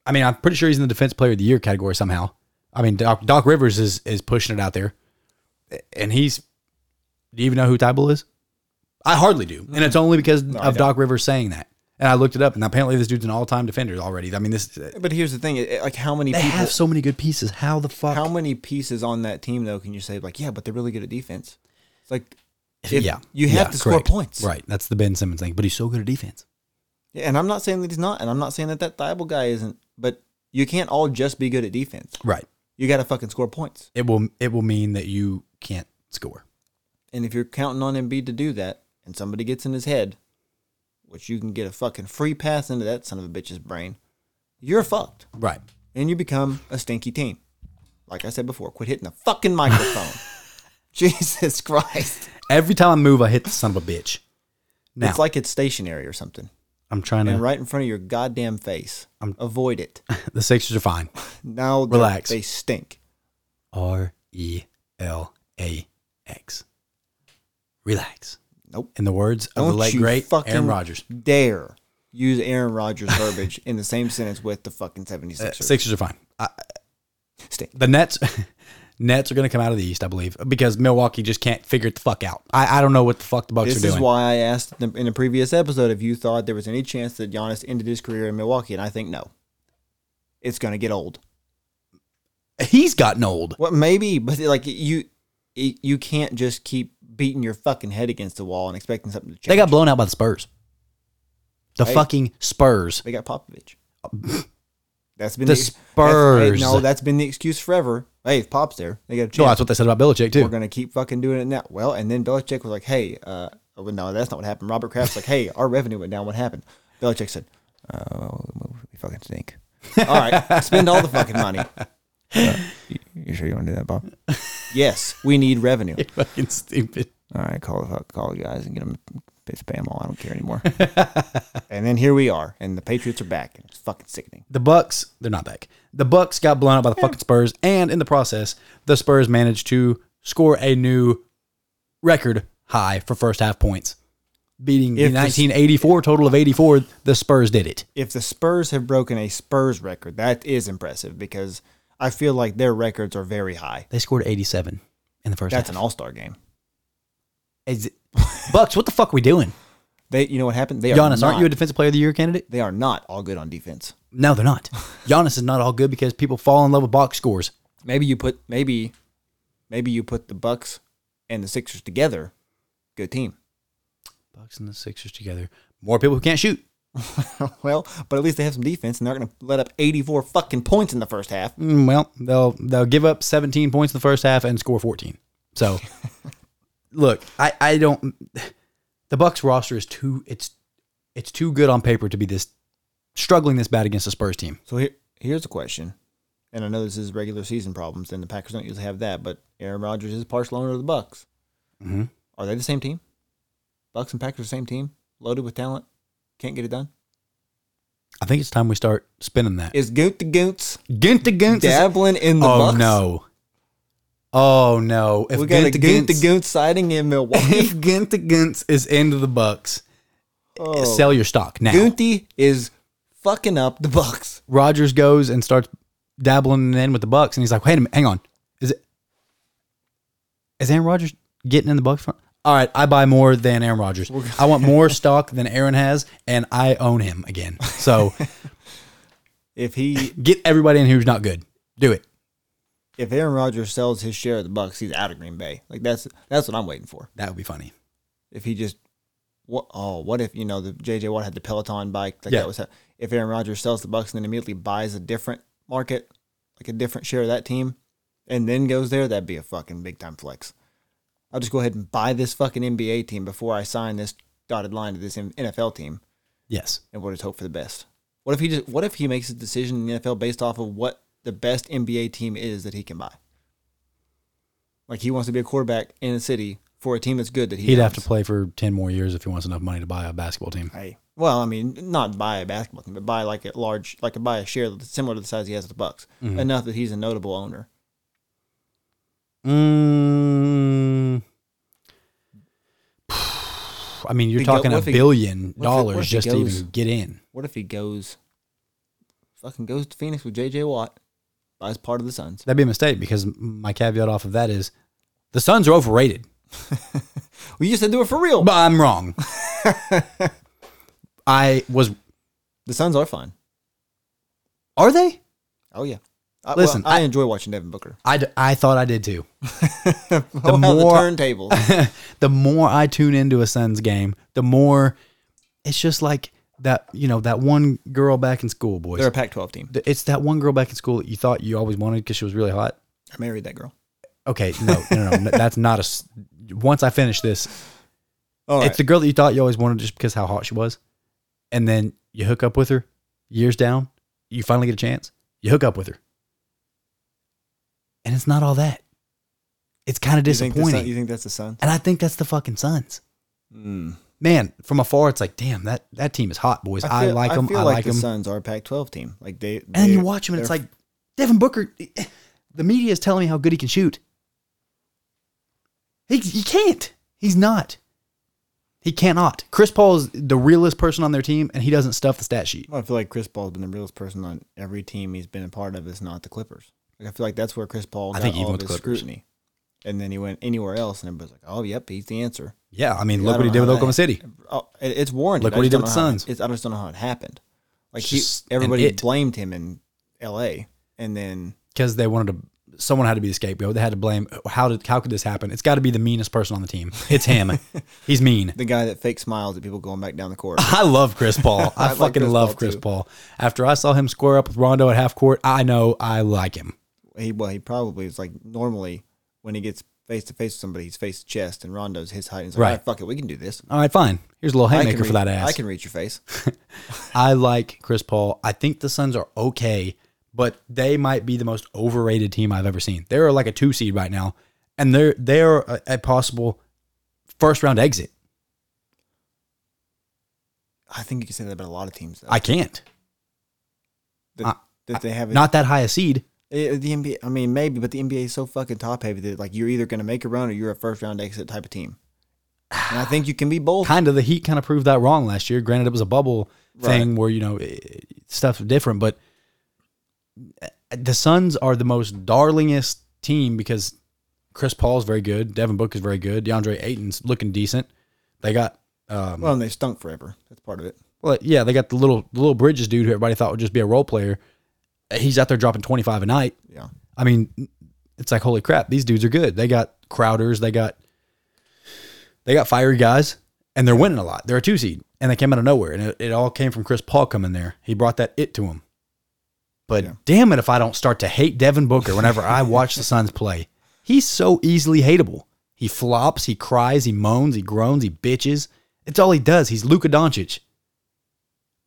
B: I mean, I'm pretty sure he's in the Defense Player of the Year category somehow. I mean, Doc, Doc Rivers is is pushing it out there, and he's. Do you even know who Thybul is? I hardly do, and it's only because of Doc Rivers saying that. And I looked it up, and apparently this dude's an all-time defender already. I mean, this they
A: But here's the thing, it- it- like how many people
B: have so many good pieces. How the fuck?
A: how many pieces on that team though can you say like yeah but they're really good at defense it's like if
B: yeah,
A: you have
B: Yeah,
A: to score
B: correct.
A: points
B: Right, that's the Ben Simmons thing, but he's so good at defense.
A: Yeah, and i'm not saying that he's not and i'm not saying that that thiable guy isn't but you can't all just be good at defense
B: Right,
A: you gotta fucking score points
B: it will it will mean that you can't score.
A: and if you're counting on Embiid to do that and somebody gets in his head which you can get a fucking free pass into that son of a bitch's brain you're fucked
B: Right.
A: and you become a stinky team like i said before quit hitting the fucking microphone jesus christ
B: Every time I move, I hit the son of a bitch. Now
A: it's like it's stationary or something
B: I'm trying to.
A: and right in front of your goddamn face. Avoid it.
B: The Sixers are fine.
A: Now they're-
B: Relax.
A: They stink.
B: R E L A X. Relax.
A: Nope.
B: In the words of the late great Aaron Rodgers,
A: dare use Aaron Rodgers verbiage in the same sentence with the
B: Uh,
A: fucking 76ers.
B: Sixers are fine. I,
A: stink.
B: the Nets, Nets are going to come out of the East, I believe, because Milwaukee just can't figure it the fuck out. I, I don't know what the fuck the Bucks
A: This
B: are
A: is
B: doing.
A: why I asked them in a previous episode if you thought there was any chance that Giannis ended his career in Milwaukee, and I think no. It's going to get old.
B: He's gotten old.
A: Well, maybe, but like you, you can't just keep beating your fucking head against the wall and expecting something to change.
B: They got blown out by the Spurs. The
A: Hey.
B: fucking Spurs.
A: They got Popovich. That's been
B: The
A: ex- that's- hey, no,
B: Spurs.
A: that's been the excuse forever. Hey, if Pop's there, they got a
B: No,
A: chance.
B: Oh, that's what they said about Belichick
A: We're
B: too.
A: gonna keep fucking doing it now. Well, and then Belichick was like, "Hey, uh, well, no, that's not what happened." Robert Kraft's like, "Hey, our revenue went down. What happened?" Belichick said, "Oh, we fucking stink." All right, spend all the fucking money. Uh, you, you sure you want to do that, Bob? yes, we need revenue.
B: fucking stupid.
A: All right, call the fuck, call the guys and get them spam all. I don't care anymore. and then here we are, and the Patriots are back, and it's fucking sickening.
B: the Bucks, they're not back. The Bucks got blown out by the fucking Spurs, and in the process, the Spurs managed to score a new record high for first half points, beating
A: If
B: the
A: the-
B: 1984 total of 84. The Spurs did it.
A: if the Spurs have broken a Spurs record, that is impressive because I feel like their records are very high.
B: They scored 87 in the first
A: That's an
B: half.
A: All Star game.
B: Is it- Bucks, what the fuck are we doing?
A: They, you know what happened? They are
B: Giannis,
A: not,
B: aren't you a defensive player of the year candidate?
A: they are not all good on defense.
B: No, they're not. Giannis is not all good because people fall in love with box scores.
A: Maybe you put maybe, maybe you put the Bucks and the Sixers together, good team.
B: Bucks and the Sixers together. More people who can't shoot.
A: well, but at least they have some defense, and they're going to let up eighty four fucking points in the first half.
B: Mm, well, they'll they'll give up 17 points in the first half and score 14. So, look, I I don't. The Bucks roster is too it's it's too good on paper to be this struggling this bad against a Spurs team.
A: So here, here's a question, and I know this is regular season problems, and the Packers don't usually have that, but Aaron Rodgers is partial owner of the Bucks.
B: Mhm.
A: Are they the same team? Bucks and Packers are the same team, loaded with talent, can't get it done.
B: I think it's time we start spinning that.
A: Is Goot the Goots
B: Gunta Guntz. is-
A: dabbling in the
B: Oh
A: Bucks?
B: no. Oh no. If
A: we got a
B: Gunta
A: Goot the
B: Guntz,
A: Goots sighting in Milwaukee.
B: if Gunta Guntz is into the Bucks,
A: oh.
B: sell your stock now.
A: Goonty is fucking up the Bucks.
B: Rogers goes and starts dabbling in with the Bucks, and he's like, "Wait a minute, hang on, is it is Aaron Rodgers getting in the Bucks?" front? All right, I buy more than Aaron Rodgers. I want more stock than Aaron has, and I own him again. So
A: If he,
B: get everybody in who's not good. Do it.
A: if Aaron Rodgers sells his share of the Bucks, he's out of Green Bay. Like that's that's what I'm waiting for.
B: That would be funny.
A: If he just what oh what if you know the JJ Watt had the Peloton bike like
B: Yeah.
A: that was ha- if Aaron Rodgers sells the Bucks and then immediately buys a different market like a different share of that team and then goes there that'd be a fucking big time flex. I'll just go ahead and buy this fucking NBA team before I sign this dotted line to this NFL team
B: Yes.
A: and we'll just hope for the best. What if he just what if he makes a decision in the NFL based off of what the best NBA team is that he can buy? Like he wants to be a quarterback in a city for a team that's good that he
B: He'd have to
A: owns.
B: play for 10 more years if he wants enough money to buy a basketball team.
A: Hey, well, I mean, not buy a basketball team, but buy like a large, like a buy a share that's similar to the size he has of the Bucks,
B: Mm-hmm.
A: enough that he's a notable owner.
B: Mm, I mean, you're
A: He go-
B: talking
A: what
B: a
A: if he-
B: billion
A: what if he-
B: dollars
A: what if he
B: just to
A: goes-
B: even get in.
A: What if he goes, fucking goes to Phoenix with J.J. Watt, buys part of the Suns?
B: That'd be a mistake because my caveat off of that is the Suns are overrated.
A: Well, you said do it for real.
B: But I'm wrong. I was.
A: the Suns are fun.
B: Are they?
A: Oh yeah. I,
B: Listen,
A: well, I, enjoy watching Devin Booker.
B: I, d- I thought I did too.
A: oh, how
B: more-
A: the turntables.
B: the more I tune into a Suns game, the more it's just like that. You know that one girl back in school, boys.
A: They're a Pac-12 team.
B: Th- it's that one girl back in school that you thought you always wanted because she was really hot.
A: I married that girl.
B: Okay, no, no, no, no that's not a. s- Once I finish this,
A: All right.
B: it's the girl that you thought you always wanted just because how hot she was, and then you hook up with her. Years down, you finally get a chance. You hook up with her, and it's not all that. It's kind of
A: you think, the
B: disappointing,
A: Sun- you think that's the Suns?
B: and I think that's the fucking Suns.
A: Mm.
B: Man, from afar, it's like, damn, that that team is hot, boys. I, like 'em. like them.
A: feel
B: I like
A: the
B: them.
A: Suns are a Pac-12 team. Like they,
B: And then
A: they-
B: you watch him, and it's
A: they're-
B: like Devin Booker. eh, The media is telling me how good he can shoot. He he can't. He's not. He cannot. Chris Paul is the realest person on their team, and he doesn't stuff the stat sheet.
A: Well, I feel like Chris Paul's been the realest person on every team he's been a part of. It's not the Clippers. Like I feel like that's where Chris Paul
B: I
A: got
B: think even
A: all of
B: with the
A: his
B: Clippers.
A: scrutiny, and then he went anywhere else, and everybody's like, "Oh, yep, he's the answer."
B: Yeah, I mean,
A: Yeah, I don't know how that-
B: City.
A: Oh, it, it's warranted.
B: Look
A: I
B: what
A: just
B: he did
A: don't
B: with
A: know how-
B: Suns.
A: It's, I just don't know how it happened. Like
B: It's
A: he,
B: just an
A: everybody
B: it.
A: blamed him in L.A. and then
B: because they wanted to. Someone had to be the scapegoat. They had to blame. How did? How could this happen? It's got to be the meanest person on the team. It's him. He's mean.
A: the guy that fake smiles at people going back down the court.
B: I love Chris Paul. I,
A: I like
B: fucking
A: Chris
B: love
A: Paul,
B: Chris
A: too.
B: Paul. After I saw him square up with Rondo at half court, I know I like him.
A: he well, he probably is like normally when he gets face to face with somebody, he's face to chest, and Rondo's his height. And he's like,
B: Right.
A: "All fuck it, we can do this.
B: All right, fine. Here's a little
A: I can
B: haymaker for
A: reach-
B: that ass.
A: I can reach your face.
B: I like Chris Paul. I think the Suns are okay, but they might be the most overrated team I've ever seen. They're like a two seed right now, and they're they're a, a possible first round exit.
A: I think you can say that about a lot of teams. Though.
B: I can't.
A: that,
B: I-
A: that they haven't.
B: Not that high a seed.
A: Eh, the NBA. I mean, maybe, but the NBA is so fucking top heavy that like you're either going to make a run or you're a first round exit type of team. And I think you can be both.
B: Kind of the Heat kind of proved that wrong last year. Granted, it was a bubble thing where you know eh, stuff's different, but eh, the Suns are the most darlingest team because Chris Paul's very good, Devin Book is very good, DeAndre Ayton's looking decent. They got um,
A: Well, and they stunk forever. That's part of it.
B: Well, yeah, they got the little the little Bridges dude who everybody thought would just be a role player. Uh, He's out there dropping twenty five a night.
A: Yeah.
B: I mean, it's like holy crap, these dudes are good. They got Crowders, they got they got fiery guys, and they're winning a lot. They're a two seed, and they came out of nowhere, and it, it all came from Chris Paul coming there. He brought that it to him. But
A: Yeah.
B: damn it, if I don't start to hate Devin Booker whenever I watch the Suns play, he's so easily hateable. He flops, he cries, he moans, he groans, he bitches. It's all he does. He's Luka Doncic.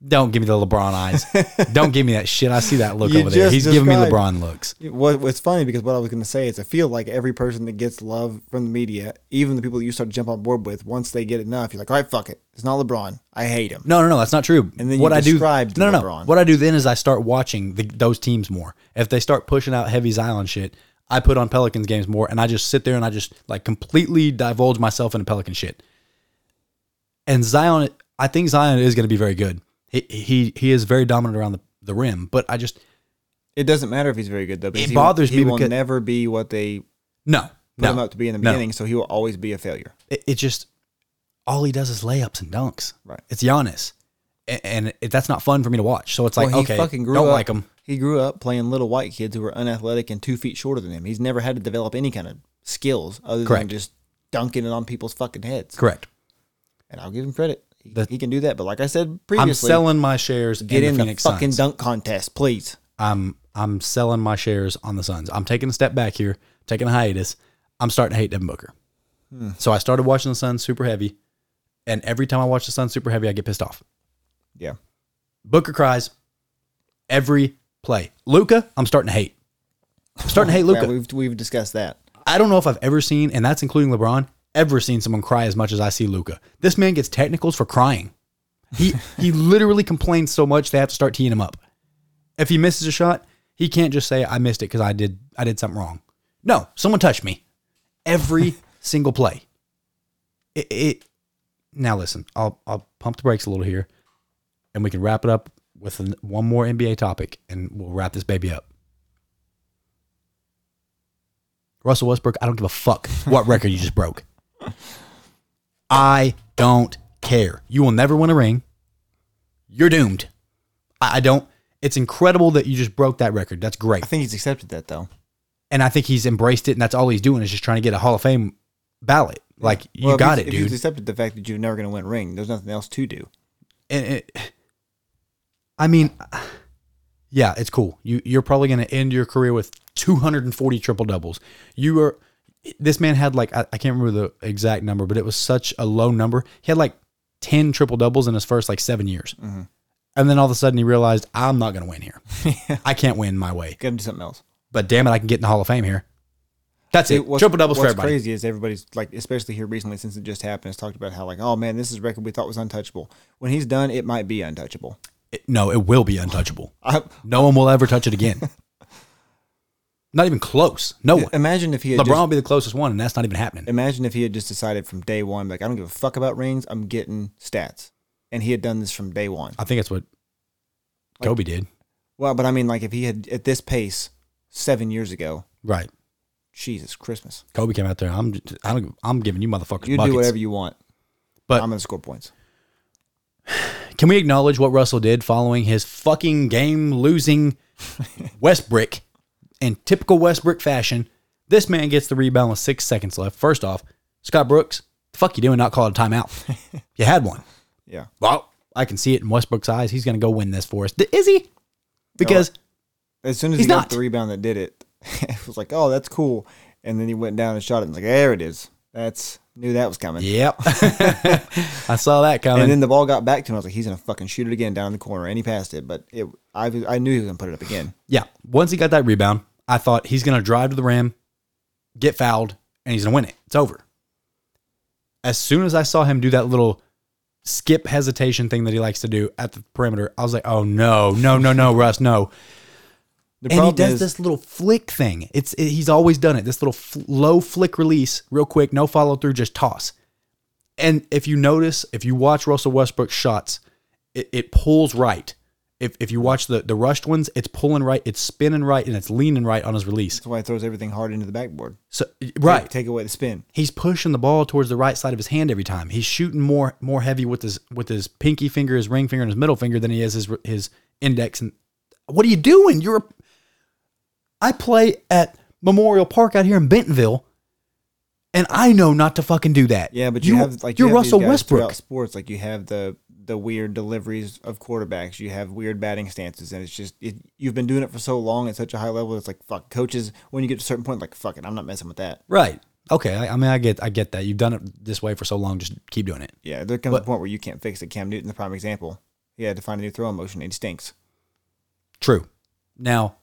B: Don't give me the LeBron eyes. don't give me that shit. I see that look
A: You
B: over there.
A: just
B: He's giving me
A: described-
B: LeBron looks.
A: What what's funny because what I was going to say is I feel like every person that gets love from the media, even the people that you start to jump on board with, once they get enough, you're like, all right, fuck it. It's not LeBron. I hate him.
B: No, no, no, that's not true.
A: And then you
B: what I do, no,
A: described
B: no, no.
A: LeBron.
B: What I do then is I start watching the, those teams more. If they start pushing out Heavy's Island shit, I put on Pelicans games more, and I just sit there and I just like completely divulge myself into Pelican shit. And Zion, I think Zion is going to be very good. He he he is very dominant around the, the rim, but I just
A: It doesn't matter if he's very good though. because
B: It
A: he will-
B: bothers
A: he
B: me
A: will
B: because-
A: never be what they
B: no
A: put him
B: no.
A: up to be in the
B: No.
A: beginning, so he will always be a failure.
B: It, it just all he does is layups and dunks.
A: Right.
B: It's Giannis, and, and it, that's not fun for me to watch. So it's like
A: Well, he
B: okay,
A: fucking grew
B: don't
A: up-
B: like him.
A: He grew up playing little white kids who were unathletic and two feet shorter than him. He's never had to develop any kind of skills other
B: Correct.
A: than just dunking it on people's fucking heads.
B: Correct.
A: and I'll give him credit. He,
B: The-
A: he can do that. But like I said
B: I'm
A: previously,
B: selling my shares.
A: get in
B: the
A: the,
B: Phoenix
A: fucking
B: Suns.
A: dunk contest, please.
B: I'm I'm selling my shares on the Suns. I'm taking a step back here, taking a hiatus. I'm starting to hate Devin Booker.
A: Hmm.
B: So I started watching the Suns super heavy, and every time I watch the Suns super heavy, I get pissed off.
A: Yeah,
B: Booker cries every play. Luca, I'm starting to hate. I'm starting to hate
A: Yeah,
B: Luca.
A: we've we've discussed that.
B: I don't know if I've ever seen, and that's including LeBron, ever seen someone cry as much as I see Luca. This man gets technicals for crying. He he literally complains so much they have to start teeing him up. If he misses a shot, he can't just say I missed it because I did I did something wrong. No, someone touched me. Every single play. It, it now listen. I'll I'll pump the brakes a little here, and we can wrap it up with an, one more NBA topic, and we'll wrap this baby up. Russell Westbrook, I don't give a fuck what record you just broke. I don't care. You will never win a ring. You're doomed. I, I don't. It's incredible that you just broke that record. That's great.
A: I think he's accepted that though.
B: And I think he's embraced it, and that's all he's doing is just trying to get a Hall of Fame ballot. Like, you
A: Well, if
B: got
A: he's-
B: it,
A: If
B: dude.
A: he's accepted the fact that you're never going to win a ring, there's nothing else to do.
B: and it, I mean, yeah, it's cool. You you're probably going to end your career with 240 triple doubles. You are this man had like I, I can't remember the exact number, but it was such a low number. He had like 10 triple doubles in his first like seven years,
A: Mm-hmm.
B: and then all of a sudden he realized I'm not going to win here. I can't win my way.
A: Got to do something else.
B: But damn it, I can get in the Hall of Fame here. That's
A: See,
B: it. Triple doubles for
A: what's
B: everybody.
A: crazy is everybody's like, especially here recently since it just happened, has talked about how like, oh man, this is a record we thought was untouchable. When he's done, it might be untouchable.
B: It- no, it will be untouchable.
A: I,
B: No one will ever touch it again. not even close. No one.
A: imagine if he had
B: LeBron
A: just,
B: will be the closest one, and that's not even happening.
A: imagine if he had just decided from day one, like I don't give a fuck about rings, I'm getting stats, and he had done this from day one.
B: I think that's what Kobe did.
A: Well, but I mean, like if he had at this pace seven years ago,
B: Right.
A: Jesus Christmas,
B: Kobe came out there. I'm just, I don't, I'm giving you motherfuckers
A: you
B: buckets.
A: do whatever you want.
B: But-
A: I'm gonna score points.
B: Can we acknowledge what Russell did following his fucking game losing Westbrook in typical Westbrook fashion? This man gets the rebound with six seconds left. First off, Scott Brooks, the fuck you doing not calling a timeout? you had one.
A: Yeah.
B: Well, I can see it in Westbrook's eyes. He's going to go win this for us. D- Is he? Because
A: Oh, As soon as
B: He's
A: he got
B: not.
A: the rebound that did it, it was like, oh, that's cool. And then he went down and shot it. And was like, there it is. That's knew that was coming.
B: yep, I saw that coming.
A: And then the ball got back to him. I was like, he's gonna fucking shoot it again down in the corner, and he passed it. But it, I, was- I knew he was gonna put it up again.
B: Yeah. Once he got that rebound, I thought he's going to drive to the rim, get fouled, and he's going to win it. It's over. As soon as I saw him do that little skip hesitation thing that he likes to do at the perimeter, I was like, oh, no, no, no, no, Russ, no.
A: The
B: And he
A: problem
B: does
A: is,
B: this little flick thing. It's it, He's always done it. This little fl- low flick release, real quick, no follow through, just toss. And if you notice, if you watch Russell Westbrook's shots, it, it pulls right. If, if you watch the, the rushed ones, it's pulling right, it's spinning right, and it's leaning right on his release.
A: that's why he throws everything hard into the backboard.
B: So right,
A: Take, take away the spin.
B: he's pushing the ball towards the right side of his hand every time. He's shooting more more heavy with his with his pinky finger, his ring finger, and his middle finger than he is his his index. And what are you doing? You're a- I play at Memorial Park out here in Bentonville, and I know not to fucking do that.
A: Yeah, but you, have like you
B: you're
A: have these
B: Russell
A: guys
B: Westbrook.
A: throughout sports. Like you have the the weird deliveries of quarterbacks. You have weird batting stances, and it's just it, you've been doing it for so long at such a high level. It's like fuck coaches. When you get to a certain point, like fuck it, I'm not messing with that.
B: Right. Okay. I, I mean, I get I get that. You've done it this way for so long. Just keep doing it.
A: Yeah, there comes a point where you can't fix it. Cam Newton's the prime example. He had to find a new throwing motion. and It stinks.
B: True. Now,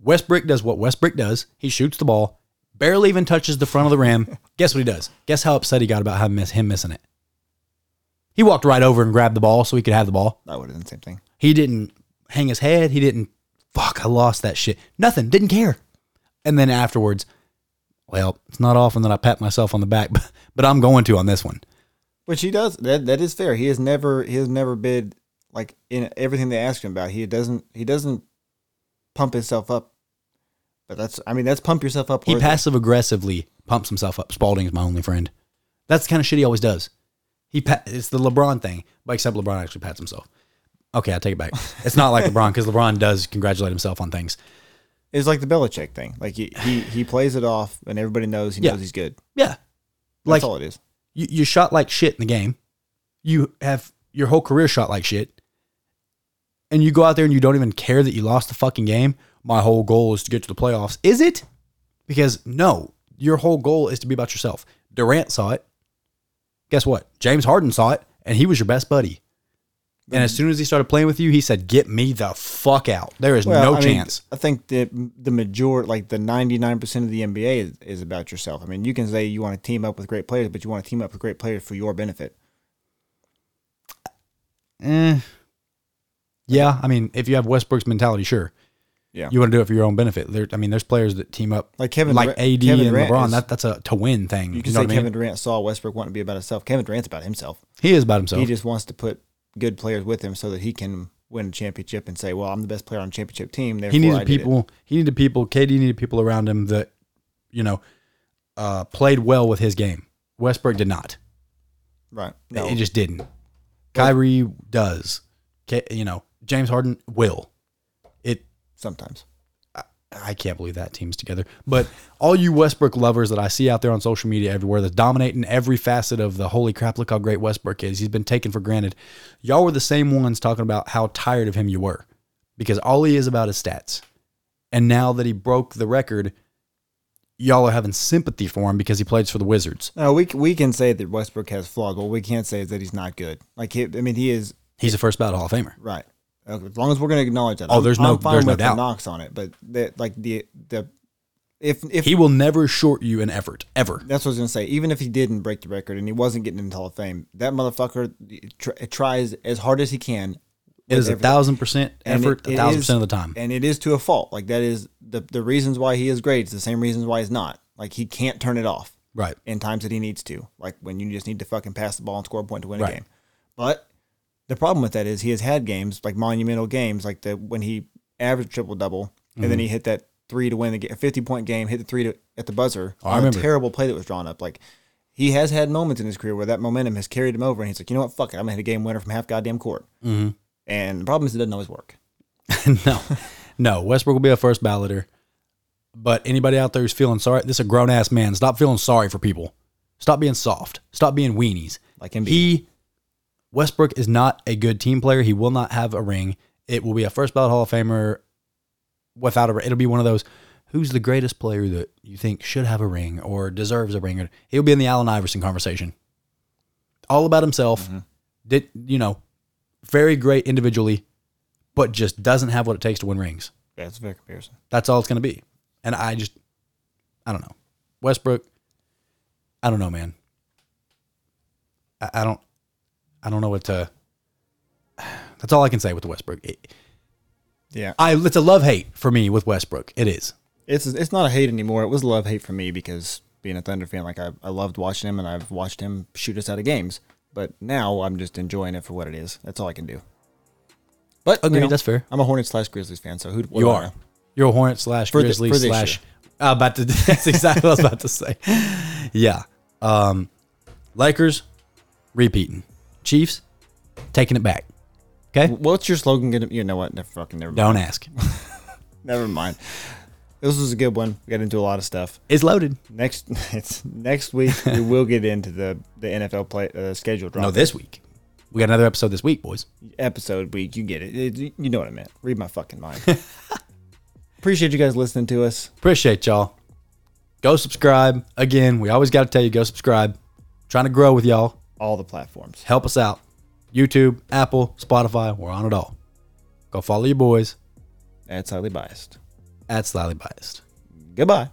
B: Westbrook does what Westbrook does. He shoots the ball, barely even touches the front of the rim. Guess what he does? Guess how upset he got about how miss, him missing it? He walked right over and grabbed the ball so he could have the ball.
A: I would have done the same thing.
B: He didn't hang his head. He didn't, fuck, I lost that shit. Nothing. Didn't care. And then afterwards, well, it's not often that I pat myself on the back, but, but I'm going to on this one.
A: Which he does. That that is fair. He has never he has never bid like in everything they ask him about. He doesn't he doesn't pump himself up. But that's I mean that's pump yourself up.
B: He
A: worth it.
B: passive aggressively pumps himself up. Spalding's my only friend. That's the kind of shit he always does. He pa- it's the LeBron thing, but except LeBron actually pats himself. Okay, I take it back. It's not like LeBron because LeBron does congratulate himself on things.
A: It's like the Belichick thing. Like he he, he plays it off, and everybody knows he
B: Yeah.
A: knows he's good.
B: Yeah,
A: That's
B: like
A: all it is.
B: You, you shot like shit in the game. You have your whole career shot like shit. And you go out there and you don't even care that you lost the fucking game. My whole goal is to get to the playoffs. Is it? Because no, your whole goal is to be about yourself. Durant saw it. Guess what? James Harden saw it, and he was your best buddy. And as soon as he started playing with you, he said, "Get me the fuck out. There is
A: Well,
B: no
A: I mean,
B: chance."
A: I think that the majority, like the 99% of the NBA is, is about yourself. I mean, you can say you want to team up with great players, but you want to team up with great players for your benefit.
B: Eh. Yeah, I mean, if you have Westbrook's mentality, sure.
A: Yeah.
B: You want to do it for your own benefit. There, I mean, there's players that team up
A: Like Kevin
B: like
A: Durant-
B: AD
A: Kevin
B: and
A: Durant
B: LeBron.
A: is-
B: that, that's a to win thing.
A: You
B: You,
A: can
B: know
A: say
B: what I mean?
A: Kevin Durant saw Westbrook wanting to be about himself. Kevin Durant's about himself.
B: he is about himself.
A: He just wants to put good players with him so that he can win a championship and say, "Well, I'm the best player on a championship team." Therefore,
B: he
A: I
B: needed
A: did it."
B: people. He needed people. KD needed people around him that, you know, uh, played well with his game. Westbrook did not.
A: right?
B: It
A: No,
B: It just didn't. Kyrie does. K, you know, James Harden will. It
A: sometimes.
B: I can't believe that team's together. But all you Westbrook lovers that I see out there on social media everywhere that's dominating every facet of the holy crap, look how great Westbrook is. He's been taken for granted. Y'all were the same ones talking about how tired of him you were because all he is about is stats. And now that he broke the record, y'all are having sympathy for him because he plays for the Wizards.
A: No, we c- we can say that Westbrook has flaws, but what we can't say is that he's not good. Like, he, I mean, he is
B: He's a first ballot Hall of Famer.
A: Right. Okay, As long as we're going to acknowledge that.
B: Oh, there's no- there's no
A: with
B: doubt.
A: The knocks on it, but that like the the if if
B: He will never short you in effort, ever.
A: that's what I was going to say. Even if he didn't break the record and he wasn't getting into Hall of Fame, that motherfucker tr- tries as hard as he can.
B: It is a thousand percent
A: And
B: effort,
A: it-
B: a
A: it
B: thousand
A: is-
B: percent of the time.
A: and it is to a fault. Like that is the the reasons why he is great. It's the same reasons why he's not. Like he can't turn it off
B: Right.
A: in times that he needs to, like when you just need to fucking pass the ball and score a point to win
B: Right.
A: a game. But the problem with that is he has had games like monumental games, like the when he averaged triple double and then
B: Mhm.
A: he hit that three to win the game, a fifty point game, hit the three to, at the buzzer
B: Oh, I
A: on a
B: remember.
A: terrible play that was drawn up. Like he has had moments in his career where that momentum has carried him over, and he's like, you know what, fuck it, I'm gonna hit a game winner from half goddamn court.
B: Mm-hmm.
A: And the problem is it doesn't always work.
B: no, no. Westbrook will be a first balloter. But anybody out there who's feeling sorry, this is a grown ass man. Stop feeling sorry for people. Stop being soft. Stop being weenies.
A: Like Embiid.
B: He, Westbrook is not a good team player. He will not have a ring. It will be a first ballot Hall of Famer without a ring. It'll be one of those. Who's the greatest player that you think should have a ring or deserves a ring? Or he'll be in the Allen Iverson conversation. All about himself. Did you know? Very great individually, but just doesn't have what it takes to win rings.
A: That's a fair comparison.
B: That's all it's going to be. And I just, I don't know. Westbrook, I don't know, man. I, I don't, I don't know what to. That's all I can say with Westbrook. It-
A: Yeah,
B: I it's a love hate for me with Westbrook. It is.
A: it's it's not a hate anymore. It was love hate for me because being a Thunder fan, like I, I loved watching him and I've watched him shoot us out of games. But now I'm just enjoying it for what it is. That's all I can do. But you
B: Agreed,
A: know,
B: that's fair.
A: I'm a Hornets slash Grizzlies fan, so who what
B: You
A: do I
B: are.
A: know?
B: You're a Hornet slash
A: thi-
B: Grizzly
A: for this
B: slash. Uh, about to. That's exactly what I was about to say. Yeah. Um, Lakers, repeating. Chiefs, taking it back. Okay.
A: What's your slogan gonna? You know what? Never fucking never. Mind.
B: Don't ask.
A: Never mind. This was a good one. We got into a lot of stuff.
B: It's loaded.
A: Next, it's next week we will get into the the NFL play uh, schedule drop.
B: No, this week. We got another episode this week, boys.
A: episode week. You get it. It- You know what I meant. Read my fucking mind. Appreciate you guys listening to us.
B: Appreciate y'all. Go subscribe. Again, we always got to tell you go subscribe. Trying to grow with y'all.
A: all the platforms.
B: Help us out. YouTube, Apple, Spotify, we're on it all. Go follow your boys
A: That's highly biased.
B: at Slyly Biased.
A: Goodbye.